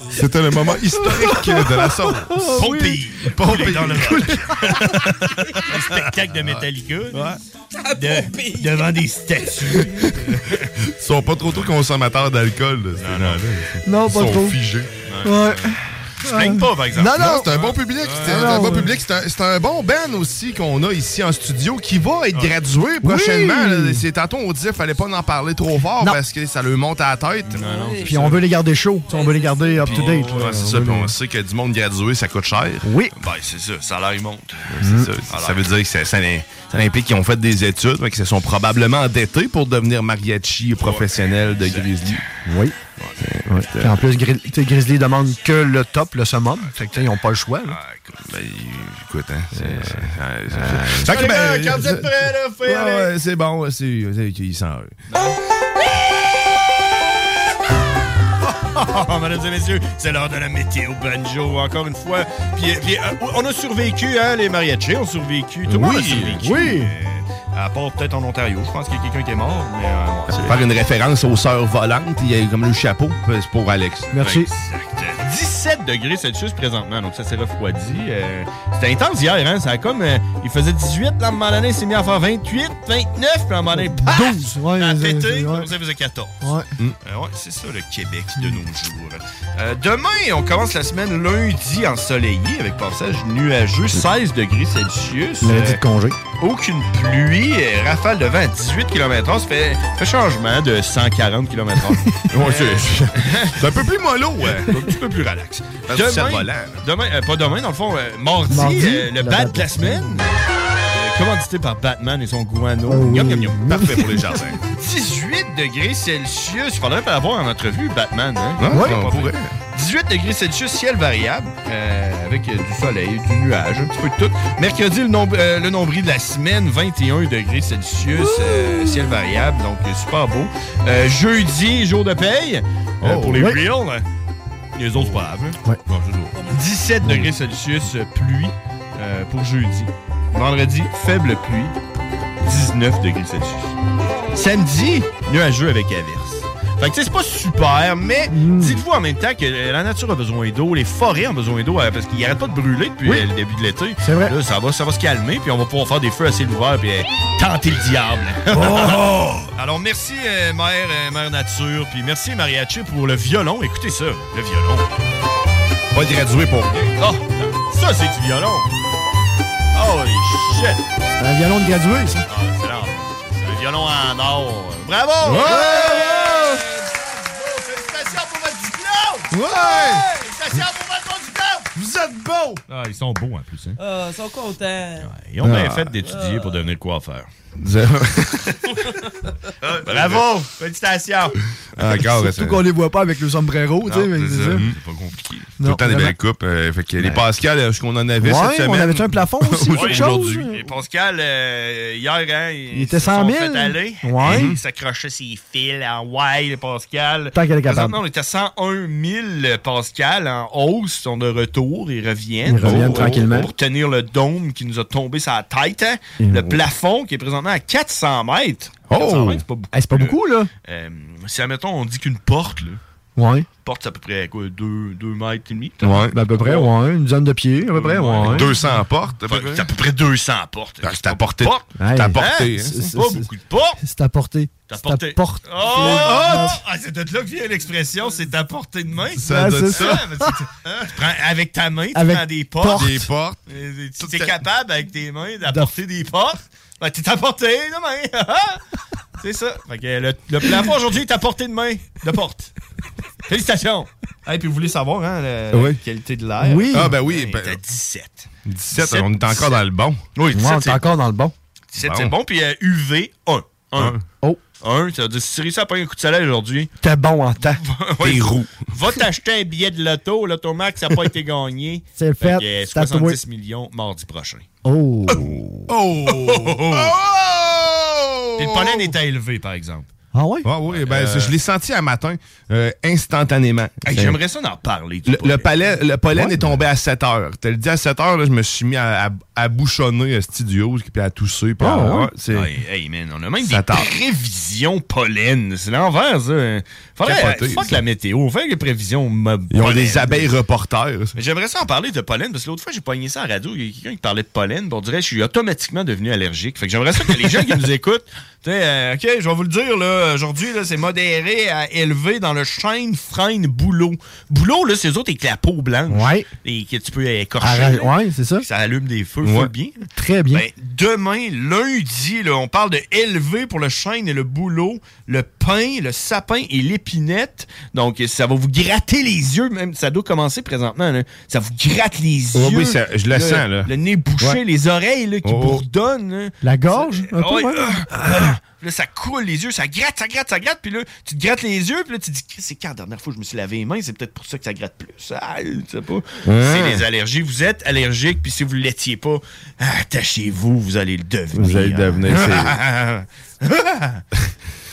[SPEAKER 5] C'était le moment historique de la sauce.
[SPEAKER 18] Oh, oui. Coulé
[SPEAKER 5] Pompéi. Pompéi.
[SPEAKER 18] dans le rock. Un spectacle de Metallica. là. De- devant des statues.
[SPEAKER 5] Ils sont pas trop trop consommateurs d'alcool. là, ces gens-là.
[SPEAKER 1] Non, pas
[SPEAKER 5] Ils
[SPEAKER 1] trop.
[SPEAKER 5] sont figés.
[SPEAKER 1] Ouais.
[SPEAKER 5] Ils se plaignent pas, par exemple.
[SPEAKER 1] Non, non.
[SPEAKER 5] c'est un bon public. C'est un,
[SPEAKER 1] non,
[SPEAKER 5] bon
[SPEAKER 1] ouais.
[SPEAKER 5] public. C'est un- c'est un, bon band aussi qu'on a ici en studio qui va être gradué prochainement. là. C'est tantôt on disait fallait pas en parler trop fort parce que ça lui monte à la tête.
[SPEAKER 1] Puis on veut les garder chauds. On veut les garder up-to-date.
[SPEAKER 5] Ouais, c'est ça, puis on sait que du monde gradué, ça coûte cher.
[SPEAKER 1] Oui.
[SPEAKER 5] Ben, c'est ça, salaire monte.
[SPEAKER 1] Mhm.
[SPEAKER 5] Ça, ça veut dire que ça, ça n'im- ça implique qu'ils ont fait des études, mais qu'ils se sont probablement endettés pour devenir mariachi professionnel de Grizzly.
[SPEAKER 1] Oui. Ouais. Puis en plus, Gri- tu sais, Grizzly demande que le top, le summum. Fait que, tu sais, ils n'ont pas le choix. là.
[SPEAKER 5] Ben, écoute, hein.
[SPEAKER 1] Euh,
[SPEAKER 5] c'est- c'est-
[SPEAKER 1] Ça,
[SPEAKER 5] Fait que,
[SPEAKER 1] les
[SPEAKER 5] ben,
[SPEAKER 1] gars, quand vous êtes prêts, là, faut y
[SPEAKER 5] Ouais,
[SPEAKER 1] aller.
[SPEAKER 5] ouais, c'est bon, ouais, c'est. c'est- Ils sont.
[SPEAKER 18] Oh, mesdames et messieurs, c'est l'heure de la météo banjo, encore une fois. Puis, euh, puis, euh, on a survécu, hein, les mariachis ont survécu. Tout le monde a
[SPEAKER 5] Oui,
[SPEAKER 18] survécu.
[SPEAKER 5] oui.
[SPEAKER 18] Euh, à part peut-être en Ontario, je pense qu'il y a quelqu'un qui est mort. Mais, euh, bon, c'est-
[SPEAKER 5] Faire une référence aux sœurs volantes, il y a comme le chapeau, euh, c'est pour Alex.
[SPEAKER 18] Exact. 17 degrés Celsius présentement, donc ça s'est refroidi. Euh, C'était intense hier, hein? Ça a comme. euh, il faisait 18, là, à un moment donné, il s'est mis à faire 28, 29, puis à un moment donné, paf!
[SPEAKER 1] 12, ouais,
[SPEAKER 18] ça a
[SPEAKER 1] c'est-
[SPEAKER 18] pété,
[SPEAKER 1] c'est- ouais.
[SPEAKER 18] comme ça, il faisait 14.
[SPEAKER 1] Ouais.
[SPEAKER 18] Euh, ouais, c'est ça le Québec de nos jours. Euh, demain, on commence la semaine lundi ensoleillé avec passage nuageux, 16 degrés Celsius.
[SPEAKER 1] Lundi
[SPEAKER 18] Euh,
[SPEAKER 1] de congé.
[SPEAKER 18] aucune pluie, euh, rafale de vent à 18 km/h, ça fait, fait changement de 140 km/h.
[SPEAKER 5] Ouais, c'est-
[SPEAKER 18] c'est un peu plus mollo, ouais. un petit peu plus relax.
[SPEAKER 5] Parce que c'est volant, là.
[SPEAKER 18] demain euh, pas demain, dans le fond, euh, mardi,
[SPEAKER 5] Mardi,
[SPEAKER 18] euh, le
[SPEAKER 5] le
[SPEAKER 18] bat
[SPEAKER 5] bat.
[SPEAKER 18] de la semaine. euh, commandité par Batman et son guano.
[SPEAKER 1] Oh.
[SPEAKER 18] Miam, miam, miam.
[SPEAKER 5] Parfait pour les jardins.
[SPEAKER 18] 18 degrés Celsius. Faudrait pas l'avoir en entrevue, Batman. Hein?
[SPEAKER 5] Ouais,
[SPEAKER 18] Faudrait
[SPEAKER 5] on
[SPEAKER 18] pas
[SPEAKER 5] pourrait.
[SPEAKER 18] faire. 18 degrés Celsius, ciel variable, euh, avec euh, du soleil, du nuage, un petit peu de tout. Mercredi, le, nomb- euh, le nombril de la semaine, 21 degrés Celsius, euh, ciel variable, donc euh, super beau. Euh, jeudi, jour de paye euh,
[SPEAKER 5] Oh,
[SPEAKER 18] pour les
[SPEAKER 5] ouais.
[SPEAKER 18] reels. hein. Les autres, c'est pas grave. hein. Non, c'est lourd. 17 degrés Celsius, euh, pluie euh, pour jeudi. Vendredi, faible pluie, 19 degrés Celsius. Samedi, nuageux avec averse. Fait que tu sais, c'est pas super, mais
[SPEAKER 1] Hmm.
[SPEAKER 18] dites-vous en même temps que euh, la nature a besoin d'eau, les forêts ont besoin d'eau, euh, parce qu'ils arrêtent pas de brûler depuis
[SPEAKER 1] Oui.
[SPEAKER 18] euh, le début de l'été.
[SPEAKER 1] C'est vrai.
[SPEAKER 18] Là, ça va, ça va se calmer, puis on va pouvoir faire des feux assez ouverts, puis euh, tenter le diable.
[SPEAKER 1] Oh!
[SPEAKER 18] Alors, merci, euh, Mère, euh, Mère Nature, puis merci, Mariachi, pour le violon. Écoutez ça, le violon.
[SPEAKER 5] Pas gradué pour rien.
[SPEAKER 18] Ah, ça, c'est du violon. Holy shit!
[SPEAKER 1] C'est un violon Euh, de gradué, ça.
[SPEAKER 18] Ah, c'est là. C'est un violon en or. Bravo!
[SPEAKER 1] Ouais!
[SPEAKER 18] Félicitations pour votre diplôme!
[SPEAKER 5] Ouais!
[SPEAKER 18] Félicitations pour votre diplôme!
[SPEAKER 5] Vous êtes beaux!
[SPEAKER 18] Ah, ils sont beaux en plus. Hein.
[SPEAKER 8] Ah, ils sont contents.
[SPEAKER 18] Ils ont bien
[SPEAKER 5] Ah.
[SPEAKER 18] fait d'étudier pour devenir coiffeur. Ah,
[SPEAKER 5] Bravo!
[SPEAKER 18] ben, Félicitations!
[SPEAKER 5] Encore, euh,
[SPEAKER 1] Surtout
[SPEAKER 5] Ah, c'est-
[SPEAKER 1] qu'on les voit pas avec le sombrero, tu sais. mais c'est ça.
[SPEAKER 5] Mm. pas compliqué.
[SPEAKER 1] Non,
[SPEAKER 5] Tout le temps des
[SPEAKER 1] vraiment.
[SPEAKER 5] belles coupes. euh, fait que les Pascal, euh, ce qu'on en avait
[SPEAKER 1] Ouais,
[SPEAKER 5] cette
[SPEAKER 1] on
[SPEAKER 5] semaine.
[SPEAKER 1] avait-tu un plafond aussi, ou quelque chose?
[SPEAKER 5] Aujourd'hui.
[SPEAKER 18] Et Pascal, euh, hier, hein,
[SPEAKER 1] Il était 100 000.
[SPEAKER 18] Ils se sont fait aller.
[SPEAKER 1] Ouais.
[SPEAKER 18] Il s'accrochait ses fils en wild, Pascal.
[SPEAKER 1] Tant qu'elle est capable.
[SPEAKER 18] Présentement, on était à 101 000 euh, Pascal en hausse. Ils sont de retour. Ils reviennent.
[SPEAKER 1] Ils reviennent
[SPEAKER 18] Pour-
[SPEAKER 1] tranquillement.
[SPEAKER 18] Pour tenir le dôme qui nous a tombé sur la tête. hein.
[SPEAKER 1] Et
[SPEAKER 18] Le
[SPEAKER 1] oui.
[SPEAKER 18] plafond qui est présentement à 400 mètres. 400
[SPEAKER 1] Oh!
[SPEAKER 18] mètres, c'est pas beaucoup.
[SPEAKER 1] Eh, c'est pas beaucoup, là.
[SPEAKER 18] Euh, si, admettons, on dit qu'une porte, là,
[SPEAKER 1] Ouais.
[SPEAKER 18] Porte, c'est à peu près quoi, 2 mètres et demi.
[SPEAKER 1] Ben, à peu près,
[SPEAKER 18] Ouais.
[SPEAKER 1] ouais. Une dizaine de pieds, à peu près, ouais.
[SPEAKER 5] 200 portes.
[SPEAKER 18] Ben, C'est à peu près 200 portes.
[SPEAKER 5] Ben, c'est à portée.
[SPEAKER 1] Hey.
[SPEAKER 5] C'est à portée.
[SPEAKER 1] Hein?
[SPEAKER 5] hein.
[SPEAKER 1] C'est-
[SPEAKER 18] C'est pas
[SPEAKER 1] c'est-
[SPEAKER 18] beaucoup de portes.
[SPEAKER 1] C'est à portée.
[SPEAKER 18] T'as
[SPEAKER 1] C'est à
[SPEAKER 18] porté.
[SPEAKER 1] portée.
[SPEAKER 18] Oh! Ah, c'est de là que vient l'expression, c'est ta portée de main.
[SPEAKER 1] Ça doit
[SPEAKER 18] doit être
[SPEAKER 1] être ça.
[SPEAKER 18] mais tu- tu- hein, tu prends- avec ta main, tu
[SPEAKER 1] Avec
[SPEAKER 18] prends des
[SPEAKER 1] porte.
[SPEAKER 18] portes.
[SPEAKER 1] Des
[SPEAKER 5] portes.
[SPEAKER 18] Euh, Tu es capable, avec tes mains, d'apporter des portes. Ben, t'es à portée de main. Ah, c'est ça. Fait que le, le plafond aujourd'hui est à portée de main, de porte. Félicitations. Et puis vous voulez savoir hein, la, la
[SPEAKER 5] Oui.
[SPEAKER 18] qualité de l'air?
[SPEAKER 5] Oui. Ah, ben
[SPEAKER 18] Ouais,
[SPEAKER 5] oui, ben-
[SPEAKER 18] t'as 17.
[SPEAKER 5] 17, on est encore dans le bon.
[SPEAKER 18] Oui, 17,
[SPEAKER 1] on
[SPEAKER 18] c'est-
[SPEAKER 1] est encore dans le bon.
[SPEAKER 18] 17, c'est bon. Puis euh, UV, 1. 1.
[SPEAKER 1] Oh.
[SPEAKER 18] 1, ça veut dire si tu réussis à prendre un coup de soleil aujourd'hui,
[SPEAKER 1] T'es bon en temps.
[SPEAKER 18] Ouais. Va t'acheter un billet de loto. L'auto max n'a pas été gagné.
[SPEAKER 1] C'est fait.
[SPEAKER 18] que, euh,
[SPEAKER 1] C'est à
[SPEAKER 18] 70
[SPEAKER 1] toi.
[SPEAKER 18] millions mardi prochain.
[SPEAKER 1] Oh.
[SPEAKER 5] Oh!
[SPEAKER 18] Puis le pollen était élevé, par exemple.
[SPEAKER 1] Ah ouais?
[SPEAKER 5] Ah oui, ben,
[SPEAKER 18] Euh,
[SPEAKER 5] je l'ai senti un matin, euh, instantanément.
[SPEAKER 18] Hey,
[SPEAKER 5] C'est-
[SPEAKER 18] J'aimerais ça en parler. du
[SPEAKER 5] Le, le,
[SPEAKER 18] pollen.
[SPEAKER 5] palais- le pollen
[SPEAKER 18] Ouais.
[SPEAKER 5] est tombé à 7 heures. T'as le dit à 7 heures, là, je me suis mis à, à, à bouchonner à studio, puis à tousser. Puis à- ouais, c'est-
[SPEAKER 18] Ah, Ouais, Ah, hey, man, on a même
[SPEAKER 5] Ça
[SPEAKER 18] des
[SPEAKER 5] tarde.
[SPEAKER 18] prévisions pollen. C'est l'envers, ça. Faudrait,
[SPEAKER 5] Capoté,
[SPEAKER 18] fuck
[SPEAKER 5] ça.
[SPEAKER 18] la météo. Fait des prévisions mo-
[SPEAKER 5] Ils ont
[SPEAKER 18] pollen.
[SPEAKER 5] des abeilles reporters.
[SPEAKER 18] Mais j'aimerais ça en parler de pollen, parce que l'autre fois, j'ai pogné ça en radio. Il y a quelqu'un qui parlait de pollen. puis on dirait, je suis automatiquement devenu allergique. Fait que j'aimerais ça que les gens qui nous écoutent, tu sais, euh, OK, je vais vous le dire, là, aujourd'hui, là, c'est modéré à élevé dans le chêne, freine, boulot. Boulot, là, c'est eux autres avec la peau blanche. Et que tu peux écorcher.
[SPEAKER 1] Arra-
[SPEAKER 18] là.
[SPEAKER 1] ouais, c'est ça.
[SPEAKER 18] Ça allume des feux,
[SPEAKER 1] Ouais.
[SPEAKER 18] feu bien.
[SPEAKER 1] Très bien.
[SPEAKER 18] Ben, demain, lundi, là, on parle de élevé pour le chêne et le bouleau, le pin, le sapin et l'épinette. Donc, ça va vous gratter les yeux, même. Ça doit commencer présentement. là. Ça vous gratte les
[SPEAKER 5] Ouais,
[SPEAKER 18] yeux.
[SPEAKER 5] Oh, oui, ça- je le sens, là.
[SPEAKER 18] Le nez bouché,
[SPEAKER 5] Ouais.
[SPEAKER 18] les oreilles là, qui
[SPEAKER 5] Oh.
[SPEAKER 18] bourdonnent. là.
[SPEAKER 1] La gorge, un peu,
[SPEAKER 18] Ouais,
[SPEAKER 1] ouais.
[SPEAKER 18] ah, ah. Là, ça coule les yeux, ça gratte, ça gratte, ça gratte. Puis là, tu te grattes les yeux, puis là, tu te dis, c'est quand la dernière fois que je me suis lavé les mains, c'est peut-être pour ça que ça gratte plus. Ah, tu sais pas. C'est les allergies. Vous êtes allergique, puis si vous ne l'étiez pas, attachez-vous, vous allez le devenir.
[SPEAKER 5] Vous allez le devenir,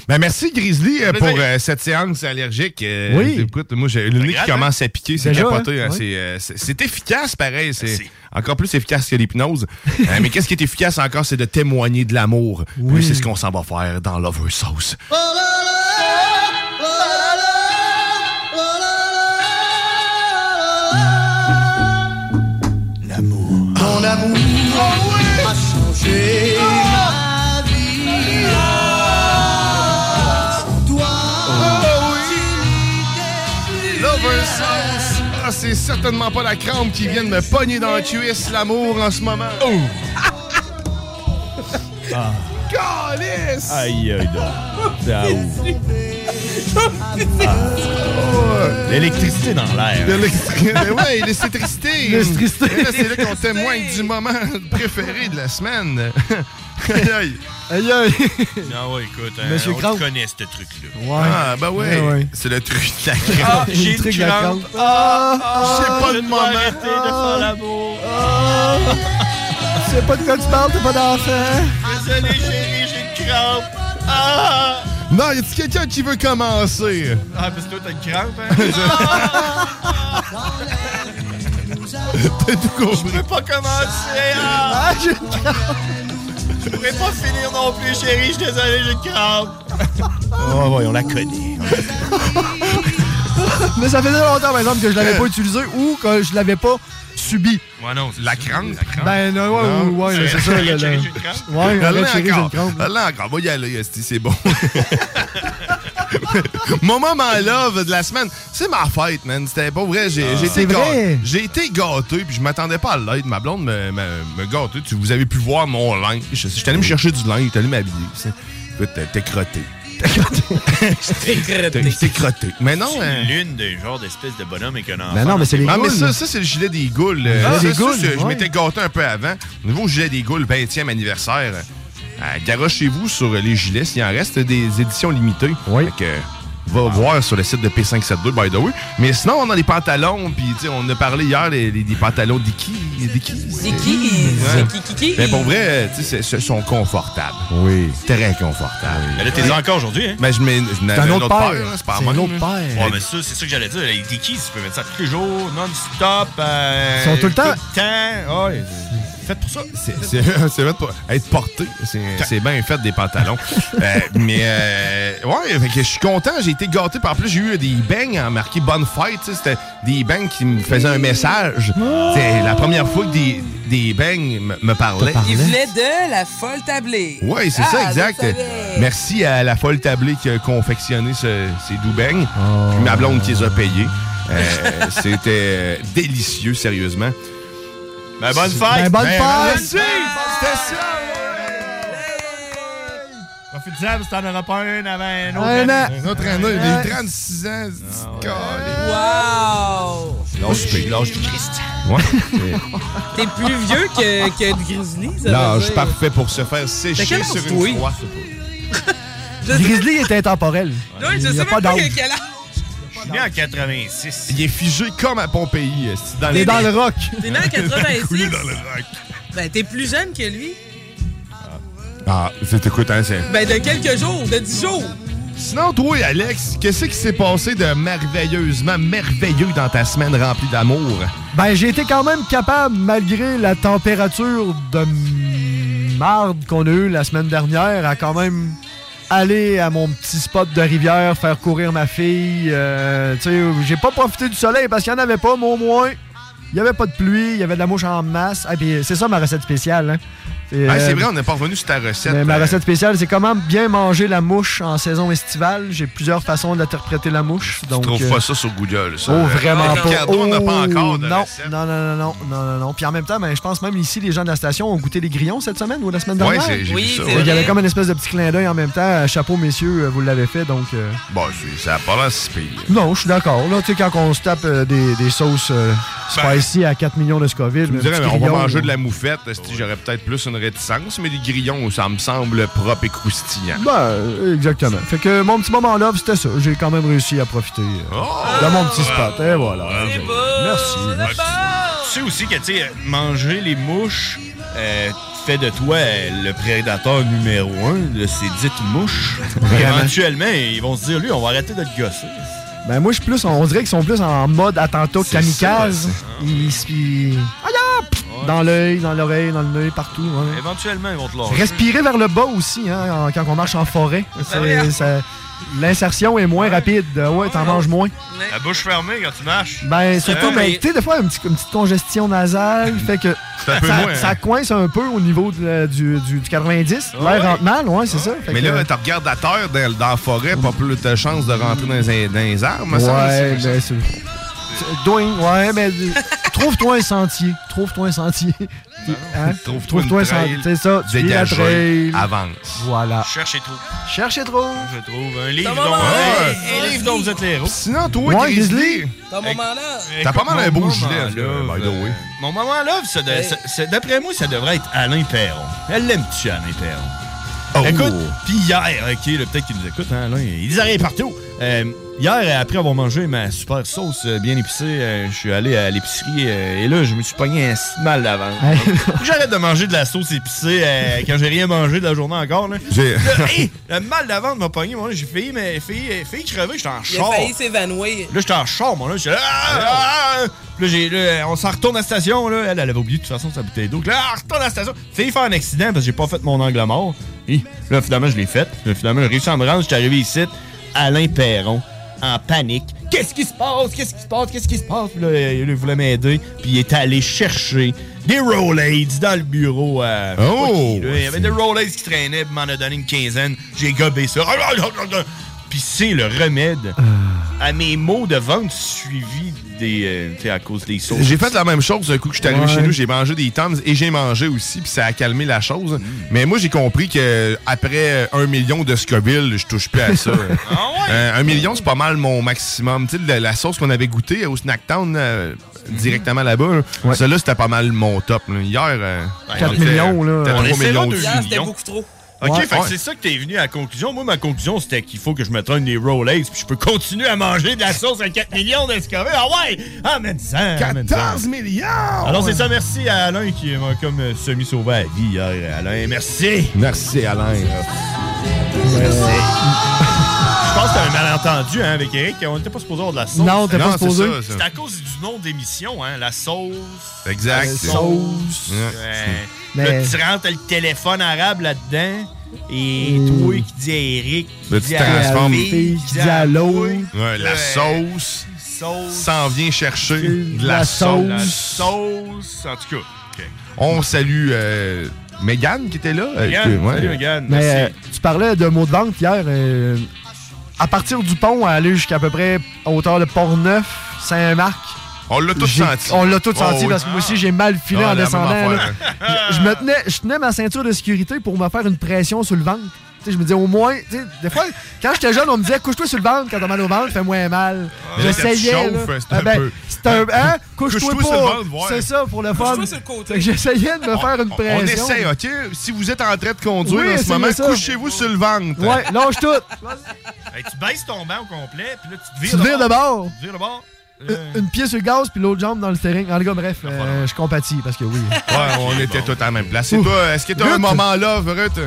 [SPEAKER 5] Ben, merci Grizzly euh,
[SPEAKER 18] Plaisir.
[SPEAKER 5] pour euh, cette séance allergique. Euh,
[SPEAKER 18] Oui.
[SPEAKER 5] Écoute, moi j'ai le nez qui
[SPEAKER 18] grave,
[SPEAKER 5] commence
[SPEAKER 18] hein?
[SPEAKER 5] à piquer, c'est
[SPEAKER 18] Déjà,
[SPEAKER 5] capoté.
[SPEAKER 18] hein?
[SPEAKER 5] hein,
[SPEAKER 18] Oui.
[SPEAKER 5] c'est, euh, c'est- c'est efficace pareil. C'est encore plus efficace que l'hypnose. Euh, mais qu'est-ce qui est efficace encore, c'est de témoigner de l'amour. Oui. C'est ce qu'on s'en va faire dans Lover Sauce.
[SPEAKER 2] Mon amour a changé ma vie. Sans toi,
[SPEAKER 5] Oh, Lover Sauce. Ah, c'est certainement pas la crampe qui vient de me pogner dans la cuisse, l'amour en ce moment. Oh! Ah, Calice!
[SPEAKER 18] Aïe, aïe, L'électricité dans l'air.
[SPEAKER 5] L'électricité. Eh ben ouais, l'électricité.
[SPEAKER 18] L'électricité.
[SPEAKER 5] Et là, C'est là qu'on témoigne du moment préféré de la semaine. aïe aïe.
[SPEAKER 1] Aïe aïe.
[SPEAKER 18] Non, Ah ouais, écoute,
[SPEAKER 5] Monsieur
[SPEAKER 18] Monsieur on
[SPEAKER 5] Cramp.
[SPEAKER 18] le connaît ce truc-là.
[SPEAKER 5] Ah, bah
[SPEAKER 18] Ouais,
[SPEAKER 5] ouais.
[SPEAKER 18] ouais.
[SPEAKER 5] C'est le truc de la
[SPEAKER 18] Ah,
[SPEAKER 5] crampe.
[SPEAKER 18] j'ai une crampe.
[SPEAKER 2] Ah, ah,
[SPEAKER 5] J'ai pas
[SPEAKER 2] je
[SPEAKER 5] de
[SPEAKER 2] dois
[SPEAKER 5] moment.
[SPEAKER 2] arrêter de faire
[SPEAKER 18] l'amour.
[SPEAKER 1] Ah. Je sais pas de quoi tu parles, t'es pas d'enfant.
[SPEAKER 18] Désolé, chérie, j'ai une crampe. Ah!
[SPEAKER 5] Non, y a-tu quelqu'un qui veut commencer?
[SPEAKER 18] Ah, parce que toi, t'as une crampe,
[SPEAKER 5] T'as tout compris.
[SPEAKER 18] Je peux pas commencer. Ah, j'ai une crampe. Je pourrais pas finir non plus, chérie. Je suis désolé, j'ai une crampe. Oh, ouais, on la connaît.
[SPEAKER 1] Mais ça faisait longtemps, par exemple, que je l'avais
[SPEAKER 18] Euh.
[SPEAKER 1] pas utilisé ou que je l'avais pas subi.
[SPEAKER 18] Ouais, non, la crampe.
[SPEAKER 1] Ben, non, ouais, ouais, ouais, c'est ça, le- le- Ouais,
[SPEAKER 5] Allez
[SPEAKER 1] arrête, chérie, j'ai une
[SPEAKER 5] encore.
[SPEAKER 1] crampe, là.
[SPEAKER 5] Allez encore. Va y aller, Esti, c'est bon. Mon moment love de la semaine, c'est ma fête, man. C'était pas vrai. J'ai
[SPEAKER 1] Ah.
[SPEAKER 5] j'ai été
[SPEAKER 1] C'est vrai.
[SPEAKER 5] gâté. J'ai été gâté, puis je m'attendais pas à l'aide. Ma blonde me, me, me gâtait. Tu- Vous avez pu voir mon linge. Je suis allé me chercher du linge. J'étais allé m'habiller. C'est- Écoute, t'es- t'es crotté. T'es t'es crotté. Mais non,
[SPEAKER 18] C'est
[SPEAKER 5] hein.
[SPEAKER 18] l'une des genres d'espèces de bonhomme avec un enfant.
[SPEAKER 5] Ah, Ah, mais
[SPEAKER 18] ça,
[SPEAKER 5] ça, ça c'est le gilet des goules.
[SPEAKER 18] Le
[SPEAKER 5] Euh,
[SPEAKER 18] gilet
[SPEAKER 5] ça,
[SPEAKER 18] des
[SPEAKER 5] ça,
[SPEAKER 18] Ah, goules,
[SPEAKER 5] c'est- Je
[SPEAKER 18] ouais.
[SPEAKER 5] m'étais gâté un peu avant. Au niveau gilet des goules, 20e anniversaire. euh, Garochez-vous sur les gilets s'il en reste des éditions limitées. Oui. va voir sur le site de P572, by the way. Mais sinon, on a les pantalons, puis tu sais, on a parlé hier des des- des pantalons Dickies. Dickies. Ouais. Mais pour vrai, euh, tu sais, c'est- sont confortables. Oui. Très confortables.
[SPEAKER 18] Mais là, t'es là encore aujourd'hui, hein?
[SPEAKER 5] Mais je mets je n'avais
[SPEAKER 18] un
[SPEAKER 5] un
[SPEAKER 18] autre
[SPEAKER 5] autre paire,
[SPEAKER 18] paire.
[SPEAKER 5] là, c'est pas
[SPEAKER 18] C'est
[SPEAKER 5] la
[SPEAKER 18] un
[SPEAKER 5] même, hein.
[SPEAKER 18] autre
[SPEAKER 5] là.
[SPEAKER 18] Ouais, mais ça, c'est ça que j'allais dire. Les Dickies, tu peux mettre ça tous les jours, non-stop. euh,
[SPEAKER 1] Ils sont tout le temps-
[SPEAKER 18] Tout le temps. Ouais.
[SPEAKER 5] fait pour ça. C'est c'est fait pour être porté. C'est c'est bien fait des pantalons. Euh, mais euh, ouais, fait que je suis content. J'ai été gâté. Puis en plus, j'ai eu des bangs en marqué Bonne Fête. tu sais, C'était des bangs qui me faisaient un message. C'est la première fois que des, des bangs me, me parlaient.
[SPEAKER 8] Il venait de la folle tablée.
[SPEAKER 5] Oui, c'est
[SPEAKER 8] Ah,
[SPEAKER 5] ça, exact.
[SPEAKER 8] je le savais.
[SPEAKER 5] Merci à la folle tablée qui a confectionné ce- ces doux beignes. Puis ma blonde qui les a payés. Euh, C'était euh, délicieux, sérieusement. Ben, bonne
[SPEAKER 2] Ben,
[SPEAKER 5] fête!
[SPEAKER 2] bonne fête!
[SPEAKER 5] merci!
[SPEAKER 2] C'était
[SPEAKER 5] ça!
[SPEAKER 18] Profitez-en, parce que t'en auras pas un avant un autre.
[SPEAKER 5] Un an.
[SPEAKER 18] année.
[SPEAKER 5] Un autre année, il a eu 36 ans.
[SPEAKER 8] Ah, Wow!
[SPEAKER 5] L'âge du pays, l'âge du Christ. Ouais.
[SPEAKER 8] T'es plus vieux que, que de Grizzly, ça veut
[SPEAKER 5] L'âge
[SPEAKER 8] dire.
[SPEAKER 5] parfait pour se faire
[SPEAKER 8] T'as
[SPEAKER 5] sécher
[SPEAKER 8] quel âge,
[SPEAKER 5] sur
[SPEAKER 8] toi?
[SPEAKER 5] une croix.
[SPEAKER 1] Grizzly est intemporel.
[SPEAKER 8] Non, je
[SPEAKER 1] Il n'y
[SPEAKER 8] sais
[SPEAKER 1] a pas
[SPEAKER 8] même pas
[SPEAKER 1] d'âge.
[SPEAKER 8] quel âge.
[SPEAKER 5] Je suis né en 86. Il est figé comme à Pompéi. c'est Dans
[SPEAKER 1] Il est dans le rock.
[SPEAKER 8] T'es né en 86?
[SPEAKER 5] Coulé dans le rock.
[SPEAKER 8] Ben, t'es plus jeune que lui.
[SPEAKER 5] Ah, c'est écoute, hein, c'est...
[SPEAKER 8] Ben, de quelques jours, de 10 jours.
[SPEAKER 5] Sinon, toi, Alex, qu'est-ce qui s'est passé de merveilleusement merveilleux dans ta semaine remplie d'amour?
[SPEAKER 1] Ben, j'ai été quand même capable, malgré la température de marde qu'on a eue la semaine dernière, à quand même aller à mon petit spot de rivière, faire courir ma fille. Euh, tu sais, j'ai pas profité du soleil parce qu'il n'y en avait pas, mais au moins, il n'y avait pas de pluie, il y avait de la mouche en masse. Ah, puis c'est ça ma recette spéciale. hein. C'est,
[SPEAKER 5] Ah, c'est
[SPEAKER 1] euh,
[SPEAKER 5] vrai, on n'est pas revenu sur ta recette.
[SPEAKER 1] mais ma
[SPEAKER 5] euh,
[SPEAKER 1] recette spéciale, c'est comment bien manger la mouche en saison estivale. J'ai plusieurs façons d'interpréter la mouche.
[SPEAKER 5] Tu
[SPEAKER 1] donc,
[SPEAKER 5] trouves
[SPEAKER 1] euh,
[SPEAKER 5] pas ça sur Google, ça?
[SPEAKER 1] Oh, vraiment pas.
[SPEAKER 5] Ricardo, on n'a pas
[SPEAKER 1] Oh,
[SPEAKER 5] encore de
[SPEAKER 1] non,
[SPEAKER 5] recette.
[SPEAKER 1] non, non, non, non, non, non, non. Puis en même temps, ben, je pense même ici, les gens de la station ont goûté les grillons cette semaine ou la semaine
[SPEAKER 5] Ouais,
[SPEAKER 1] dernière.
[SPEAKER 5] c'est- j'ai vu Oui, ça, c'est ouais.
[SPEAKER 1] Il y avait
[SPEAKER 5] vrai.
[SPEAKER 1] comme une espèce de petit clin d'œil en même temps. Chapeau, messieurs, euh, vous l'avez fait, donc... euh,
[SPEAKER 5] Bon, c'est- ça a pas l'air si pire.
[SPEAKER 1] Non, je suis d'accord. Là, tu sais, quand on se tape euh, des, des sauces euh, spicy à 4 millions de Scoville...
[SPEAKER 5] Ben, Tu me
[SPEAKER 1] un
[SPEAKER 5] dirais,
[SPEAKER 1] petit
[SPEAKER 5] mais on va
[SPEAKER 1] grillon, euh,
[SPEAKER 5] manger de la moufette. esti, J'aurais peut-être plus une réticence, mais les grillons, ça me semble propre et croustillant.
[SPEAKER 1] Ben, euh, exactement. Fait que mon petit moment love, c'était ça. J'ai quand même réussi à profiter euh,
[SPEAKER 5] Oh!
[SPEAKER 1] de mon petit spot. hein. Et voilà. Merci. merci.
[SPEAKER 18] Tu sais aussi que, tu sais, manger les mouches euh, fait de toi euh, le prédateur numéro un de ces dites mouches.
[SPEAKER 1] Vraiment.
[SPEAKER 18] Éventuellement, ils vont se dire, lui, on va arrêter de te gosser.
[SPEAKER 1] Ben moi, je suis plus, on dirait qu'ils sont plus en mode attentat kamikaze.
[SPEAKER 5] ben,
[SPEAKER 18] ça,
[SPEAKER 1] ils se ils- Aïe, ah, pff, dans l'œil, dans l'oreille, dans le nez, partout. ouais.
[SPEAKER 18] Éventuellement, ils vont te lâcher.
[SPEAKER 1] Respirer vers le bas aussi, hein, en- quand on marche en forêt. C'est- ça- L'insertion est moins rapide. Euh, Ouais, t'en manges moins.
[SPEAKER 18] La bouche fermée quand tu marches.
[SPEAKER 1] Ben surtout,
[SPEAKER 18] Euh,
[SPEAKER 1] ben, tu sais, des fois, un petit- une petite congestion nasale fait que
[SPEAKER 18] C'est un peu
[SPEAKER 1] ça,
[SPEAKER 18] moins, hein.
[SPEAKER 1] ça coince un peu au niveau de la- du, du- du 90. L'air rentre mal, ouais, c'est ça. Fait
[SPEAKER 5] Mais
[SPEAKER 1] que- euh,
[SPEAKER 5] là, tu regardes la terre dans, dans la forêt, pas plus de chances de rentrer dans les, dans les arbres, me semble.
[SPEAKER 1] Ouais,
[SPEAKER 5] C'est-
[SPEAKER 1] ben c'est. c'est- Doing, ouais, mais euh, trouve-toi un sentier. Trouve-toi un sentier. Hein?
[SPEAKER 5] Trouve-toi une
[SPEAKER 1] un
[SPEAKER 5] trail
[SPEAKER 1] sentier. C'est ça, tu suis la
[SPEAKER 5] dégagée,
[SPEAKER 1] trail.
[SPEAKER 5] avance.
[SPEAKER 1] Voilà.
[SPEAKER 18] Cherche et trouve.
[SPEAKER 1] Cherche et trouve.
[SPEAKER 18] Je trouve un livre
[SPEAKER 5] Ton
[SPEAKER 18] dont,
[SPEAKER 5] moment,
[SPEAKER 18] Ouais.
[SPEAKER 5] hey,
[SPEAKER 18] un livre dont vous êtes les héros.
[SPEAKER 5] Sinon, toi, Ouais, Grizzly. Grizzly.
[SPEAKER 8] Ton moment-là.
[SPEAKER 5] T'as pas mal un beau gilet,
[SPEAKER 18] là. euh,
[SPEAKER 5] là, by the way.
[SPEAKER 18] Mon moment love, ça de- ça- ça- d'après moi, ça devrait être Alain Perron. Elle l'aime-tu, Alain Perron?
[SPEAKER 5] Oh.
[SPEAKER 18] Écoute, puis hier, OK, là, peut-être qu'il nous écoute, hein, Alain, ils arrivent partout. Euh, hier, après avoir mangé ma super sauce euh, bien épicée, euh, je suis allé à l'épicerie euh, et là, je me suis pogné un si mal d'avant. J'arrête de manger de la sauce épicée euh, quand j'ai rien mangé de la journée encore. Là.
[SPEAKER 5] J'ai-
[SPEAKER 18] Là, hey, le mal d'avant m'a pogné, moi, là, j'ai failli, mais, failli, euh, failli crever, j'étais en
[SPEAKER 8] Il a
[SPEAKER 18] char.
[SPEAKER 8] failli s'évanouir.
[SPEAKER 18] Là, j'étais en char, moi, là. J'étais là. Ah, ah, ah. Puis là, j'ai- là, on s'en retourne à la station, là. Elle, elle avait oublié, de toute façon, sa bouteille d'eau. Puis Là, ah, retourne à la station. Fait faire un accident parce que j'ai pas fait mon angle mort. Et là, finalement, je l'ai fait. Là, finalement, j'ai réussi à me rendre. J'étais arrivé ici. Alain Perron, en panique. Qu'est-ce qui se passe? Qu'est-ce qui se passe? Qu'est-ce qui se passe? Puis là, il voulait m'aider. Puis il est allé chercher des Rolaids dans le bureau. à- je sais pas
[SPEAKER 5] Oh!
[SPEAKER 18] qui, là. Il y avait des Rolaids qui traînaient. Puis il m'en a donné une quinzaine. J'ai gobé ça. Puis c'est le remède à mes mots de vente suivis des, euh, tu sais, à cause des sauces.
[SPEAKER 5] J'ai fait la même chose un coup que je suis arrivé
[SPEAKER 18] Ouais.
[SPEAKER 5] chez nous, j'ai mangé des Toms et j'ai mangé aussi, puis ça a calmé la chose. Mais moi, j'ai compris que euh, après un million de Scoville, je touche plus à ça. Euh, un million, c'est pas mal mon maximum. Tu sais, la, la sauce qu'on avait goûtée au Snack Town euh, directement là-bas, là, celle-là, c'était pas mal mon top. là. Hier, euh,
[SPEAKER 18] Ben, Ah,
[SPEAKER 5] on
[SPEAKER 1] 4
[SPEAKER 5] était-
[SPEAKER 1] millions, là.
[SPEAKER 5] était
[SPEAKER 1] On
[SPEAKER 5] 3
[SPEAKER 1] essaie
[SPEAKER 5] millions
[SPEAKER 1] là, deux
[SPEAKER 5] dessus.
[SPEAKER 1] millions.
[SPEAKER 8] C'était beaucoup trop.
[SPEAKER 18] OK,
[SPEAKER 1] Ouais.
[SPEAKER 18] fait que
[SPEAKER 1] Ouais.
[SPEAKER 18] c'est ça que t'es venu à la conclusion. Moi, ma conclusion, c'était qu'il faut que je me traîne des Rolex puis je peux continuer à manger de la sauce à 4 millions d'escovés. Ah ouais! Ah, mais ça!
[SPEAKER 5] 14 millions!
[SPEAKER 18] Alors, c'est ça. Merci à Alain qui m'a comme euh, semi-sauvé à la vie hier. Alain, merci!
[SPEAKER 5] Merci, Alain.
[SPEAKER 18] Je pense que t'as
[SPEAKER 7] un malentendu hein, avec Eric. On n'était pas supposé avoir de la sauce.
[SPEAKER 1] Non, t'es pas Non, c'est supposé. ça, ça.
[SPEAKER 7] C'est à cause du nom d'émission, hein, la sauce.
[SPEAKER 5] Exact.
[SPEAKER 7] La
[SPEAKER 5] C'est-
[SPEAKER 7] sauce.
[SPEAKER 5] Ouais.
[SPEAKER 7] Ouais.
[SPEAKER 1] Mais-
[SPEAKER 7] Là, tu rentres le téléphone arabe là-dedans. Et toi qui dis à Eric, qui
[SPEAKER 5] Là, tu
[SPEAKER 7] dit à
[SPEAKER 5] transformes.
[SPEAKER 7] Ravi,
[SPEAKER 1] qui dit à l'eau.
[SPEAKER 5] Ouais, la sauce s'en vient chercher de la,
[SPEAKER 7] La
[SPEAKER 5] sauce.
[SPEAKER 7] sauce, en tout cas. OK.
[SPEAKER 5] On salue euh, Megan qui était là. Euh,
[SPEAKER 7] Mégane,
[SPEAKER 5] que- ouais.
[SPEAKER 7] salut Mégane,
[SPEAKER 1] Mais euh, tu parlais de mots de vente hier. euh, à partir du pont, à aller jusqu'à à peu près à hauteur de Port-Neuf, Saint-Marc.
[SPEAKER 5] On l'a tous
[SPEAKER 1] j'ai-
[SPEAKER 5] senti.
[SPEAKER 1] On l'a tous
[SPEAKER 5] Oh,
[SPEAKER 1] senti
[SPEAKER 5] oui.
[SPEAKER 1] parce que moi aussi, j'ai mal filé
[SPEAKER 5] Ah,
[SPEAKER 1] en
[SPEAKER 5] la même
[SPEAKER 1] descendant.
[SPEAKER 5] affaire,
[SPEAKER 1] là. je, je me tenais, je tenais ma ceinture de sécurité pour me faire une pression sur le ventre. Tu sais, je me disais au moins, tu sais, des fois, quand j'étais jeune, on me disait couche-toi sur le ventre quand t'as mal au ventre, fais moins mal.
[SPEAKER 5] Ah, Mais là, quand
[SPEAKER 1] là.
[SPEAKER 5] tu chauffes, hein, c'est
[SPEAKER 1] Ah,
[SPEAKER 5] un
[SPEAKER 1] ben,
[SPEAKER 5] peu-
[SPEAKER 1] c'est un- hein? Couche-toi
[SPEAKER 5] Couche-toi sur
[SPEAKER 1] pas.
[SPEAKER 5] le ventre, voir.
[SPEAKER 1] C'est ça pour le fun.
[SPEAKER 5] Couche-toi sur le côté.
[SPEAKER 1] Fait que J'essayais de me faire une
[SPEAKER 5] on-
[SPEAKER 1] pression.
[SPEAKER 5] On essaie, OK? Si vous êtes en train de conduire
[SPEAKER 1] Oui,
[SPEAKER 5] en ce
[SPEAKER 1] essayez
[SPEAKER 5] moment,
[SPEAKER 1] ça.
[SPEAKER 5] couchez-vous sur le ventre.
[SPEAKER 1] Ouais, lâche tout.
[SPEAKER 7] Hey, tu baisses ton banc au complet, puis là, tu te
[SPEAKER 1] Tu
[SPEAKER 7] vires
[SPEAKER 1] te vires de bord.
[SPEAKER 7] Tu te vires de bord.
[SPEAKER 1] Une- Une pièce sur le gaz, puis l'autre jambe dans le steering. En tout cas, bref, euh, je compatis parce que oui.
[SPEAKER 5] Ouais, on était tous à la même place. Et toi, est-ce que t'as un
[SPEAKER 1] Ruth.
[SPEAKER 5] moment là, Ruth?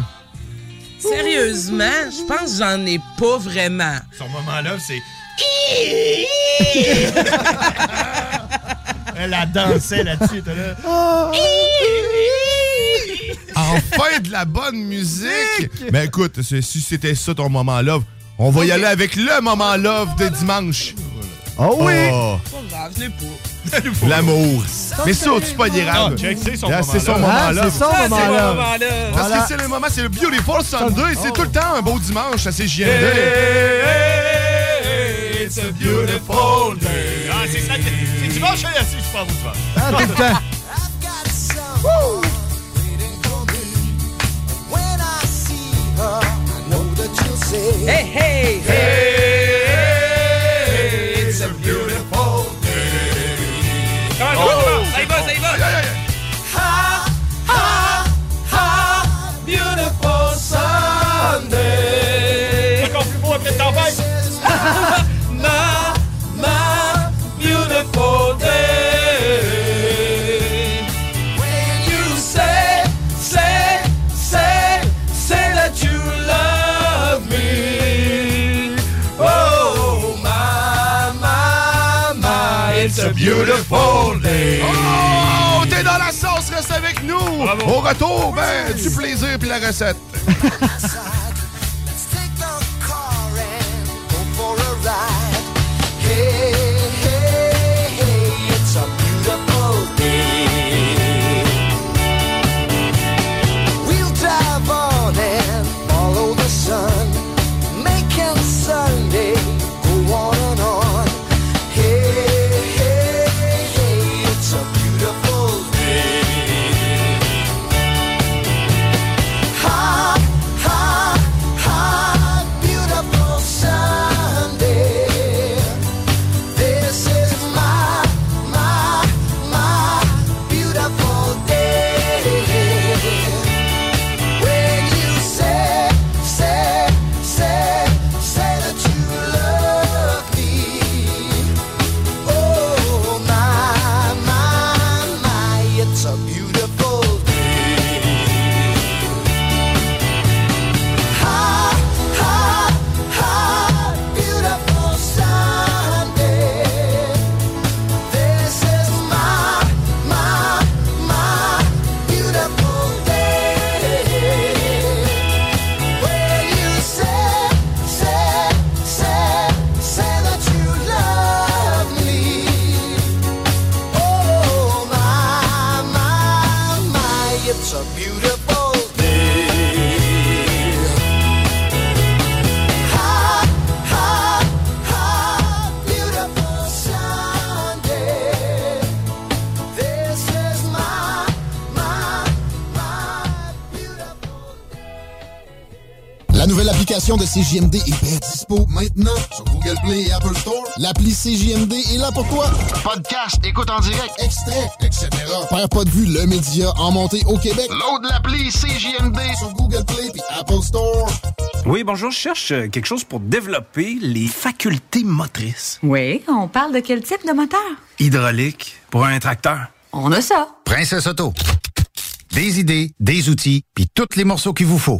[SPEAKER 8] Sérieusement, je pense que j'en ai pas vraiment.
[SPEAKER 7] Son moment-là, c'est. Elle a dansé là-dessus, elle était là.
[SPEAKER 5] Ah, Enfin de la bonne musique! Mais Ben, écoute, c'est- si c'était ça ton moment love, on va y aller avec le moment love de dimanche.
[SPEAKER 1] Oh
[SPEAKER 5] oui!
[SPEAKER 8] Pas grave, je l'ai pas.
[SPEAKER 5] L'amour. Mais ça, tu pas dérable.
[SPEAKER 7] Ah, check, c'est son
[SPEAKER 5] Là,
[SPEAKER 7] moment
[SPEAKER 5] C'est son
[SPEAKER 7] love.
[SPEAKER 5] moment
[SPEAKER 7] Ah,
[SPEAKER 5] love.
[SPEAKER 7] c'est son Ah, moment c'est mon love. moment love.
[SPEAKER 5] Parce
[SPEAKER 7] Voilà.
[SPEAKER 5] que c'est le moment, c'est le Beautiful Sunday.
[SPEAKER 7] Oh.
[SPEAKER 5] C'est tout le temps un beau dimanche à CJMD.
[SPEAKER 7] It's a beautiful day. Ah, c'est ça. C'est dimanche, là, si je parle au dimanche.
[SPEAKER 1] Ah, tout le temps.
[SPEAKER 2] Woo! Hey, hey! Hey, it's a beautiful day.
[SPEAKER 8] Come on,
[SPEAKER 2] oh,
[SPEAKER 8] ça y va, ça y va!
[SPEAKER 2] Ha, ha, ha, beautiful Sunday.
[SPEAKER 7] Encore plus beau après le tempête.
[SPEAKER 2] ma, ma, beautiful day. When you say, say, say, say that you love me. Oh, my, my, my, it's a beautiful day.
[SPEAKER 5] Oh, t'es dans la sauce, reste avec nous. Au retour, ben, du plaisir puis la recette.
[SPEAKER 2] for a ride. Hey, hey, hey, it's a beautiful day. We'll drive on and follow the sun, making Sunday go on and on. Hey, hey, hey, it's a beautiful day. Ha, ha, ha, beautiful Sunday. This is my, my, my beautiful day. When you say, say, say, say that you love me. Oh, my, my, my, it's a beautiful day. Ha, ha, ha, beautiful Sunday. This is my, my, my beautiful day. When you say, say, say, say that you love me. Oh, my, my, my, it's a beautiful day. Ha, ha, ha, beautiful Sunday. This is my, my, my
[SPEAKER 15] La nouvelle application de CJMD est bien dispo maintenant sur Google Play et Apple Store. L'appli CJMD est là pour toi. Podcast, écoute en direct, extrait, etc. Père pas de vue, le média en montée au Québec. Load l'appli CJMD sur Google Play et Apple Store.
[SPEAKER 10] Oui, bonjour, je cherche euh, quelque chose pour développer les facultés motrices.
[SPEAKER 25] Oui, on parle de quel type de moteur?
[SPEAKER 10] Hydraulique pour un tracteur.
[SPEAKER 25] On a ça.
[SPEAKER 26] Princesse Auto. Des idées, des outils, puis tous les morceaux qu'il vous faut.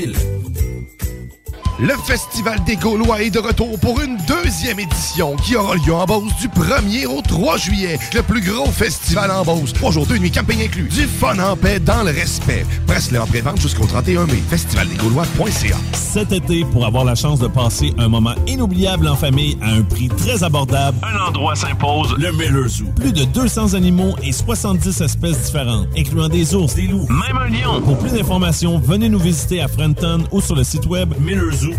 [SPEAKER 5] Le Festival des Gaulois est de retour pour une deuxième édition qui aura lieu en Beauce du 1er au 3 juillet. Le plus gros festival en Beauce. Trois jours, deux nuits, campagne inclus. Du fun en paix dans le respect. Presse-le en pré-vente jusqu'au 31 mai. Festivaldesgaulois.ca
[SPEAKER 27] Cet été, pour avoir la chance de passer un moment inoubliable en famille à un prix très abordable,
[SPEAKER 28] Un endroit s'impose, le Miller Zoo.
[SPEAKER 27] plus de 200 animaux et 70 espèces différentes, incluant des ours, des loups,
[SPEAKER 28] même un lion.
[SPEAKER 27] Pour plus d'informations, venez nous visiter à Frenton ou sur le site web millerzoo.ca.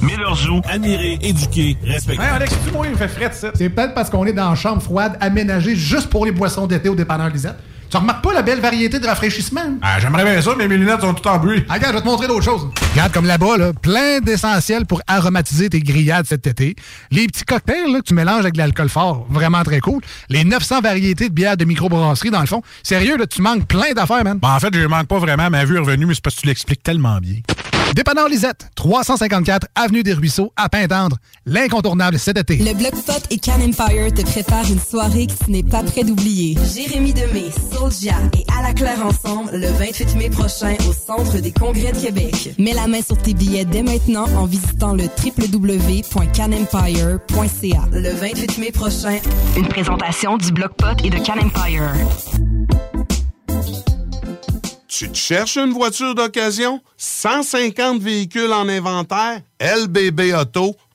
[SPEAKER 28] Miller Zoo,
[SPEAKER 27] admirer, éduquer, respecter.
[SPEAKER 29] tu il fait frais C'est peut-être parce qu'on est dans une chambre froide aménagée juste pour les boissons d'été au dépanneur Lisette. Tu remarques pas la belle variété de rafraîchissement? Ah, j'aimerais bien ça, mais mes lunettes sont toutes en bruit. Ah, Regarde, je vais te montrer d'autres choses. Regarde comme là-bas, là, plein d'essentiels pour aromatiser tes grillades cet été. Les petits cocktails là, que tu mélanges avec de l'alcool fort, vraiment très cool. Les 900 variétés de bières de microbrasserie, dans le fond. Sérieux, là, tu manques plein d'affaires, man.
[SPEAKER 30] Ben, en fait, je manque pas vraiment ma vue est revenue, mais c'est parce que tu l'expliques tellement bien.
[SPEAKER 29] Dépanneur Lisette, 354 Avenue des Ruisseaux, à Pintendre. L'incontournable cet été.
[SPEAKER 16] Le Bloc Pop et Can Empire te préparent une soirée que tu n'es pas prêt d'oublier. Jérémy Demé, Soldia et À la Claire ensemble le 28 mai prochain au Centre des Congrès de Québec. Mets la main sur tes billets dès maintenant en visitant le www.canempire.ca. Le 28 mai prochain, une présentation du Bloc Pop et de Can Empire.
[SPEAKER 31] Tu te cherches une voiture d'occasion? 150 véhicules en inventaire? lbbauto.com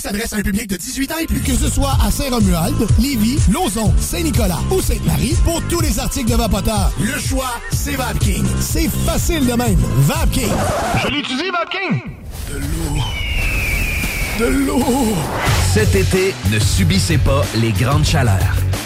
[SPEAKER 32] s'adresse à un public de 18 ans et plus. Que ce soit à Saint-Romuald, Lévis, Lauson, Saint-Nicolas ou Sainte-Marie, pour tous les articles de Vapoteur, le choix, c'est VapKing. C'est facile de même. VapKing.
[SPEAKER 7] Je l'utilise, VapKing!
[SPEAKER 32] De l'eau. De l'eau.
[SPEAKER 6] Cet été, ne subissez pas les grandes chaleurs.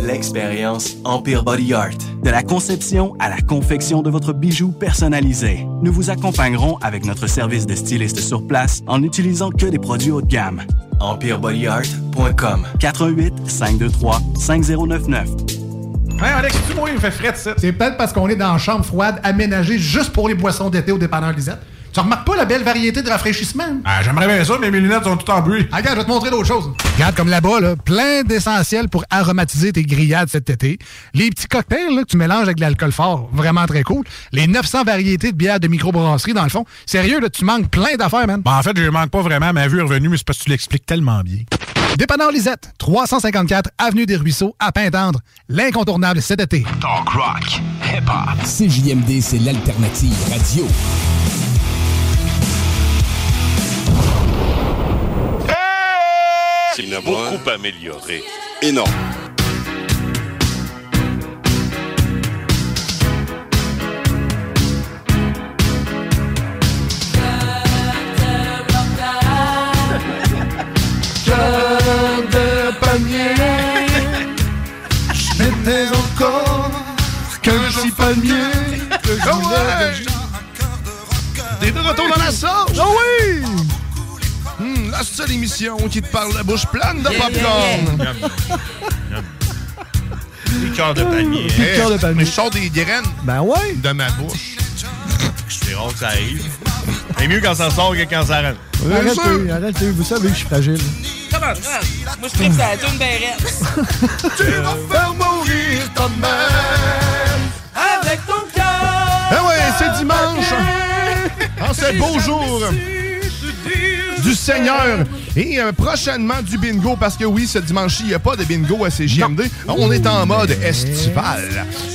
[SPEAKER 33] L'expérience Empire Body Art. De la conception à la confection de votre bijou personnalisé. Nous vous accompagnerons avec notre service de styliste sur place en n'utilisant que des produits haut de gamme. EmpireBodyArt.com 418 523 5099
[SPEAKER 29] Hey
[SPEAKER 34] Hein,
[SPEAKER 29] Alex, tu moi, il fait frais de ça. C'est peut-être parce qu'on est dans une chambre froide aménagée juste pour les boissons d'été au dépanneur Lisette. Tu remarques pas la belle variété de rafraîchissement? Ah, j'aimerais bien ça, mais mes lunettes sont toutes en bruit. Regarde, je vais te montrer d'autres choses.
[SPEAKER 33] Regarde comme là-bas, là, plein d'essentiels pour aromatiser tes grillades cet été. Les petits cocktails là, que tu mélanges avec de l'alcool fort, vraiment très cool. Les 900 variétés de bières de microbrasserie, dans le fond. Sérieux, là, tu manques plein d'affaires, man.
[SPEAKER 34] Ben, en fait, je manque pas vraiment ma vue est revenue, mais c'est parce que tu l'expliques tellement bien.
[SPEAKER 33] Dépanneur Lisette, 354 Avenue des Ruisseaux, à Pintendre. L'incontournable cet été.
[SPEAKER 11] Talk rock, hip hop.
[SPEAKER 33] CJMD, c'est l'alternative radio.
[SPEAKER 12] C'est beaucoup amélioré.
[SPEAKER 35] Énorme.
[SPEAKER 2] Cœur de palmier, je n'étais encore qu'un petit palmier. Que
[SPEAKER 1] Ah
[SPEAKER 2] je voulais
[SPEAKER 5] T'es de retour dans la sauce! Ah oui! la seule émission qui te parle la bouche pleine de
[SPEAKER 2] Yeah,
[SPEAKER 5] popcorn!
[SPEAKER 2] yeah,
[SPEAKER 5] Liqueur de palmier.
[SPEAKER 1] Liqueur de palmier.
[SPEAKER 5] Mais je sors des graines.
[SPEAKER 1] Ben ouais.
[SPEAKER 5] De ma bouche.
[SPEAKER 18] C'est rare que ça arrive. C'est mieux quand ça sort que quand ça rentre.
[SPEAKER 1] Arrêtez, arrêtez, vous savez que je suis fragile.
[SPEAKER 8] Comment ça? Moi, je tripe ça, tourne bien raide.
[SPEAKER 2] Tu vas faire mourir ta mère avec ton cœur.
[SPEAKER 5] Ah ouais, c'est dimanche. En ce Ah, beau jour. Du Seigneur. Et euh, prochainement du bingo, parce que oui, ce dimanche-ci, il n'y a pas de bingo à CJMD. On est en mode estival.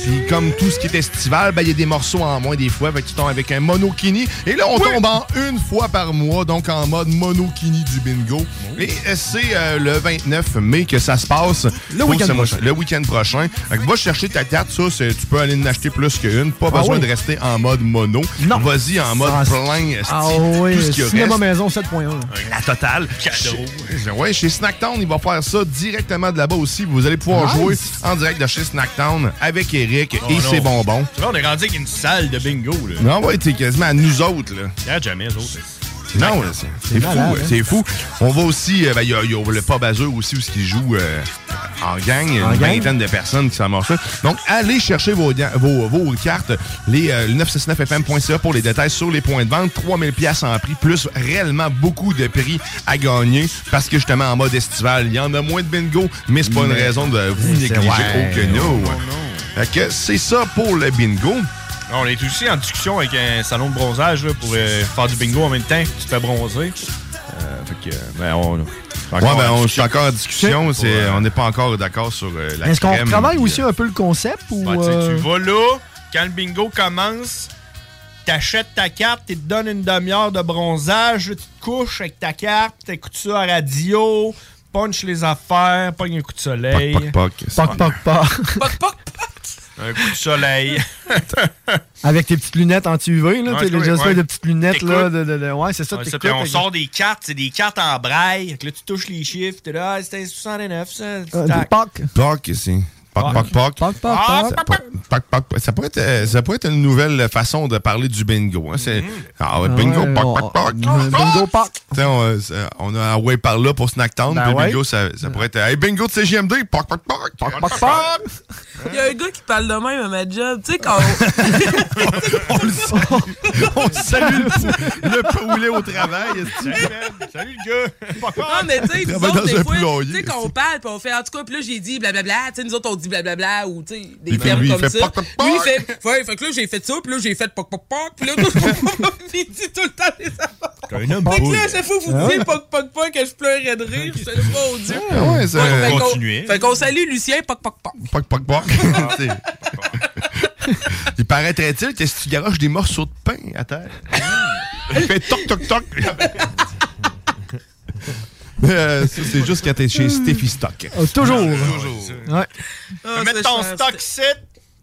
[SPEAKER 5] Puis comme tout ce qui est estival, ben, il y a des morceaux en moins des fois. Fait que tu tombes avec un monokini. Et là, on tombe en une fois par mois, donc en mode monokini du bingo. Et euh, c'est euh, le 29 mai que ça se passe.
[SPEAKER 36] Le
[SPEAKER 5] Donc,
[SPEAKER 36] week-end
[SPEAKER 5] c'est moi-
[SPEAKER 36] prochain.
[SPEAKER 5] Le week-end prochain. Fait que va chercher ta carte. Ça, c'est- tu peux aller en acheter plus qu'une. Pas
[SPEAKER 1] Ah
[SPEAKER 5] besoin
[SPEAKER 1] oui.
[SPEAKER 5] de rester en mode mono. Vas-y en mode
[SPEAKER 1] Ah,
[SPEAKER 5] plein. esti.
[SPEAKER 1] Ah
[SPEAKER 5] tout
[SPEAKER 1] oui,
[SPEAKER 5] ce qu'il reste.
[SPEAKER 1] cinéma maison 7.1.
[SPEAKER 5] La totale. Chez, ouais, chez Snacktown, il va faire ça directement de là-bas aussi. Vous allez pouvoir jouer
[SPEAKER 18] Nice.
[SPEAKER 5] en direct de chez Snacktown avec Eric
[SPEAKER 18] Oh
[SPEAKER 5] et
[SPEAKER 18] non.
[SPEAKER 5] ses bonbons.
[SPEAKER 18] Tu vois, on est rendu avec une salle de bingo, là.
[SPEAKER 5] Non, ouais, t'es quasiment à nous autres, là.
[SPEAKER 18] Regarde jamais, les autres.
[SPEAKER 5] Non, là, c'est c'est fou,
[SPEAKER 18] malade,
[SPEAKER 5] euh,
[SPEAKER 18] hein?
[SPEAKER 5] c'est fou. On va aussi, euh, ben, il y, a- il y a le pub Azur aussi où ils jouent euh, en gang,
[SPEAKER 18] En
[SPEAKER 5] une
[SPEAKER 18] gang?
[SPEAKER 5] vingtaine de personnes qui s'en marchent. là. Donc, allez chercher vos, ga- vos, vos cartes, les euh, le 969fm.ca pour les détails sur les points de vente, 3000 pièces en prix, plus réellement beaucoup de prix à gagner parce que justement en mode estival, il y en a moins de bingo, mais c'est pas une
[SPEAKER 18] Mais-
[SPEAKER 5] raison de vous
[SPEAKER 18] C'est-
[SPEAKER 5] négliger
[SPEAKER 18] ouais,
[SPEAKER 5] au que
[SPEAKER 18] non,
[SPEAKER 5] nous. Fait que c'est ça pour le bingo.
[SPEAKER 18] On est aussi en discussion avec un salon de bronzage là, pour euh, faire du bingo en même temps que tu te fais bronzer. Euh, fait que, ben, on.
[SPEAKER 5] Ouais, ben, on, je suis encore en discussion. c'est-
[SPEAKER 18] euh,
[SPEAKER 5] on n'est pas encore d'accord sur euh, la
[SPEAKER 1] Est-ce qu'on
[SPEAKER 5] crème.
[SPEAKER 1] travaille aussi un peu le concept ou.
[SPEAKER 18] Ben, tu sais,
[SPEAKER 1] euh,
[SPEAKER 18] Tu vas là, quand le bingo commence, t'achètes ta carte, tu te donnes une demi-heure de bronzage, tu te couches avec ta carte, t'écoutes ça à radio, punch les affaires, pogne un coup de soleil.
[SPEAKER 5] Poc,
[SPEAKER 1] Poc, poc, poc.
[SPEAKER 18] Un coup de soleil.
[SPEAKER 1] Avec tes petites lunettes anti-UV, là.
[SPEAKER 18] Ouais,
[SPEAKER 1] tu sais,
[SPEAKER 18] c'est
[SPEAKER 1] les
[SPEAKER 18] vrai,
[SPEAKER 1] espèces
[SPEAKER 18] ouais.
[SPEAKER 1] de petites lunettes, là.
[SPEAKER 18] T'écoutes.
[SPEAKER 1] de- de- de- ouais, c'est ça,
[SPEAKER 18] Ouais,
[SPEAKER 1] t'écoutes.
[SPEAKER 18] puis on
[SPEAKER 1] avec-
[SPEAKER 18] sort des cartes, c'est des cartes en braille. Fait que Là, tu touches les chiffres, t'es là, ah, c'était 69, ça.
[SPEAKER 1] Ah, des
[SPEAKER 18] tac.
[SPEAKER 1] pocs.
[SPEAKER 5] Poc, ici. Poc, poc, poc. Poc, poc,
[SPEAKER 1] Ah,
[SPEAKER 18] poc.
[SPEAKER 5] Ça pourrait être, euh, ça pourrait être une nouvelle façon de parler du bingo. Hein. c'est- Ah ouais,
[SPEAKER 1] Ah
[SPEAKER 5] bingo,
[SPEAKER 1] ouais,
[SPEAKER 5] poc,
[SPEAKER 1] on- euh,
[SPEAKER 5] poc, poc.
[SPEAKER 1] Bingo, poc.
[SPEAKER 5] Tu sais, On, euh, ça- on a un way par là pour Snacktown.
[SPEAKER 1] Ben
[SPEAKER 5] puis le
[SPEAKER 1] ouais.
[SPEAKER 5] bingo, ça, ça pourrait être. Hey, bingo de CGMD. Poc, poc, poc. Poc, poc, poc.
[SPEAKER 8] Il y a un gars qui parle de même à ma job. Tu sais, quand.
[SPEAKER 5] On salue le, le poulet au travail.
[SPEAKER 18] Salut le gars!
[SPEAKER 8] Non, mais tu sais, nous
[SPEAKER 5] Travaille dans
[SPEAKER 8] autres,
[SPEAKER 5] un
[SPEAKER 8] des fois,
[SPEAKER 5] poulailler,
[SPEAKER 8] tu sais, quand on parle, puis on fait en tout cas, puis là, j'ai dit blablabla, tu sais, nous autres, on dit blablabla, ou tu sais, des
[SPEAKER 5] Il fait-
[SPEAKER 8] termes
[SPEAKER 5] lui, il
[SPEAKER 8] comme
[SPEAKER 5] fait
[SPEAKER 8] ça.
[SPEAKER 5] poc, poc, poc.
[SPEAKER 8] Lui, il fait, ouais, fait que là, j'ai fait ça, puis là, j'ai fait poc, poc, poc, puis là, puis il dit tout le temps les affaires.
[SPEAKER 18] Un homme
[SPEAKER 8] Fait que
[SPEAKER 18] poule.
[SPEAKER 8] là, à chaque fois que
[SPEAKER 18] Hein?
[SPEAKER 8] vous dites poc, poc, poc, que je pleurais de rire, je suis là, mon Dieu.
[SPEAKER 5] Ah ouais, ça-
[SPEAKER 8] Fait qu'on-
[SPEAKER 5] Continuez.
[SPEAKER 8] Fait qu'on salue Lucien, poc, poc, poc.
[SPEAKER 5] Poc, poc, poc.
[SPEAKER 18] Ah.
[SPEAKER 5] Tu sais. Il paraîtrait-il que si tu garoches des morceaux de pain à terre,
[SPEAKER 18] Il fait toc, toc, toc. Euh, ça, c'est juste quand t'es chez Steffi Stock.
[SPEAKER 1] Ah, toujours.
[SPEAKER 18] Ouais. Ah, Fais mettre ton stock ici.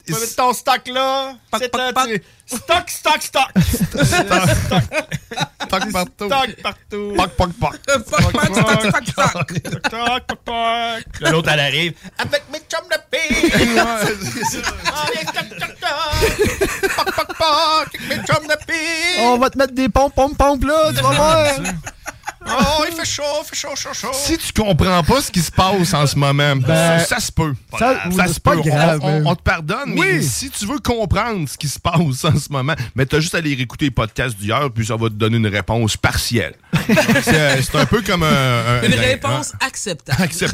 [SPEAKER 18] Fais mettre ton stock là. C'est là, tu- Stock, stock, stock. Stock partout. Stock partout. Poc, poc, poc. Poc, poc, poc, poc, poc. Toc, poc, poc. Là, L'autre, elle arrive. Avec mes chums de pire. Ah, les toc, toc, toc. Poc, poc, poc. Avec mes chums de pire.
[SPEAKER 1] Oh, On va te mettre des pompes, pompes, pompes, là, tu vas voir.
[SPEAKER 18] Oh, il fait chaud, il fait chaud, chaud, chaud.
[SPEAKER 5] Ah, Si tu comprends pas ce qui se passe en ce moment,
[SPEAKER 18] Ben,
[SPEAKER 5] ça, ça se peut.
[SPEAKER 18] ça-
[SPEAKER 5] Pas grave.
[SPEAKER 18] c'est pas
[SPEAKER 5] On-
[SPEAKER 18] grave,
[SPEAKER 5] On,
[SPEAKER 18] hein.
[SPEAKER 5] on te pardonne, mais
[SPEAKER 18] Oui.
[SPEAKER 5] si tu veux comprendre ce qui se passe en ce moment, mais t'as juste à aller réécouter les podcasts d'hier, puis ça va te donner une réponse partielle. c'est euh, c'est un peu comme
[SPEAKER 18] Euh,
[SPEAKER 5] un- un-
[SPEAKER 8] Une
[SPEAKER 5] un-
[SPEAKER 8] réponse acceptable.
[SPEAKER 18] Ben, c'est un,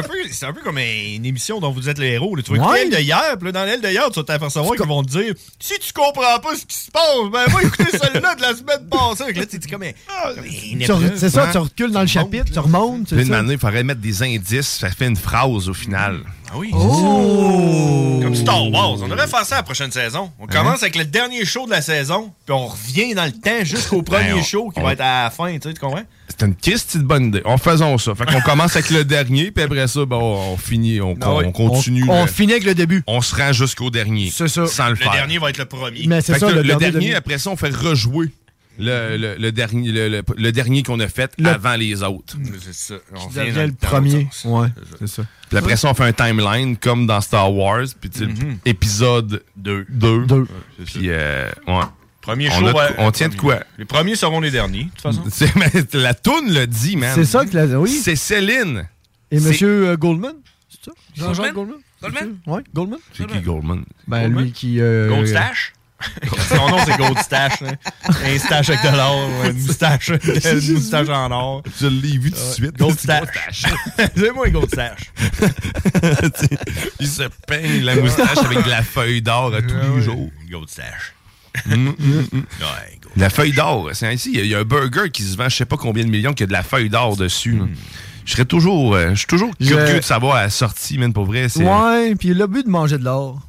[SPEAKER 18] peu- c'est un peu comme une émission dont vous êtes le héros. là. Tu vas
[SPEAKER 8] Ouais.
[SPEAKER 18] écouter l'aile de hier, puis là, dans l'aile de hier, tu vas t'apercevoir qu'ils vont te dire Si tu comprends pas ce qui se passe, ben va écouter celle-là de la semaine passée. Fait que Là, tu dis comme mais, une
[SPEAKER 1] Tu re-
[SPEAKER 18] épreuve.
[SPEAKER 1] C'est ça,
[SPEAKER 18] Ouais.
[SPEAKER 1] tu recules dans le chapitre, tu remontes.
[SPEAKER 5] Puis
[SPEAKER 1] c'est
[SPEAKER 5] une
[SPEAKER 1] ça.
[SPEAKER 5] manière, il faudrait mettre des indices, ça fait une phrase au final. Ah
[SPEAKER 1] Oh!
[SPEAKER 5] oui.
[SPEAKER 18] Oh. Comme Star Wars. On devrait faire ça la prochaine saison.
[SPEAKER 5] Hein?
[SPEAKER 18] On commence avec le dernier show de la saison, puis on revient dans le temps jusqu'au premier
[SPEAKER 5] Ben, on-
[SPEAKER 18] show qui
[SPEAKER 5] on-
[SPEAKER 18] va être à la fin. Tu sais, tu comprends
[SPEAKER 5] C'est une petite bonne idée. En faisons ça. Fait qu'on commence avec le dernier, puis après ça, ben, on on finit, on,
[SPEAKER 18] Ah oui.
[SPEAKER 5] on continue.
[SPEAKER 1] On- on
[SPEAKER 5] finit avec le début. On se rend jusqu'au dernier. C'est ça. Sans le,
[SPEAKER 18] Le
[SPEAKER 5] faire.
[SPEAKER 18] dernier va être le premier.
[SPEAKER 1] Mais c'est
[SPEAKER 5] Fait
[SPEAKER 1] ça,
[SPEAKER 5] que
[SPEAKER 1] le
[SPEAKER 5] le,
[SPEAKER 1] dernier
[SPEAKER 5] dernier,
[SPEAKER 1] demi.
[SPEAKER 5] après ça, on fait rejouer le, le- le dernier, le, le- le dernier qu'on a fait avant les autres.
[SPEAKER 18] C'est ça.
[SPEAKER 5] On
[SPEAKER 1] Tu deviens le premier. Ouais, c'est ça.
[SPEAKER 5] Puis après ça, on fait un timeline comme dans Star Wars, puis tu sais,
[SPEAKER 18] Mhm.
[SPEAKER 5] épisode 2. Puis, euh, ouais.
[SPEAKER 18] Premier
[SPEAKER 5] on
[SPEAKER 18] show,
[SPEAKER 5] a de-
[SPEAKER 18] ouais.
[SPEAKER 5] on tient de quoi?
[SPEAKER 18] Les premiers seront les derniers, de toute façon.
[SPEAKER 5] C'est- mais la toune le dit, man.
[SPEAKER 1] C'est ça que la- oui.
[SPEAKER 5] C'est Céline.
[SPEAKER 1] Et
[SPEAKER 5] C'est-
[SPEAKER 1] monsieur euh, Goldman, c'est ça?
[SPEAKER 5] Goldman?
[SPEAKER 1] Jean-Jacques Goldman?
[SPEAKER 8] Goldman?
[SPEAKER 1] Oui, Goldman.
[SPEAKER 5] C'est qui Goldman?
[SPEAKER 1] Ben, lui qui... euh,
[SPEAKER 18] Goldstache? Son nom, c'est Goldstache. là. Un stache avec de l'or, ou une moustache, une moustache en or.
[SPEAKER 5] Je l'ai vu tout de suite.
[SPEAKER 18] Goldstache. C'est moi, Goldstache.
[SPEAKER 5] Il se peigne la moustache avec de la feuille d'or à tous les jours.
[SPEAKER 18] Goldstache. Ouais,
[SPEAKER 5] La feuille d'or, c'est ainsi. Il y a- il y, a un burger qui se vend, je sais pas combien de millions, qui a de la feuille d'or dessus.
[SPEAKER 18] Hmm.
[SPEAKER 5] là. Je serais toujours, euh, je suis toujours
[SPEAKER 1] Je-
[SPEAKER 5] curieux de savoir à la sortie, man, pour vrai. c'est-
[SPEAKER 1] Ouais, puis le but de manger de l'or.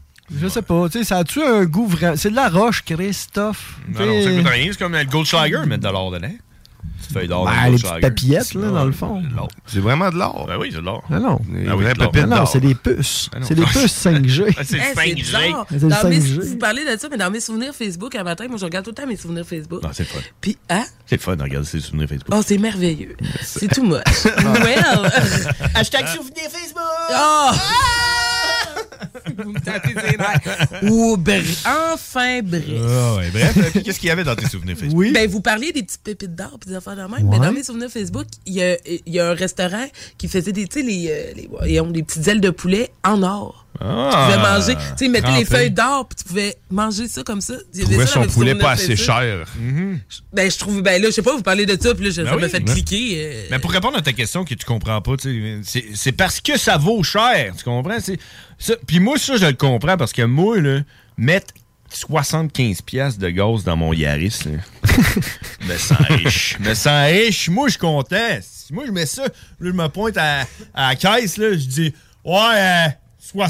[SPEAKER 1] Je sais pas, tu sais, ça a-tu un goût vraiment. C'est de la roche, Christophe.
[SPEAKER 18] Non, non, ça
[SPEAKER 1] T'sais,
[SPEAKER 18] coûte rien. C'est comme le Goldschlager, mettre de l'or dedans. Petite feuille d'or. dans le
[SPEAKER 1] Ben, les petites
[SPEAKER 18] Goldschlager.
[SPEAKER 1] papillettes, là, dans le fond.
[SPEAKER 5] C'est vraiment de l'or.
[SPEAKER 18] Ben oui, c'est de l'or.
[SPEAKER 1] Ah non.
[SPEAKER 18] Des Ah oui, vraies de l'or.
[SPEAKER 1] Ah
[SPEAKER 18] pépites
[SPEAKER 1] non,
[SPEAKER 18] d'or.
[SPEAKER 1] c'est des puces.
[SPEAKER 18] Ah non.
[SPEAKER 1] C'est des puces 5G.
[SPEAKER 18] Ah, c'est
[SPEAKER 8] Hey, c'est bizarre.
[SPEAKER 1] C'est le
[SPEAKER 8] Dans mes-
[SPEAKER 1] 5G.
[SPEAKER 8] Vous parlez de ça, mais dans mes souvenirs Facebook, un matin, moi, je regarde tout le temps mes souvenirs Facebook.
[SPEAKER 5] Ah,
[SPEAKER 18] Non, c'est le fun.
[SPEAKER 8] Puis, hein?
[SPEAKER 18] C'est le fun de regarder ses souvenirs Facebook.
[SPEAKER 8] Oh, c'est merveilleux. C'est tout much.
[SPEAKER 5] Ah.
[SPEAKER 8] Ah, Well.
[SPEAKER 18] Hashtag
[SPEAKER 8] souvenir Facebook. Ah! Oh! Vous me tapez ses nerfs. Ou br- enfin bref.
[SPEAKER 18] Ah ouais, bref, euh, puis qu'est-ce qu'il y avait dans tes souvenirs Facebook?
[SPEAKER 8] Ben, vous parliez des petites pépites d'or puis des affaires de même.
[SPEAKER 18] Ouais.
[SPEAKER 8] Ben, dans mes souvenirs Facebook, il y a, il y a un restaurant qui faisait des, tu sais, les, euh, les, ils ont des petites ailes de poulet en or.
[SPEAKER 5] Ah.
[SPEAKER 8] tu pouvais manger, tu sais, ils mettaient
[SPEAKER 5] Trempé.
[SPEAKER 8] les feuilles d'or puis tu pouvais manger ça comme ça. Il y
[SPEAKER 5] Je
[SPEAKER 8] avait
[SPEAKER 5] trouvais
[SPEAKER 8] ça dans
[SPEAKER 5] son
[SPEAKER 8] mes
[SPEAKER 5] poulet
[SPEAKER 8] souvenirs
[SPEAKER 5] pas assez
[SPEAKER 8] Facebook.
[SPEAKER 5] cher.
[SPEAKER 8] Ben, je trouve, ben là, je sais pas, vous parlez de ça puis là, je-
[SPEAKER 18] Ben
[SPEAKER 8] ça
[SPEAKER 18] oui.
[SPEAKER 8] m'a fait
[SPEAKER 18] Ouais.
[SPEAKER 8] cliquer. euh,
[SPEAKER 18] Mais pour répondre à ta question que tu comprends pas, tu sais, c'est c'est parce que ça vaut cher, tu comprends? C'est- ça- Puis moi, ça, je le comprends parce que moi, là, mettre 75 pièces de gaz dans mon Yaris, là, je me sens riche. Je me sens riche. Moi, je suis content. Si Moi, je mets ça, là, je me pointe à, à la caisse, là, je dis, ouais, euh,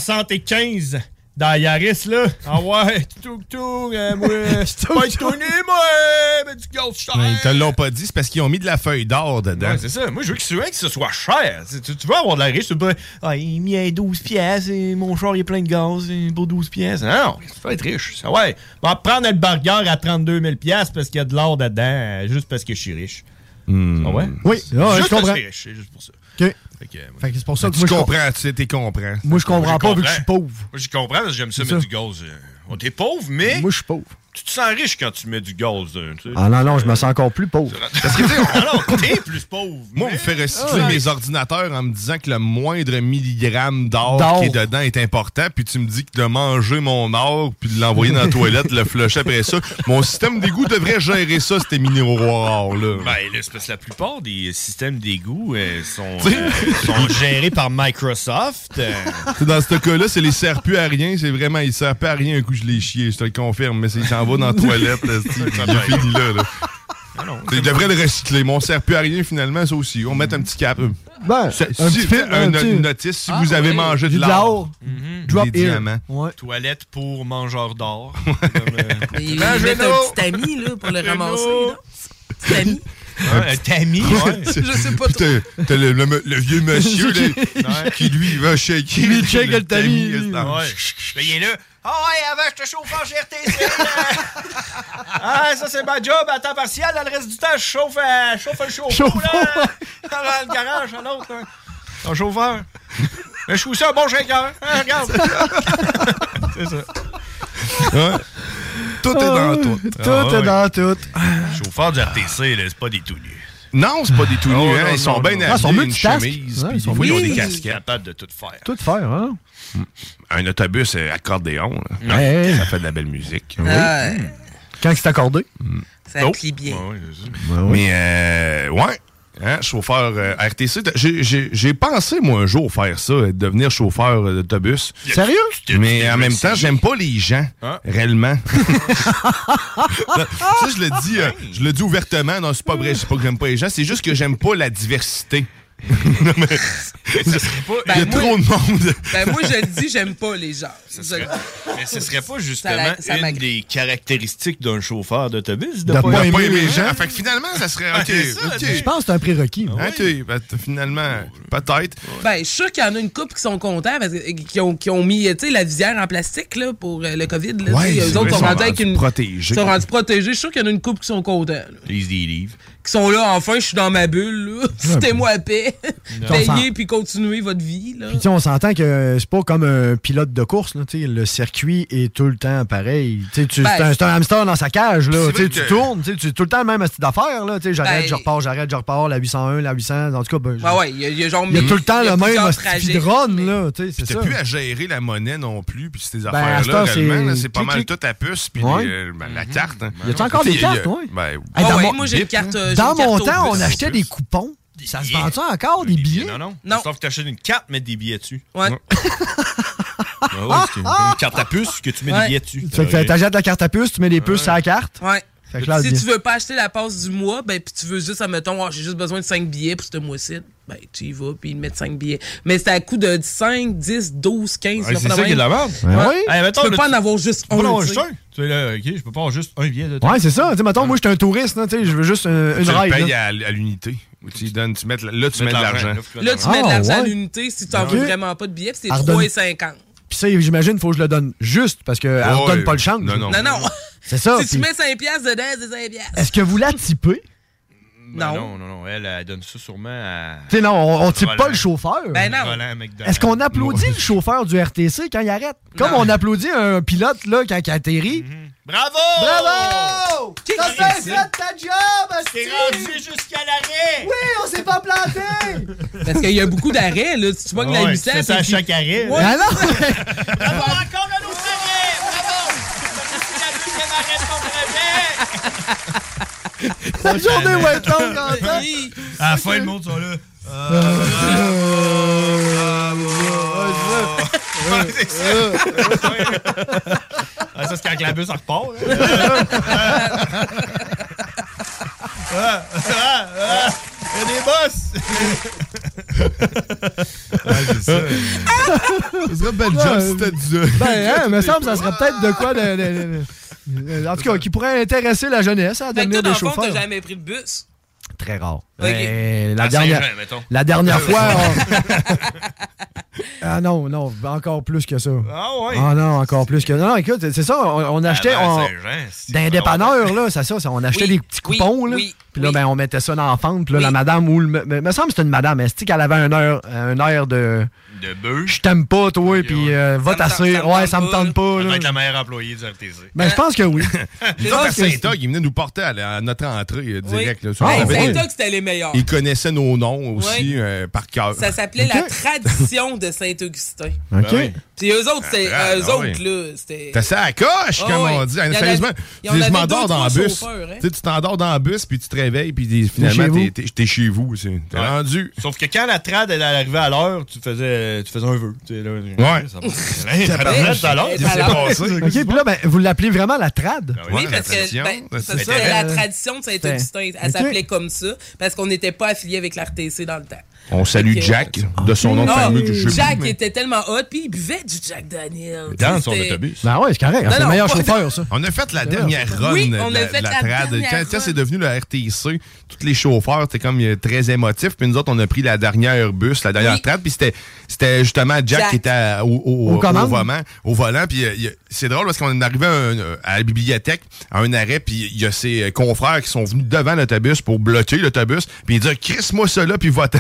[SPEAKER 18] 75 dans la Yaris, là. Ah ouais, tout, tout, euh, moi, euh, pas étonné, moi, euh, mais du gaz cher.
[SPEAKER 5] Ils te l'ont pas dit, c'est parce qu'ils ont mis de la feuille d'or dedans.
[SPEAKER 18] Ouais, c'est ça. Moi, je veux que souvent que ce soit cher. C'est- Tu, tu veux avoir de la riche, tu veux pas. Ah, il m'y a 12 pièces et mon char il est plein de gaz et pour 12 pièces. Non, tu veux être riche. Ça, ouais. On va prendre le burger à 32 000 pièces parce qu'il y a de l'or dedans, euh, juste parce que je suis riche.
[SPEAKER 5] Hmm.
[SPEAKER 18] Ah ouais?
[SPEAKER 1] Oui,
[SPEAKER 18] C'est
[SPEAKER 1] ah ouais,
[SPEAKER 18] juste
[SPEAKER 1] je comprends.
[SPEAKER 18] parce que je suis riche, c'est juste pour ça.
[SPEAKER 1] OK.
[SPEAKER 18] Fait que, euh, moi,
[SPEAKER 1] Fait que c'est pour ça que
[SPEAKER 5] tu
[SPEAKER 1] moi, je
[SPEAKER 5] comprends, tu sais, t'es comprends.
[SPEAKER 1] Moi, je comprends
[SPEAKER 18] je
[SPEAKER 1] pas vu que je suis
[SPEAKER 18] comprends.
[SPEAKER 1] pauvre.
[SPEAKER 18] Moi, je comprends parce que j'aime ça
[SPEAKER 1] C'est
[SPEAKER 18] mettre
[SPEAKER 1] ça.
[SPEAKER 18] du gaz. euh. On t'es pauvre, mais.
[SPEAKER 1] Moi, je suis pauvre.
[SPEAKER 18] Tu te sens riche quand tu mets du gaz. euh, tu sais.
[SPEAKER 1] Ah non, non, je me sens encore plus pauvre.
[SPEAKER 5] Parce que, tu sais, on-
[SPEAKER 18] Alors, t'es plus pauvre.
[SPEAKER 5] Moi, on me fait recycler
[SPEAKER 18] Ah.
[SPEAKER 5] mes ordinateurs en me disant que le moindre milligramme d'or
[SPEAKER 1] D'or.
[SPEAKER 5] qui est dedans est important, puis tu me dis que de manger mon or, puis de l'envoyer dans la toilette, de le flusher après ça, mon système d'égout devrait gérer ça, ces minéraux là
[SPEAKER 18] Ben, là, c'est parce que la plupart des systèmes d'égout euh, sont,
[SPEAKER 5] Tu sais-
[SPEAKER 18] euh, sont gérés par Microsoft. euh.
[SPEAKER 5] C'est Dans ce cas-là, c'est les serpus à rien, c'est vraiment, ils servent pas à rien un coup, je les chié, je te le confirme, mais c'est- il s'en va dans la toilette, là, c'est- il est fini là. là.
[SPEAKER 18] Ah
[SPEAKER 5] Tu devrais le recycler. Mon sert plus à rien finalement, ça aussi. On met un petit cap.
[SPEAKER 1] Ben,
[SPEAKER 5] Ça-
[SPEAKER 1] un
[SPEAKER 5] si-
[SPEAKER 1] petit film,
[SPEAKER 5] un-
[SPEAKER 1] un petit-
[SPEAKER 5] une notice si
[SPEAKER 1] Ah,
[SPEAKER 5] vous avez
[SPEAKER 1] oui.
[SPEAKER 5] mangé
[SPEAKER 1] Du
[SPEAKER 5] de
[SPEAKER 1] de
[SPEAKER 5] l'or.
[SPEAKER 1] l'or. Drop
[SPEAKER 5] Des
[SPEAKER 1] in.
[SPEAKER 5] diamants.
[SPEAKER 18] Mhm. Toilette pour mangeurs d'or. euh,
[SPEAKER 8] Mais il met un petit tamis, là, pour le ramasser, là. Petit tamis.
[SPEAKER 18] Un tamis, ouais.
[SPEAKER 8] Je sais pas
[SPEAKER 5] Puis t'as- T'as le, le- le vieux monsieur là,
[SPEAKER 18] Ouais.
[SPEAKER 5] qui lui il va shaker.
[SPEAKER 18] Lui, il check le tamis,
[SPEAKER 5] là,
[SPEAKER 18] lui.
[SPEAKER 5] c'est dans-
[SPEAKER 18] Ouais. Mais il est là. Oh ouais, avant, j'étais chauffeur chez RTC. là. ah, ça, c'est ma job à temps partiel. Dans le reste du temps, je chauffe, à- je chauffe le chauffe-eau, là. Dans le garage, à l'autre. hein. Ton chauffeur. Mais je trouve ça un bon shaker. Hein, regarde. c'est ça.
[SPEAKER 5] Hein? Tout est dans tout.
[SPEAKER 1] Tout
[SPEAKER 18] Ah, ouais.
[SPEAKER 1] est dans tout.
[SPEAKER 18] Chauffeur du RTC, là, c'est pas des tout nus.
[SPEAKER 5] Non, c'est pas des tout nus.
[SPEAKER 18] Ah, ouais,
[SPEAKER 5] hein.
[SPEAKER 18] non,
[SPEAKER 5] Ils sont
[SPEAKER 18] non,
[SPEAKER 5] bien
[SPEAKER 18] non.
[SPEAKER 5] habillés,
[SPEAKER 18] Ah, ils sont
[SPEAKER 5] une
[SPEAKER 18] multitasks.
[SPEAKER 5] chemise.
[SPEAKER 18] Ouais,
[SPEAKER 5] puis
[SPEAKER 18] ils sont
[SPEAKER 5] des fois, ils ont des
[SPEAKER 18] multi-
[SPEAKER 5] casquettes.
[SPEAKER 18] Capable de tout faire.
[SPEAKER 1] Tout faire, hein?
[SPEAKER 5] Un autobus euh, accordéon. là.
[SPEAKER 1] Ouais.
[SPEAKER 5] Ça fait de la belle musique. Oh.
[SPEAKER 1] Ouais. Quand c'est accordé.
[SPEAKER 5] Ça bien. Mais, euh, ouais. Hein, chauffeur euh, RTC. T'as- j'ai- J'ai j'ai pensé, moi, un jour faire ça, euh, devenir chauffeur euh, d'autobus.
[SPEAKER 1] Sérieux?
[SPEAKER 5] Mais en même temps, j'aime pas les gens, réellement. ça, je le dis, euh, je le dis ouvertement. Non, c'est pas vrai. C'est pas que j'aime pas les gens. C'est juste que j'aime pas la diversité. Non, mais-
[SPEAKER 8] Ben,
[SPEAKER 5] Il y a
[SPEAKER 8] moi-
[SPEAKER 5] trop de monde.
[SPEAKER 8] Ben, moi, je le dis, j'aime pas les gens.
[SPEAKER 18] Mais ce serait pas justement
[SPEAKER 8] la- ça
[SPEAKER 18] une
[SPEAKER 8] m'agresse.
[SPEAKER 18] des caractéristiques d'un chauffeur d'autobus
[SPEAKER 1] De pas aimer les gens.
[SPEAKER 5] Fait que finalement, ça serait.
[SPEAKER 18] Ah,
[SPEAKER 5] OK,
[SPEAKER 18] c'est ça,
[SPEAKER 5] OK.
[SPEAKER 1] Je pense que c'est un prérequis.
[SPEAKER 5] Hein, t'es- ben, t- finalement, peut-être.
[SPEAKER 8] Ben, je suis sûr qu'il y en a une couple qui sont contents parce que- qui, ont, qui ont mis tu sais, la visière en plastique là, pour euh, le COVID. Là,
[SPEAKER 5] Ouais,
[SPEAKER 8] tu sais,
[SPEAKER 5] c'est
[SPEAKER 8] eux
[SPEAKER 5] vrai,
[SPEAKER 8] autres sont
[SPEAKER 5] ils sont
[SPEAKER 8] rendus avec
[SPEAKER 5] rendus
[SPEAKER 8] une.
[SPEAKER 5] protégés.
[SPEAKER 8] Ils sont rendus protégés. Je suis sûr qu'il y en a une couple qui sont contents. là.
[SPEAKER 18] Ils y livrent.
[SPEAKER 8] Qui sont là, enfin, je suis dans ma bulle. là. Foutez-moi à paix.
[SPEAKER 1] Non.
[SPEAKER 8] Payez puis continuez votre vie. Là.
[SPEAKER 1] Puis, tu sais, on s'entend que euh, c'est pas comme un pilote de course. Là, tu sais, le circuit est tout le temps pareil. Tu sais, tu-
[SPEAKER 8] Ben,
[SPEAKER 1] c'est un, c'est un hamster dans sa cage. Là,
[SPEAKER 5] C'est
[SPEAKER 1] tu sais,
[SPEAKER 5] vrai
[SPEAKER 1] tu
[SPEAKER 5] que-
[SPEAKER 1] tournes. tu sais, C'est tout le temps le même style d'affaires. là, tu sais, J'arrête,
[SPEAKER 8] Ben,
[SPEAKER 1] je repars, j'arrête, je repars. La 801, la 800. En tout cas, ben,
[SPEAKER 8] Ouais, ouais, il y, a- il y a genre
[SPEAKER 1] il y a
[SPEAKER 8] mille-
[SPEAKER 1] tout le temps
[SPEAKER 8] il y a
[SPEAKER 1] le
[SPEAKER 8] plusieurs
[SPEAKER 1] même style de
[SPEAKER 8] trajets.
[SPEAKER 1] run. Là, tu sais, c'est
[SPEAKER 5] T'as
[SPEAKER 1] ça. Ben,
[SPEAKER 5] plus à gérer la monnaie non plus, puis ces
[SPEAKER 1] à cette
[SPEAKER 5] affaires-là,
[SPEAKER 1] heure,
[SPEAKER 5] réellement,
[SPEAKER 1] c'est-
[SPEAKER 5] là, c'est pas
[SPEAKER 1] clic,
[SPEAKER 5] mal
[SPEAKER 1] clic.
[SPEAKER 5] tout à puce, puis
[SPEAKER 1] Ouais. Mhm.
[SPEAKER 5] les- euh, ben, la carte. hein.
[SPEAKER 1] Y a-tu encore des
[SPEAKER 5] Il y a-
[SPEAKER 1] cartes, ouais?
[SPEAKER 5] Ben,
[SPEAKER 1] Hey, dans
[SPEAKER 8] Ah ouais,
[SPEAKER 1] mon-
[SPEAKER 8] moi, j'ai une carte. euh, j'ai
[SPEAKER 1] Dans
[SPEAKER 8] une carte
[SPEAKER 1] mon
[SPEAKER 8] au
[SPEAKER 1] temps, on
[SPEAKER 8] bus.
[SPEAKER 1] achetait des coupons. Ça se vend-tu encore, des billets?
[SPEAKER 18] Non, non. non. Sauf que t'achètes une carte, mettre des billets dessus.
[SPEAKER 8] Ouais.
[SPEAKER 18] Ah ouais, c'est une carte à puce que tu mets
[SPEAKER 8] Ouais.
[SPEAKER 18] des billets dessus.
[SPEAKER 1] Fait que t'achètes la carte à puce, tu mets des puces à la carte.
[SPEAKER 8] Ouais.
[SPEAKER 1] Fait que là,
[SPEAKER 8] si
[SPEAKER 1] bien.
[SPEAKER 8] tu veux pas acheter la passe du mois, ben puis tu veux juste, admettons, Ah, j'ai juste besoin de 5 billets pour ce mois-ci, ben tu y vas puis ils te mettent 5 billets. Mais c'est à coût de 5, 10, 12, 15.
[SPEAKER 18] Ouais,
[SPEAKER 8] là,
[SPEAKER 18] c'est
[SPEAKER 8] pas
[SPEAKER 18] ça qui est de la merde.
[SPEAKER 1] Ouais.
[SPEAKER 8] Ouais.
[SPEAKER 1] Oui.
[SPEAKER 18] Hey, mettons,
[SPEAKER 8] tu peux
[SPEAKER 18] là,
[SPEAKER 8] pas en avoir juste
[SPEAKER 18] Tu peux pas en
[SPEAKER 8] un.
[SPEAKER 18] avoir
[SPEAKER 8] tu
[SPEAKER 18] juste
[SPEAKER 8] sais.
[SPEAKER 18] un. Tu sais, là, ok, je peux pas avoir juste un billet. de temps.
[SPEAKER 1] Ouais, c'est ça. Tu sais, mettons, moi, je suis un touriste. là, tu sais, Je veux juste euh, une
[SPEAKER 5] tu le
[SPEAKER 1] ride.
[SPEAKER 5] payes
[SPEAKER 1] là.
[SPEAKER 5] à, à l'unité. Ou tu y donnes, tu mets, de la- là, tu
[SPEAKER 18] Mets
[SPEAKER 5] mets de
[SPEAKER 18] de l'argent.
[SPEAKER 5] l'argent.
[SPEAKER 8] Là, tu mets de
[SPEAKER 1] Ah,
[SPEAKER 8] l'argent à
[SPEAKER 1] ouais.
[SPEAKER 8] l'unité si tu en
[SPEAKER 1] Ok.
[SPEAKER 8] veux vraiment pas de billets, puis c'est
[SPEAKER 1] Pardonne.
[SPEAKER 8] 3,50.
[SPEAKER 1] Puis ça, j'imagine, faut que je le donne juste parce qu'elle
[SPEAKER 5] Ouais,
[SPEAKER 1] ne donne pas le change.
[SPEAKER 5] non, non.
[SPEAKER 8] Non, non.
[SPEAKER 1] C'est ça.
[SPEAKER 8] si tu
[SPEAKER 1] puis-
[SPEAKER 8] mets 5 piastres dedans, c'est 5 piastres.
[SPEAKER 1] Est-ce que vous la typez?
[SPEAKER 18] Ben
[SPEAKER 8] Non.
[SPEAKER 18] non, non, non. Elle, elle donne ça sûrement à.
[SPEAKER 1] Tu sais, non, on, on type
[SPEAKER 18] Roland.
[SPEAKER 1] pas le chauffeur.
[SPEAKER 8] Ben non.
[SPEAKER 18] Roland McDonald.
[SPEAKER 1] Est-ce qu'on applaudit le chauffeur du RTC quand il arrête? Comme on applaudit un pilote là, quand il atterrit.
[SPEAKER 18] Bravo!
[SPEAKER 1] Bravo!
[SPEAKER 8] Qui
[SPEAKER 1] T'as
[SPEAKER 8] qui
[SPEAKER 1] bien
[SPEAKER 8] fait
[SPEAKER 1] fait
[SPEAKER 8] ça?
[SPEAKER 1] ta job,
[SPEAKER 18] T'es
[SPEAKER 1] asti!
[SPEAKER 18] rendu jusqu'à l'arrêt!
[SPEAKER 1] Oui, on s'est pas planté!
[SPEAKER 8] Parce qu'il y a beaucoup d'arrêts, là. Si tu pognes la
[SPEAKER 18] Ouais,
[SPEAKER 8] 800,
[SPEAKER 18] tu fais ça à
[SPEAKER 8] puis-
[SPEAKER 18] chaque arrêt.
[SPEAKER 8] Ouais.
[SPEAKER 1] Ah non!
[SPEAKER 18] Bravo encore un autre arrêt! Bravo! C'est la deuxième arrêt de ton projet!
[SPEAKER 1] La journée va être longue, Quentin.
[SPEAKER 8] Oui.
[SPEAKER 18] À la fin, le monde sont là. Ah, c'est ça. Ah, ça, c'est quand la bus elle repart. hein. Ah, ah, ah, Il y a des boss! Ah,
[SPEAKER 5] Ce serait belle job si t'as dit ça.
[SPEAKER 1] Ben, hein, me semble, ça serait peut-être de quoi de. de- de- de- en tout cas, qui pourrait intéresser la jeunesse à
[SPEAKER 8] Fait que toi,
[SPEAKER 1] devenir
[SPEAKER 8] dans
[SPEAKER 1] des
[SPEAKER 8] le fond, t'as
[SPEAKER 1] chauffeurs.
[SPEAKER 8] jamais pris de bus.
[SPEAKER 1] Très rare.
[SPEAKER 8] Ok.
[SPEAKER 1] Ben, la,
[SPEAKER 18] À
[SPEAKER 1] dernière,
[SPEAKER 18] Saint-Jean, mettons.
[SPEAKER 1] la dernière fois. on- ah non, non, encore plus que ça.
[SPEAKER 18] Ah ouais!
[SPEAKER 1] Ah non, encore plus que. Non, non, écoute, c'est ça, on, on achetait.
[SPEAKER 18] Avant
[SPEAKER 1] on-
[SPEAKER 18] Saint-Jean, c'est-
[SPEAKER 1] D'un dépanneur, là, c'est ça, ça, on achetait
[SPEAKER 8] Oui,
[SPEAKER 1] des petits coupons,
[SPEAKER 8] oui,
[SPEAKER 1] là.
[SPEAKER 8] oui,
[SPEAKER 1] puis là,
[SPEAKER 8] oui.
[SPEAKER 1] ben, on mettait ça dans la fente, puis là, la
[SPEAKER 8] Oui.
[SPEAKER 1] madame, ou le. Me, me semble que c'était une madame, elle qu'elle avait un air, un air de.
[SPEAKER 18] De bœuf.
[SPEAKER 1] Je t'aime pas, toi, puis euh, va
[SPEAKER 8] me tente-
[SPEAKER 1] tasser.
[SPEAKER 8] ça me
[SPEAKER 1] Ouais,
[SPEAKER 8] tente
[SPEAKER 1] ça me
[SPEAKER 8] pas,
[SPEAKER 1] tente pas,
[SPEAKER 18] Elle
[SPEAKER 1] là.
[SPEAKER 18] doit être la meilleure employée du RTC.
[SPEAKER 1] Ben, je pense que oui.
[SPEAKER 5] Les autres, à Saint-Og, ils venaient nous porter à, la- à notre entrée euh, direct. là, sur
[SPEAKER 1] Ah,
[SPEAKER 8] Hey,
[SPEAKER 5] la ville.
[SPEAKER 8] Saint-Oc, c'était les meilleurs.
[SPEAKER 5] Ils connaissaient nos noms aussi
[SPEAKER 8] Oui.
[SPEAKER 5] euh, par cœur.
[SPEAKER 8] Ça s'appelait la
[SPEAKER 1] Ok.
[SPEAKER 8] tradition de Saint-Augustin.
[SPEAKER 1] OK.
[SPEAKER 18] Ben oui. ben
[SPEAKER 8] Puis eux autres, c'est
[SPEAKER 5] Ah,
[SPEAKER 8] eux
[SPEAKER 5] ah
[SPEAKER 8] autres,
[SPEAKER 5] oui.
[SPEAKER 8] là, c'était...
[SPEAKER 5] T'as ça à la coche,
[SPEAKER 8] Ah
[SPEAKER 5] comme
[SPEAKER 8] oui.
[SPEAKER 5] on dit.
[SPEAKER 8] Il y en
[SPEAKER 5] Sérieusement,
[SPEAKER 8] avait- il
[SPEAKER 5] tu
[SPEAKER 8] y en
[SPEAKER 5] dis, je
[SPEAKER 8] avait
[SPEAKER 5] m'endors
[SPEAKER 8] deux,
[SPEAKER 5] dans
[SPEAKER 8] trois
[SPEAKER 5] le bus.
[SPEAKER 8] chauffeurs, hein.
[SPEAKER 5] Tu sais, tu t'endors dans le bus, puis tu te réveilles, puis des-
[SPEAKER 18] chez
[SPEAKER 5] finalement,
[SPEAKER 18] vous.
[SPEAKER 5] t'es- t'es- t'es chez vous. c'est- T'es rendu.
[SPEAKER 18] Sauf que quand la trad elle arrivait à l'heure, tu faisais, tu faisais un vœu. tu sais, là.
[SPEAKER 5] Ouais.
[SPEAKER 18] Ça va. Tabarnak, tout à l'heure, qu'est-ce qui s'est passé?
[SPEAKER 1] OK, puis là, ben, vous l'appelez vraiment la trad?
[SPEAKER 8] Oui, parce que ben, parce que c'était la tradition de Saint-Augustin. Elle
[SPEAKER 1] Ok.
[SPEAKER 8] s'appelait comme ça parce qu'on n'était pas affilié avec l'RTC dans le temps.
[SPEAKER 5] On salue
[SPEAKER 8] Ok.
[SPEAKER 5] Jack, de son nom de
[SPEAKER 8] Ah,
[SPEAKER 5] famille que je sais
[SPEAKER 8] Jack
[SPEAKER 5] plus, mais-
[SPEAKER 8] était tellement hot, puis il buvait du Jack Daniel.
[SPEAKER 5] Dans son
[SPEAKER 8] C'était-
[SPEAKER 5] autobus.
[SPEAKER 1] Ben ouais, c'est correct.
[SPEAKER 8] Non,
[SPEAKER 1] c'est
[SPEAKER 8] non,
[SPEAKER 1] le meilleur
[SPEAKER 8] pas-
[SPEAKER 1] chauffeur, ça.
[SPEAKER 5] On a fait la
[SPEAKER 1] Ouais.
[SPEAKER 5] dernière run
[SPEAKER 1] Oui,
[SPEAKER 5] de la,
[SPEAKER 1] on a fait
[SPEAKER 5] de la
[SPEAKER 1] la
[SPEAKER 5] trad.
[SPEAKER 1] dernière
[SPEAKER 5] Quand, quand
[SPEAKER 1] run.
[SPEAKER 5] c'est devenu la RTC, tous les chauffeurs étaient comme euh, très émotifs. Puis nous autres, on a pris la dernière bus, la dernière trad. Puis c'était- c'était justement Jack,
[SPEAKER 37] Jack.
[SPEAKER 5] qui était à- au, au-
[SPEAKER 37] Aux
[SPEAKER 5] au
[SPEAKER 37] commandes.
[SPEAKER 5] volant. Au volant. Puis euh, il y a- c'est drôle parce qu'on est arrivé à, un- euh, à la bibliothèque, à un arrêt. Puis il y a ses euh, confrères qui sont venus devant l'autobus pour bloquer l'autobus. Puis ils disaient « Crisse-moi cela, puis votant. »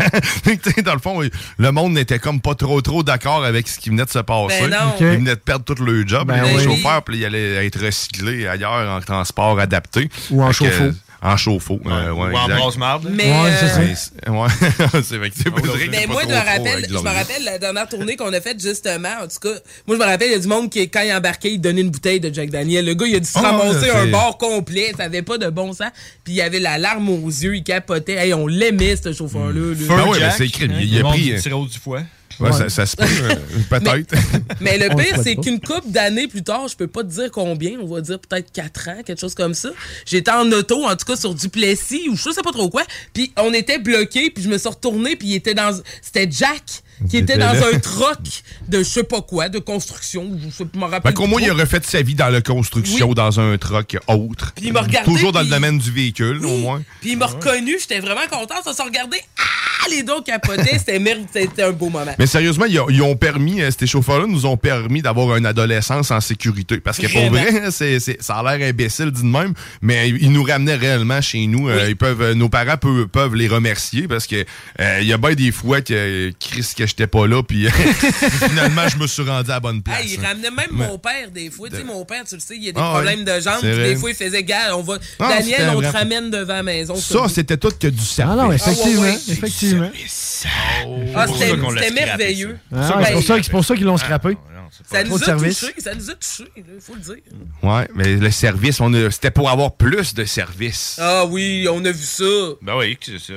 [SPEAKER 5] Dans le fond, euh, le monde n'était comme pas trop, trop d'accord avec ce qui venait de se passer.
[SPEAKER 8] Ben non.
[SPEAKER 5] Ils venaient de perdre tout leur job.
[SPEAKER 1] Ben
[SPEAKER 5] les
[SPEAKER 1] oui.
[SPEAKER 5] chauffeurs, puis il allait être recyclé ailleurs en transport adapté.
[SPEAKER 1] Ou en
[SPEAKER 5] Fait que,
[SPEAKER 1] chauffe-eau.
[SPEAKER 5] euh, En chauffe-eau. euh, ouais,
[SPEAKER 18] Ou en
[SPEAKER 5] exact.
[SPEAKER 18] brasse-marde, là.
[SPEAKER 8] Mais, Ouais, euh, c'est ça.
[SPEAKER 5] Ouais, c'est- ouais, c'est vrai que c'est pas vrai que
[SPEAKER 8] Mais
[SPEAKER 5] c'est pas
[SPEAKER 8] Ben, moi, je me
[SPEAKER 5] trop faux
[SPEAKER 8] rappelle,
[SPEAKER 5] avec
[SPEAKER 8] je me
[SPEAKER 5] l'ordi.
[SPEAKER 8] rappelle la dernière tournée qu'on a faite, justement, en tout cas, moi, je me rappelle, il y a du monde qui, quand il embarquait, il donnait une bouteille de Jack Daniel. Le gars, il a dû se
[SPEAKER 5] Ah,
[SPEAKER 8] ramasser
[SPEAKER 5] c'est-
[SPEAKER 8] un bord complet, ça avait pas de bon sens, puis il avait la larme aux yeux, il capotait. Hey, on l'aimait, ce chauffeur-là. là.
[SPEAKER 5] Feu Ben ouais, Jack, mais c'est écrit, hein, il- il a
[SPEAKER 18] Le monde
[SPEAKER 5] pris,
[SPEAKER 18] du
[SPEAKER 5] euh,
[SPEAKER 18] sirop du foie.
[SPEAKER 5] Ouais, Ça, ça se peut, euh, peut-être. Ben,
[SPEAKER 8] Mais le
[SPEAKER 5] On le
[SPEAKER 8] pire,
[SPEAKER 5] souhaite
[SPEAKER 8] c'est
[SPEAKER 5] pas.
[SPEAKER 8] qu'une couple d'années plus tard, je peux pas te dire combien, on va dire peut-être 4 ans, quelque chose comme ça. J'étais en auto, en tout cas sur Duplessis ou je sais pas trop quoi, puis on était bloqué, puis je me suis retourné, puis il était dans c'était Jack qui était
[SPEAKER 5] était
[SPEAKER 8] dans
[SPEAKER 5] là.
[SPEAKER 8] un troc de je sais pas quoi, de construction, ou je sais pas, je m'en
[SPEAKER 5] Fait
[SPEAKER 8] rappelle.
[SPEAKER 5] Ben, qu'au
[SPEAKER 8] plus
[SPEAKER 5] moins, il
[SPEAKER 8] trop.
[SPEAKER 5] a refait sa vie dans la construction, dans un truck autre.
[SPEAKER 8] Puis il m'a regardé,
[SPEAKER 5] Toujours dans
[SPEAKER 8] puis-
[SPEAKER 5] le domaine du véhicule, au moins.
[SPEAKER 8] Puis il m'a reconnu, j'étais vraiment content, ça s'est regardé. Ah, les dos capotaient, c'était merveilleux, c'était un beau moment.
[SPEAKER 5] Mais sérieusement, ils ont, ils ont permis, euh, ces chauffeurs-là nous ont permis d'avoir une adolescence en sécurité. Parce que pour
[SPEAKER 8] Vraiment.
[SPEAKER 5] vrai, c'est, c'est- ça a l'air imbécile dit de même, mais ils nous ramenaient réellement chez nous. Euh, ils peuvent, euh, nos parents peuvent, peuvent les remercier parce que euh, il y a bien des fois que euh, Chris que j'étais pas là, puis finalement je me suis rendu à la bonne place.
[SPEAKER 8] Ah, il
[SPEAKER 5] hein.
[SPEAKER 8] ramenait même
[SPEAKER 5] Mais-
[SPEAKER 8] mon père des fois. Tu sais, mon père, tu le sais, il y a des
[SPEAKER 5] Ah,
[SPEAKER 8] problèmes
[SPEAKER 5] ouais.
[SPEAKER 8] de jambes.
[SPEAKER 5] C'est
[SPEAKER 8] puis
[SPEAKER 5] vrai.
[SPEAKER 8] Des fois, il faisait gars, on va.
[SPEAKER 5] Ah, c'était
[SPEAKER 8] Daniel, on te
[SPEAKER 5] vrai.
[SPEAKER 8] ramène devant la maison.
[SPEAKER 5] Ça, c'était tout que du service.
[SPEAKER 1] Non,
[SPEAKER 8] Ah,
[SPEAKER 1] effectivement,
[SPEAKER 8] ouais, ouais.
[SPEAKER 1] effectivement.
[SPEAKER 8] Ah,
[SPEAKER 5] C'est pour
[SPEAKER 8] c'était
[SPEAKER 5] ça qu'on l'a
[SPEAKER 8] c'était
[SPEAKER 5] scrappé,
[SPEAKER 8] merveilleux. Ben,
[SPEAKER 1] Ah, c'est pour ça- c'est pour ça qu'ils l'ont scrappé.
[SPEAKER 8] Ça
[SPEAKER 1] Trop
[SPEAKER 8] nous
[SPEAKER 1] de
[SPEAKER 8] a
[SPEAKER 1] service.
[SPEAKER 8] touchés, ça nous a touchés, il faut le dire.
[SPEAKER 5] Ouais, mais le service, on a- c'était pour avoir plus de service.
[SPEAKER 8] Ah oui, on a vu ça.
[SPEAKER 5] Ben oui, c'est ça.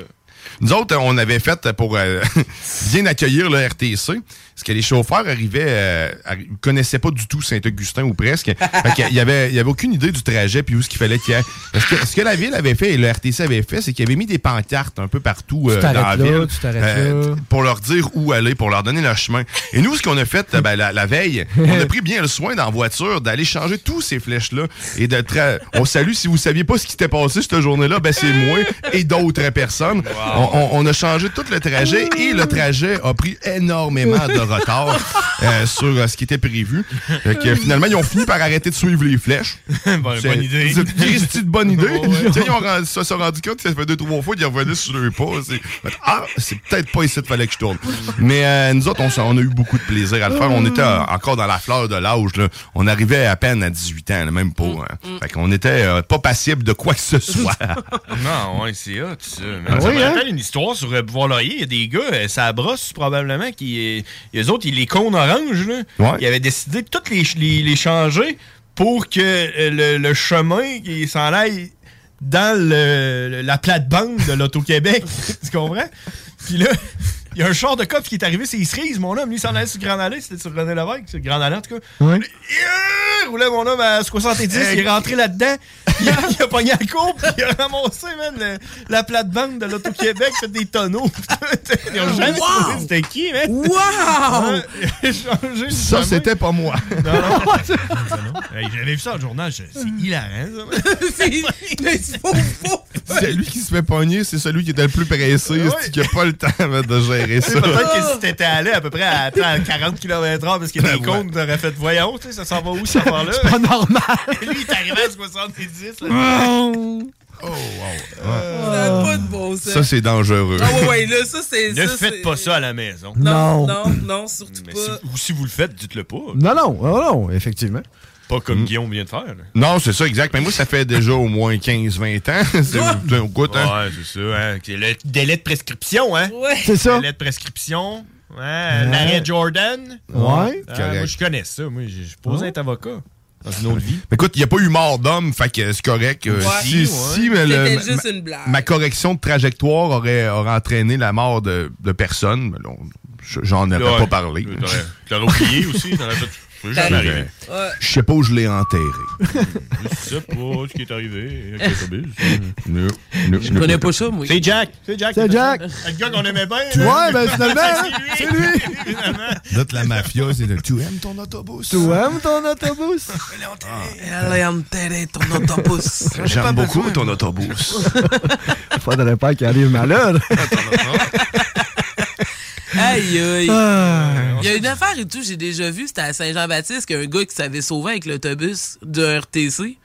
[SPEAKER 5] Nous autres, euh, on avait fait euh, pour euh, bien accueillir le RTC, parce que les chauffeurs arrivaient, euh, arri- connaissaient pas du tout Saint-Augustin ou presque. Fait qu'il y avait, il y avait aucune idée du trajet puis où ce qu'il fallait qu'il y ait. Parce que ce que la ville avait fait et le RTC avait fait, c'est qu'il avait mis des pancartes un peu partout euh, dans la
[SPEAKER 1] t'arrêtes là,
[SPEAKER 5] ville euh,
[SPEAKER 1] tu t'arrêtes là.
[SPEAKER 5] pour leur dire où aller, pour leur donner le chemin. Et nous, ce qu'on a fait euh, ben, la, la veille, on a pris bien le soin dans la voiture d'aller changer tous ces flèches-là et de tra- On salue, si vous saviez pas ce qui s'était passé cette journée-là, ben c'est moi et d'autres personnes. On, on- on a changé tout le trajet et le trajet a pris énormément de retard euh, sur euh, ce qui était prévu. Fait que, finalement, ils ont fini par arrêter de suivre les flèches. C'est-
[SPEAKER 18] bonne idée.
[SPEAKER 5] C'est une Christie de bonne idée. Tu sais, Ils ont rendu- se sont rendu compte que ça fait deux, trois fois qu'ils revenaient sur le pas. C'est- Ah, c'est peut-être pas ici qu'il fallait que je tourne. Mais euh, nous autres, on, s'en- on a eu beaucoup de plaisir à le faire. On était euh, encore dans la fleur de l'âge. là. On arrivait à peine à 18 ans, là, même pas.
[SPEAKER 18] Mm.
[SPEAKER 5] hein. Fait qu'on était euh, pas passible de quoi que ce soit.
[SPEAKER 18] Non, ouais, c'est hot, ça. Mais
[SPEAKER 5] Ah
[SPEAKER 18] ça
[SPEAKER 5] oui,
[SPEAKER 18] me
[SPEAKER 5] hein?
[SPEAKER 18] rappelle une histoire sur euh, Bois-Laurier. Il y a des gars, euh, ça brosse probablement, qui, euh, eux autres, ils les cônes orange, là. Ils avaient décidé de toutes les, ch- les, les changer pour que euh, le, le chemin qui s'en aille dans le- le- la plate-bande de l'Auto-Québec. tu comprends? Puis là, il y a un char de cop qui est arrivé, c'est Cerise, mon homme. Lui, il s'en allait sur Grand Allée, c'était sur René Lévesque, sur Grand Allée, en tout cas.
[SPEAKER 1] Ouais.
[SPEAKER 18] Il roulait mon homme à 70, il est rentré là-dedans, il a, il a pogné la courbe, puis il a ramassé, man, le- la plate-bande de l'Auto-Québec, fait des tonneaux. Ils ont jamais
[SPEAKER 38] Wow!
[SPEAKER 18] trouvé c'était qui, man.
[SPEAKER 38] Wow!
[SPEAKER 18] Ouais, il a changé le
[SPEAKER 5] Ça,
[SPEAKER 18] chemin.
[SPEAKER 5] c'était pas moi.
[SPEAKER 18] Non, non. Hey, J'avais vu ça au journal, je- c'est
[SPEAKER 5] Hmm.
[SPEAKER 18] hilarant, ça.
[SPEAKER 5] Celui qui se fait pogner, c'est celui qui était le plus pressé, c'est-tu, qui a pas le temps man, de gérer
[SPEAKER 18] Tu
[SPEAKER 5] ça.
[SPEAKER 18] sais, Peut-être que si t'étais allé à peu près à 30, 40 km/h parce que
[SPEAKER 5] Ben Ouais.
[SPEAKER 18] des comptes t'aurais fait voyons, tu sais, ça s'en va où cette affaire-là?
[SPEAKER 5] c'est pas normal.
[SPEAKER 18] Et lui, il est arrivé à 70. là.
[SPEAKER 5] Oh, wow.
[SPEAKER 8] Ça a pas de
[SPEAKER 1] Oh.
[SPEAKER 8] bon sens.
[SPEAKER 5] Ça, c'est dangereux.
[SPEAKER 8] Ah ouais, ouais, là, ça, c'est.
[SPEAKER 18] Ne
[SPEAKER 8] ça, c'est-
[SPEAKER 18] faites pas ça à la maison.
[SPEAKER 8] Non, non, non, surtout
[SPEAKER 18] Mais
[SPEAKER 8] pas.
[SPEAKER 18] si- ou si vous le faites, dites-le pas.
[SPEAKER 1] Non, non, non, non, effectivement.
[SPEAKER 18] Pas
[SPEAKER 5] Mm.
[SPEAKER 18] comme Guillaume vient de faire. là.
[SPEAKER 5] Non, c'est ça, exact. Mais moi, ça fait déjà au moins 15-20 ans. C'est
[SPEAKER 18] Ah!
[SPEAKER 5] c'est- écoute, hein.
[SPEAKER 18] Ouais, c'est ça. hein. C'est le délai de prescription, hein?
[SPEAKER 8] Ouais.
[SPEAKER 1] C'est ça.
[SPEAKER 18] Délai de prescription. Ouais, l'arrêt Jordan.
[SPEAKER 5] Ouais.
[SPEAKER 18] Ah,
[SPEAKER 5] Correct.
[SPEAKER 18] moi, je connais ça. Moi, j'ai j'ai posé être avocat. Dans une autre vie.
[SPEAKER 5] Mais Écoute, il n'y a pas eu mort d'homme, fait que c'est correct. euh,
[SPEAKER 18] Ouais.
[SPEAKER 5] si,
[SPEAKER 18] Ouais.
[SPEAKER 5] si, mais le-
[SPEAKER 18] C'était juste
[SPEAKER 5] ma,
[SPEAKER 18] une blague.
[SPEAKER 5] ma correction de trajectoire aurait, aurait entraîné la mort de, de personne, mais là, on- je- j'en avais
[SPEAKER 27] Ouais.
[SPEAKER 5] pas parlé.
[SPEAKER 18] euh,
[SPEAKER 27] Tu l'aurais- tu l'aurais oublié aussi, t'aurais fait- c'est jamais arrivé.
[SPEAKER 5] Euh, Je sais pas où je l'ai enterré.
[SPEAKER 27] Je sais pas ce qui est arrivé. avec les autobus.
[SPEAKER 5] Je
[SPEAKER 8] connais pas ça, moi.
[SPEAKER 18] C'est Jack. C'est Jack.
[SPEAKER 5] C'est Jack.
[SPEAKER 18] Le gars qu'on aimait bien.
[SPEAKER 5] Ouais,
[SPEAKER 18] là.
[SPEAKER 5] ben, finalement,
[SPEAKER 18] c'est lui.
[SPEAKER 5] D'autres, la mafia, c'est le tu aimes ton autobus.
[SPEAKER 1] Tu aimes ton autobus? Ah.
[SPEAKER 5] J'aime beaucoup ton autobus.
[SPEAKER 1] Faudrait pas qu'il arrive malade.
[SPEAKER 8] Aïe, aïe.
[SPEAKER 1] Ah.
[SPEAKER 8] Il y a une affaire et tout, j'ai déjà vu, c'était à Saint-Jean-Baptiste, qu'il y a un gars qui s'avait sauvé avec l'autobus de RTC.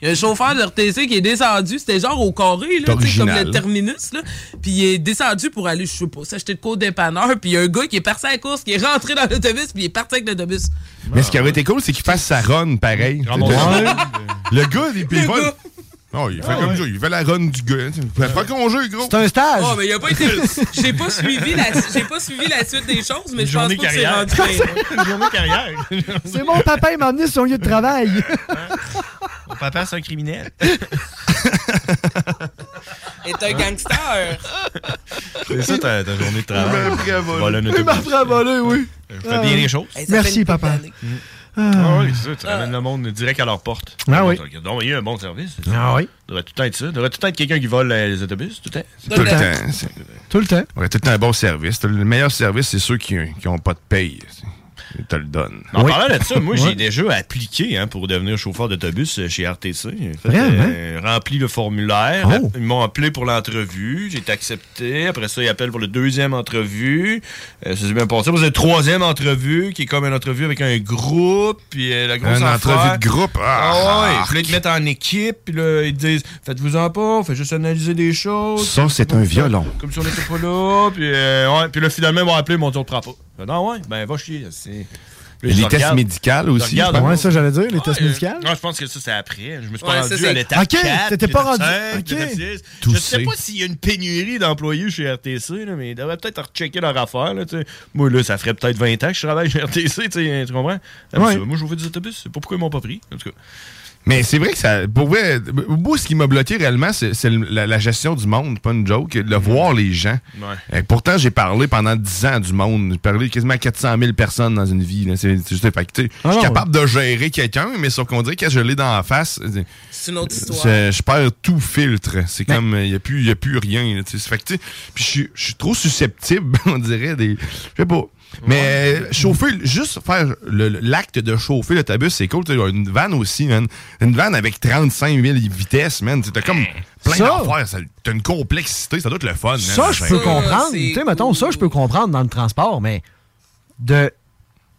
[SPEAKER 8] Il y a un chauffeur de RTC qui est descendu, c'était genre au carré, là, tu sais, comme
[SPEAKER 39] original.
[SPEAKER 8] le terminus, là. Puis il est descendu pour aller, je sais pas, s'acheter de quoi au dépanneur. Puis il y a un gars qui est parti à la course, qui est rentré dans l'autobus, puis il est parti avec l'autobus.
[SPEAKER 5] Mais ce qui aurait été cool, c'est qu'il fasse sa run pareil.
[SPEAKER 18] Ah,
[SPEAKER 27] Remonte-
[SPEAKER 5] Ouais. Le gars, il, puis il va-
[SPEAKER 27] gars.
[SPEAKER 5] Non, il fait
[SPEAKER 27] Ah,
[SPEAKER 5] comme
[SPEAKER 27] ouais.
[SPEAKER 5] ça, il fait la run du gars. Fais congé, gros. C'est
[SPEAKER 1] un stage.
[SPEAKER 18] Ah,
[SPEAKER 8] Oh, mais il a pas été. J'ai pas suivi la, j'ai pas suivi la suite des choses, mais je pense
[SPEAKER 18] journée
[SPEAKER 8] pas que c'est
[SPEAKER 18] carrière.
[SPEAKER 8] rentré.
[SPEAKER 18] Une journée carrière.
[SPEAKER 1] C'est mon papa, il m'a emmené sur son lieu de travail.
[SPEAKER 18] Mon papa, c'est un criminel.
[SPEAKER 8] Est un gangster.
[SPEAKER 18] C'est ça ta, ta journée de travail. Voilà un
[SPEAKER 1] Il m'a
[SPEAKER 18] autobus.
[SPEAKER 1] frappé, oui.
[SPEAKER 18] Fais bien les choses.
[SPEAKER 1] Merci, papa.
[SPEAKER 18] Ah
[SPEAKER 1] Ah.
[SPEAKER 18] oui, c'est ça. Tu ramènes le monde direct à leur porte.
[SPEAKER 1] Ah oui.
[SPEAKER 18] Donc, il y a un bon service.
[SPEAKER 1] Ah oui.
[SPEAKER 18] Il devrait tout le temps être ça. Il devrait tout le temps être quelqu'un qui vole euh, les autobus. Tout le temps.
[SPEAKER 5] Tout le temps. c'est-
[SPEAKER 1] Tout le temps.
[SPEAKER 5] Ouais, t'as tout un bon service. T'as Le meilleur service, c'est ceux qui n'ont pas de paye. Ils te le donnent.
[SPEAKER 18] En parlant de ça, moi, j'ai
[SPEAKER 5] Ouais.
[SPEAKER 18] déjà appliqué hein, pour devenir chauffeur d'autobus euh, chez RTC. J'ai fait,
[SPEAKER 5] Vraiment?
[SPEAKER 18] euh, rempli le formulaire.
[SPEAKER 5] Oh.
[SPEAKER 18] Ils m'ont appelé pour l'entrevue. J'ai été accepté. Après ça, ils appellent pour le deuxième entrevue. Euh, ça s'est bien passé. Après, c'est la troisième entrevue qui est comme une entrevue avec un groupe. Puis euh, la grosse
[SPEAKER 5] Une
[SPEAKER 18] affaire.
[SPEAKER 5] entrevue de groupe. Ah,
[SPEAKER 18] Ah ouais.
[SPEAKER 5] arc.
[SPEAKER 18] Puis là, ils te mettent en équipe. Puis là, ils te disent Faites-vous-en pas. Faites juste analyser des choses.
[SPEAKER 5] Ça, c'est un violon.
[SPEAKER 18] Comme si on n'était pas là. Puis, euh, ouais. puis là, finalement, ils m'ont appelé. Ils m'ont dit On ne te prend pas. J'ai dit, Non, ouais. Ben, va chier. C'est.
[SPEAKER 5] Les tests médicaux aussi, je pense.
[SPEAKER 1] Ouais, ça, j'allais dire, les tests
[SPEAKER 18] euh,
[SPEAKER 1] médicaux.
[SPEAKER 18] Non, je pense que ça, c'est après. Je me suis
[SPEAKER 1] Ouais,
[SPEAKER 18] pas
[SPEAKER 1] ça,
[SPEAKER 18] rendu
[SPEAKER 1] c'est-
[SPEAKER 18] à l'étape
[SPEAKER 1] Ok,
[SPEAKER 18] 4.
[SPEAKER 1] t'étais pas
[SPEAKER 18] l'étape
[SPEAKER 1] rendu-
[SPEAKER 18] 5,
[SPEAKER 1] ok.
[SPEAKER 18] l'étape 6.
[SPEAKER 1] Tout
[SPEAKER 18] Je sais
[SPEAKER 1] sait.
[SPEAKER 18] pas s'il y a une pénurie d'employés chez RTC, là, mais ils devraient peut-être rechecker leur affaire. Là, tu sais. moi, là, ça ferait peut-être 20 ans que je travaille chez RTC, tu sais, tu comprends? Ah, mais
[SPEAKER 5] Ouais.
[SPEAKER 18] ça, Moi, je vous fais des autobus. C'est pas pourquoi ils m'ont pas pris. En tout cas.
[SPEAKER 5] Mais c'est vrai que ça. Pour vrai, moi, ce qui m'a bloqué réellement, c'est c'est le- la, la gestion du monde, pas une joke, de voir les gens.
[SPEAKER 18] Ouais.
[SPEAKER 5] Et pourtant, j'ai parlé pendant 10 ans du monde. J'ai parlé quasiment à 400 000 personnes dans une vie. là. C'est c'est juste fait que, tu sais, Je suis capable de gérer quelqu'un, mais sauf qu'on dirait que je l'ai dans la face. euh,
[SPEAKER 8] C'est une autre histoire.
[SPEAKER 5] c'est- Je perds tout filtre. C'est
[SPEAKER 1] Ben.
[SPEAKER 5] comme, il n'y a, plus- y a plus rien. là, tu sais. Ça fait que, tu sais, puis je suis- je suis trop susceptible, on dirait, des. Je sais pas. Mais euh, chauffer, juste faire le- le- l'acte de chauffer l'autobus, c'est cool. Tu sais, Une vanne aussi, man. Une vanne avec 35 000 vitesses, man. Tu sais, T'as comme plein
[SPEAKER 1] Ça-
[SPEAKER 5] d'affaires. ça- T'as une complexité, ça doit être le fun, man.
[SPEAKER 1] Ça, je peux comprendre. Tu sais, mettons, ça, je peux comprendre dans le transport, mais de,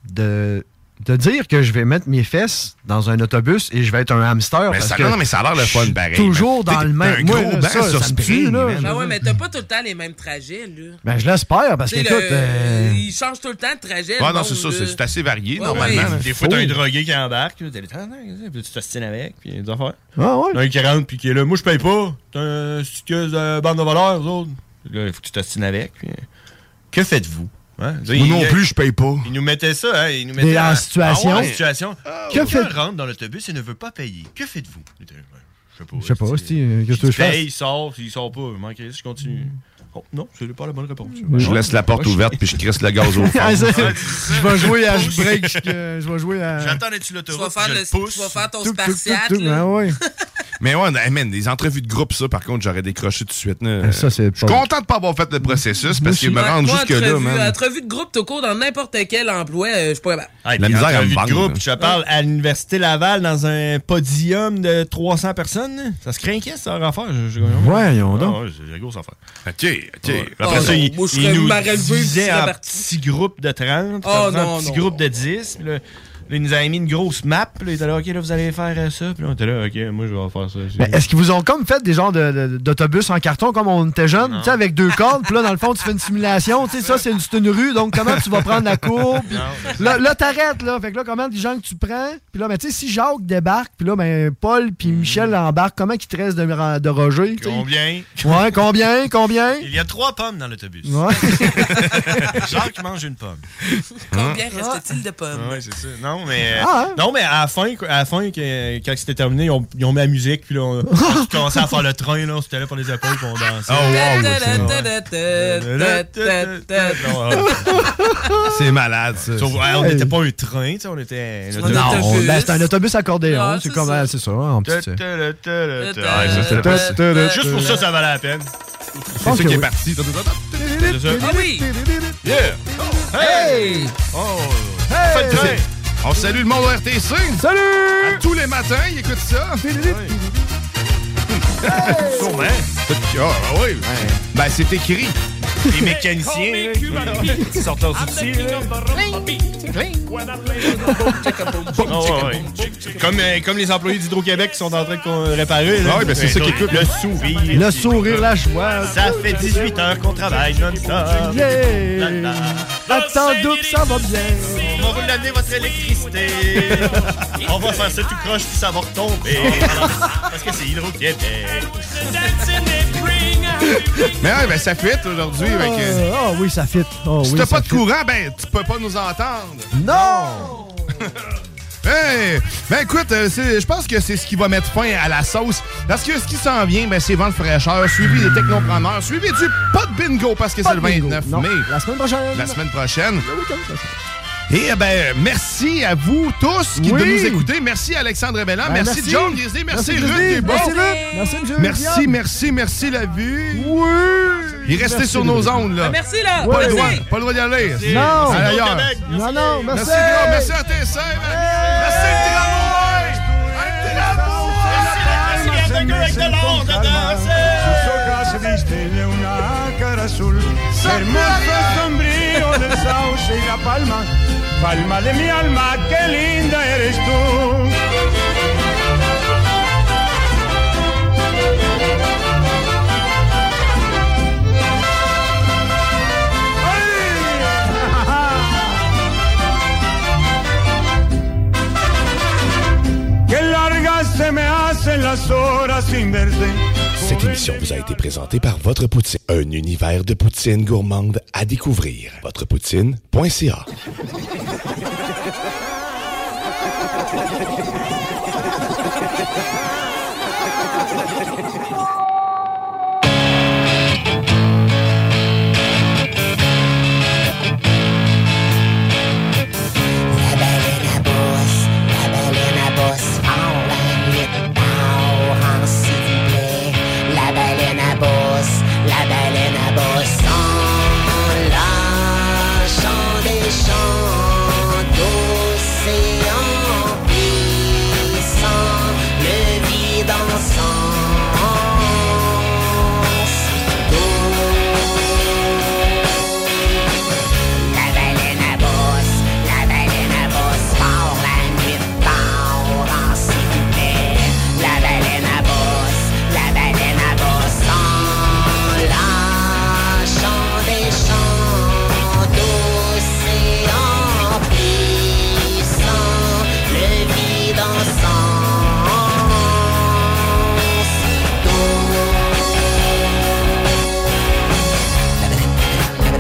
[SPEAKER 1] de, de dire que je vais mettre mes fesses dans un autobus et je vais être un hamster.
[SPEAKER 5] Mais
[SPEAKER 1] parce
[SPEAKER 5] ça,
[SPEAKER 1] que
[SPEAKER 5] non, mais ça a l'air le
[SPEAKER 1] je
[SPEAKER 5] fun,
[SPEAKER 1] suis
[SPEAKER 5] pareil.
[SPEAKER 1] Toujours
[SPEAKER 5] Mais
[SPEAKER 1] dans
[SPEAKER 5] t'es-
[SPEAKER 1] le
[SPEAKER 5] t'as un
[SPEAKER 1] même. Moi,
[SPEAKER 5] gros
[SPEAKER 1] là,
[SPEAKER 5] banc
[SPEAKER 1] ça,
[SPEAKER 5] sur
[SPEAKER 1] ça me
[SPEAKER 5] spring,
[SPEAKER 1] tue, là.
[SPEAKER 5] man.
[SPEAKER 8] Ah ouais, mais t'as pas tout le temps les mêmes trajets, là.
[SPEAKER 1] Ben, je l'espère, parce que,
[SPEAKER 8] Tu sais,
[SPEAKER 1] écoute.
[SPEAKER 8] le-
[SPEAKER 1] euh,
[SPEAKER 8] Ils changent tout le temps de trajet.
[SPEAKER 5] Ouais,
[SPEAKER 8] le
[SPEAKER 5] non, c'est ça.
[SPEAKER 8] monde, euh.
[SPEAKER 5] c'est-
[SPEAKER 8] là.
[SPEAKER 5] C'est assez varié,
[SPEAKER 8] Ouais,
[SPEAKER 5] normalement.
[SPEAKER 8] ouais.
[SPEAKER 5] là.
[SPEAKER 18] Des fois, t'as un
[SPEAKER 5] Faut.
[SPEAKER 18] drogué qui embarque. Puis là, t'es là, Ah, non, puis là, tu t'ostines avec. Puis il y a des affaires.
[SPEAKER 1] Ah ouais?
[SPEAKER 18] Il y en a un qui rentre. Puis qui est là. Moi, je paye pas. T'es un stiqueuse de bande de voleurs, eux autres. Là, il faut que tu t'ostines avec. puis, euh, Que faites-vous? Hein? Tu sais,
[SPEAKER 5] Moi
[SPEAKER 18] il-
[SPEAKER 5] non plus, je paye pas.
[SPEAKER 18] Ils nous mettaient ça, hein? Ils nous mettaient
[SPEAKER 1] Des- en situation.
[SPEAKER 18] Ah ouais, en situation.
[SPEAKER 1] Que
[SPEAKER 18] Quelqu'un
[SPEAKER 1] faites-
[SPEAKER 18] rentre dans l'autobus et ne veut pas payer. Que faites-vous?
[SPEAKER 1] Je sais pas, c'est- euh, qu'est-ce que
[SPEAKER 18] Il
[SPEAKER 1] je fais?
[SPEAKER 18] paye, il sort, il sort pas. Manque, je continue. Oh, non, c'est pas la bonne réponse.
[SPEAKER 5] Mm. Je laisse la porte ouverte puis je crisse le gaz au fond.
[SPEAKER 1] Ah, c'est-
[SPEAKER 18] je
[SPEAKER 1] vais jouer à je break. jusqu'à- Je vais jouer à.
[SPEAKER 18] J'attends d'être sur l'autoroute.
[SPEAKER 8] Tu vas faire
[SPEAKER 18] je
[SPEAKER 8] le-
[SPEAKER 18] le pousse.
[SPEAKER 8] tu vas faire ton
[SPEAKER 1] Touc, touc, touc,
[SPEAKER 8] spartiate,
[SPEAKER 1] touc,
[SPEAKER 8] là.
[SPEAKER 1] ah ouais.
[SPEAKER 5] Mais ouais, hey, man, des entrevues de groupe, ça, par contre, j'aurais décroché tout de suite. là.
[SPEAKER 1] Ah, ça, c'est
[SPEAKER 5] Je suis
[SPEAKER 1] pas-
[SPEAKER 5] content de pas avoir fait le processus parce qu'ils me
[SPEAKER 8] Ouais,
[SPEAKER 5] rendent
[SPEAKER 8] moi,
[SPEAKER 5] jusque-là,
[SPEAKER 8] entrevue,
[SPEAKER 5] man.
[SPEAKER 8] Entrevue de groupe, tout court, dans n'importe quel emploi, euh, je suis pas capable.
[SPEAKER 18] Hey,
[SPEAKER 5] La
[SPEAKER 18] puis
[SPEAKER 5] misère à
[SPEAKER 18] entrevue
[SPEAKER 5] me
[SPEAKER 18] de
[SPEAKER 5] vendre,
[SPEAKER 18] groupe,
[SPEAKER 5] là.
[SPEAKER 18] je parle à l'Université Laval dans un podium de 300 personnes. là. Ça se crainquait, ça, leur affaire. Je, je-
[SPEAKER 1] Voyons
[SPEAKER 18] Ah,
[SPEAKER 1] donc.
[SPEAKER 18] ouais, c'est la grosse affaire.
[SPEAKER 5] OK, OK.
[SPEAKER 18] Ouais. Après ça, ils
[SPEAKER 8] Ah, moi, je serais
[SPEAKER 18] il nous
[SPEAKER 8] mal relevé si
[SPEAKER 18] divisaient
[SPEAKER 8] c'est
[SPEAKER 18] en
[SPEAKER 8] parti.
[SPEAKER 18] petits groupes de 30,
[SPEAKER 8] Oh,
[SPEAKER 18] en
[SPEAKER 8] non,
[SPEAKER 18] petits
[SPEAKER 8] non.
[SPEAKER 18] groupes de 10. puis Là, là, Là, il nous avait mis une grosse map. Puis là, il était là, OK, là, vous allez faire euh, ça. Puis là, on était là, OK, moi, je vais faire ça. aussi.
[SPEAKER 8] Ben,
[SPEAKER 1] Mais est-ce qu'ils vous ont comme fait des genres de- de- d'autobus en carton comme on était jeune, tu sais, avec deux cordes, puis là, dans le fond, tu fais une simulation, tu sais, ça, c'est une, c'est une rue, donc comment tu vas prendre la courbe? puis Là, là t'arrêtes, là. Fait que là, comment les gens que tu prends? Puis là, ben, tu sais, si Jacques débarque, puis là, ben, Paul puis Michel embarquent, comment qu'ils te restent de, de Roger? tu sais?
[SPEAKER 18] Combien?
[SPEAKER 1] Ouais, combien? Combien?
[SPEAKER 18] Il y a trois pommes dans l'autobus.
[SPEAKER 1] Ouais.
[SPEAKER 18] Jacques mange une pomme.
[SPEAKER 8] Combien reste-t-il de pommes?
[SPEAKER 18] Ouais, c'est ça. Non, mais. euh,
[SPEAKER 8] Ah, hein?
[SPEAKER 18] Non, mais à la fin, à la fin que- quand c'était terminé, ils ont, ils ont mis la musique, puis là, on, on commençait à faire le train, là, on s'était là pour les épaules, puis on
[SPEAKER 5] Oh,
[SPEAKER 18] dansait.
[SPEAKER 5] C'est malade, ça.
[SPEAKER 18] Sauf, ouais, on n'était pas un train, tu sais, on était. un autobus.
[SPEAKER 1] Non, ben, c'est un autobus accordéon.
[SPEAKER 18] Ah,
[SPEAKER 1] c'est
[SPEAKER 18] c'est
[SPEAKER 1] comme,
[SPEAKER 18] ça.
[SPEAKER 1] ah, c'est ça, en
[SPEAKER 18] Ta-
[SPEAKER 1] petit.
[SPEAKER 18] ta- ta- ta- ta-
[SPEAKER 1] ta-
[SPEAKER 18] Ouais, ça, c'était
[SPEAKER 1] ta-
[SPEAKER 18] pas-
[SPEAKER 1] ta- ta- ta-
[SPEAKER 18] Juste pour ça, ça valait la peine.
[SPEAKER 1] pense
[SPEAKER 18] ça
[SPEAKER 1] que
[SPEAKER 18] qui est
[SPEAKER 1] oui.
[SPEAKER 18] parti. C'est ça.
[SPEAKER 8] Ah oui!
[SPEAKER 5] Yeah!
[SPEAKER 1] Hey!
[SPEAKER 5] Oh!
[SPEAKER 1] Hey!
[SPEAKER 5] On salue le monde au RTC!
[SPEAKER 1] Salut!
[SPEAKER 5] À tous les matins, ils écoutent ça! Sûrement! Ah, ah oui! Ben, c'est écrit!
[SPEAKER 18] Les mécaniciens, là, qui- qui sortent leurs outils. là. Ah, ouais, ouais. Comme, euh, comme les employés d'Hydro-Québec qui sont en train de con- réparer. là.
[SPEAKER 5] Ah oui, ben, c'est ça qui écoute.
[SPEAKER 18] Le sourire.
[SPEAKER 1] Le sourire, la joie.
[SPEAKER 18] Ça fait 18 heures qu'on travaille non-stop.
[SPEAKER 1] Yeah. Attends, double, ça va bien.
[SPEAKER 18] On va vous l'amener votre électricité. On va faire ça tout croche puis ça va retomber. Parce que c'est Hydro-Québec.
[SPEAKER 5] Mais ouais, ben, ça fit aujourd'hui.
[SPEAKER 1] Ah,
[SPEAKER 5] avec, euh,
[SPEAKER 1] ah oui, ça fit. Ah
[SPEAKER 5] si
[SPEAKER 1] oui,
[SPEAKER 5] t'as
[SPEAKER 1] ça
[SPEAKER 5] pas de
[SPEAKER 1] fit.
[SPEAKER 5] courant, ben, tu peux pas nous entendre!
[SPEAKER 1] Non!
[SPEAKER 5] Hey! Ben écoute, euh, c'est- je pense que c'est ce qui va mettre fin à la sauce. Parce que ce qui s'en vient, ben, c'est Vente fraîcheur, suivi des technopreneurs, suivi du pas de bingo parce que
[SPEAKER 1] Pas
[SPEAKER 5] c'est le
[SPEAKER 1] de bingo,
[SPEAKER 5] 29
[SPEAKER 1] non.
[SPEAKER 5] mai.
[SPEAKER 1] La semaine prochaine.
[SPEAKER 5] La semaine prochaine.
[SPEAKER 1] Le week-end prochain.
[SPEAKER 5] Et euh, ben, merci à vous tous qui
[SPEAKER 1] Oui.
[SPEAKER 5] de nous écouter. Merci Alexandre Belland,
[SPEAKER 1] Ben,
[SPEAKER 5] merci, John Guizé, merci, Ruth Desbois.
[SPEAKER 1] Merci, Luc. Merci, monsieur.
[SPEAKER 5] Merci,
[SPEAKER 1] Guillaume.
[SPEAKER 5] merci, merci la vue.
[SPEAKER 1] Oui!
[SPEAKER 5] Et restez
[SPEAKER 1] Merci,
[SPEAKER 5] sur nos
[SPEAKER 1] Luc.
[SPEAKER 5] ondes, là.
[SPEAKER 1] Ah, merci, là.
[SPEAKER 5] Pas le
[SPEAKER 1] Merci.
[SPEAKER 5] droit, pas le droit d'y aller.
[SPEAKER 1] Non!
[SPEAKER 5] Allez ailleurs.
[SPEAKER 1] Non, non, merci!
[SPEAKER 5] Merci, Guillaume. Merci à tes
[SPEAKER 40] palma, palma de mi alma, qué linda eres tú. Qué largas se me hacen las horas sin verte.
[SPEAKER 2] Cette émission vous a été présentée par Votre Poutine, un univers de poutine gourmande à découvrir. Votrepoutine.ca
[SPEAKER 40] La baleine à bosse, la baleine à bosse En lâchant des chants d'océan Puissant, le vide en sens La baleine à bosse, la baleine à bosse Par la nuit, par en s'il vous plaît La baleine à bosse la baleine à bosse en lâchant des chants d'océan puissant, le vide en sens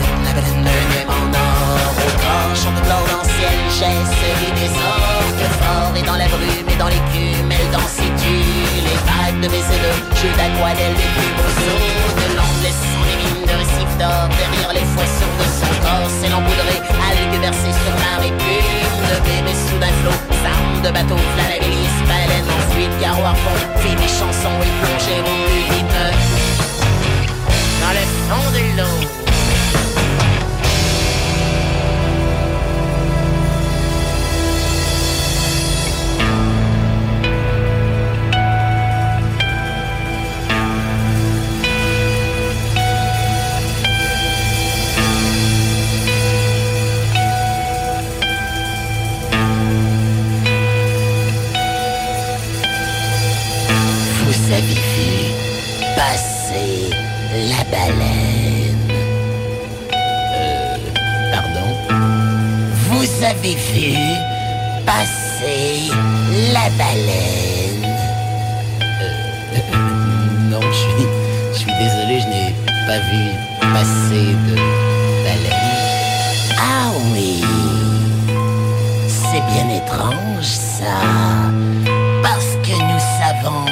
[SPEAKER 40] en or au torchon de blanc dans le ciel J'ai celui des orques fort Et dans la brume et dans l'écume Elle danse et tue les vagues de mes deux Jeux d'aquarelle des plus beaux sauts De l'onde laissant les mines de récifs d'or Derrière les foissons de son corps C'est l'empoudré, algues versées sur la répugne De bébés sous d'un flot Sarme de bateau, flanabilis, baleine en fuite Garo à fond, fais mes chansons Et plongez au plus vite Dans le fond de l'eau La Euh, avez vu passer la baleine? Euh, non, je suis, je suis désolé, je n'ai pas vu passer de baleine. Ah oui, c'est bien étrange ça, parce que nous savons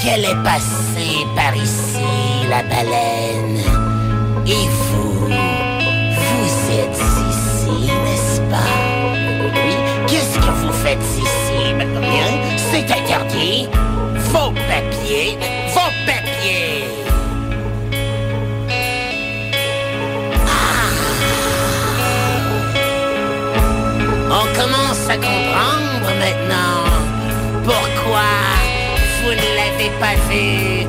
[SPEAKER 40] qu'elle est passée par ici, la baleine. Et vous, vous êtes ici, n'est-ce pas Oui, qu'est-ce que vous faites ici maintenant Rien, c'est interdit. Vos papiers, vos papiers Ah! On commence à comprendre maintenant pourquoi vous ne l'avez pas vu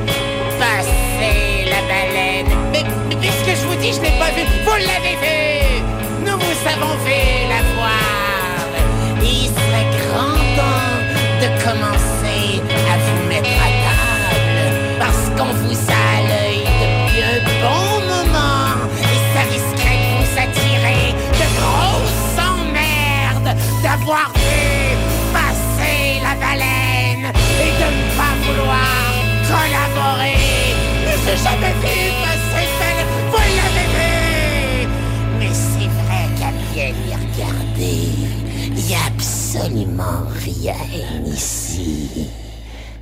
[SPEAKER 40] passer la baleine. Mais, mais puisque je vous dis, je n'ai pas vu, vous l'avez vu Nous vous avons fait la voir Il serait grand temps de commencer à vous mettre à table parce qu'on vous a à l'œil depuis un bon moment et ça risquerait de vous attirer de grosses emmerdes d'avoir vu passer la baleine et de ne pas vouloir collaborer. Mais j'ai jamais vu passer la baleine, vous l'avez vu! Mais c'est vrai qu'à bien y regarder, il n'y a absolument rien ici.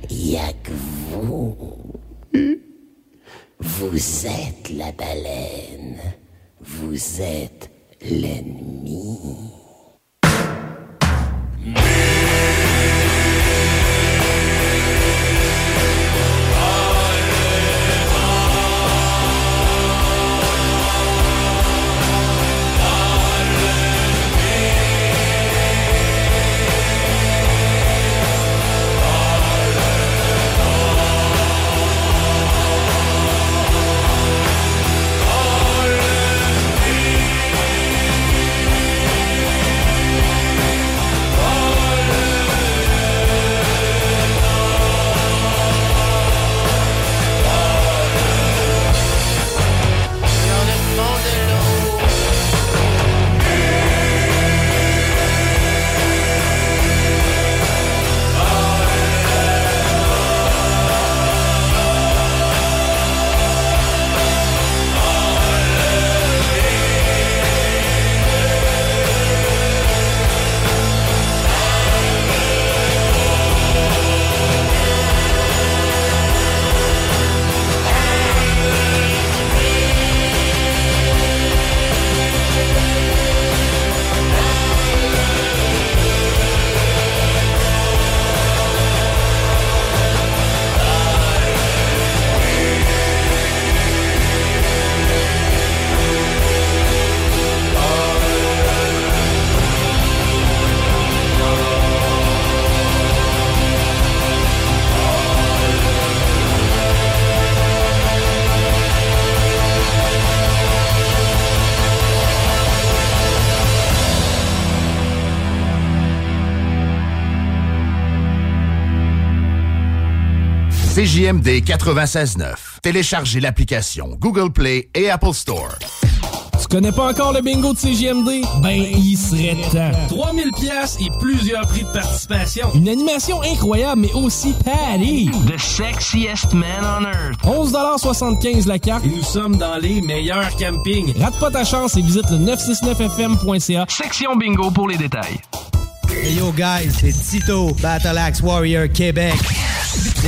[SPEAKER 40] Il n'y a que vous. Vous êtes la baleine. Vous êtes l'ennemi. Dans le fond de l'eau
[SPEAKER 6] CJMD 96.9. Téléchargez l'application Google Play et Apple Store.
[SPEAKER 39] Tu connais pas encore le bingo de CGMD? Ben, il serait temps. 3000 pièces et plusieurs prix de participation. Une animation incroyable, mais aussi Patty. The sexiest man on earth. 11,75 la carte. Et nous sommes dans les meilleurs campings. Rate pas ta chance et visite le 969fm.ca. Section bingo pour les détails.
[SPEAKER 4] Hey yo guys, c'est Tito, Battle Axe Warrior Québec. Vous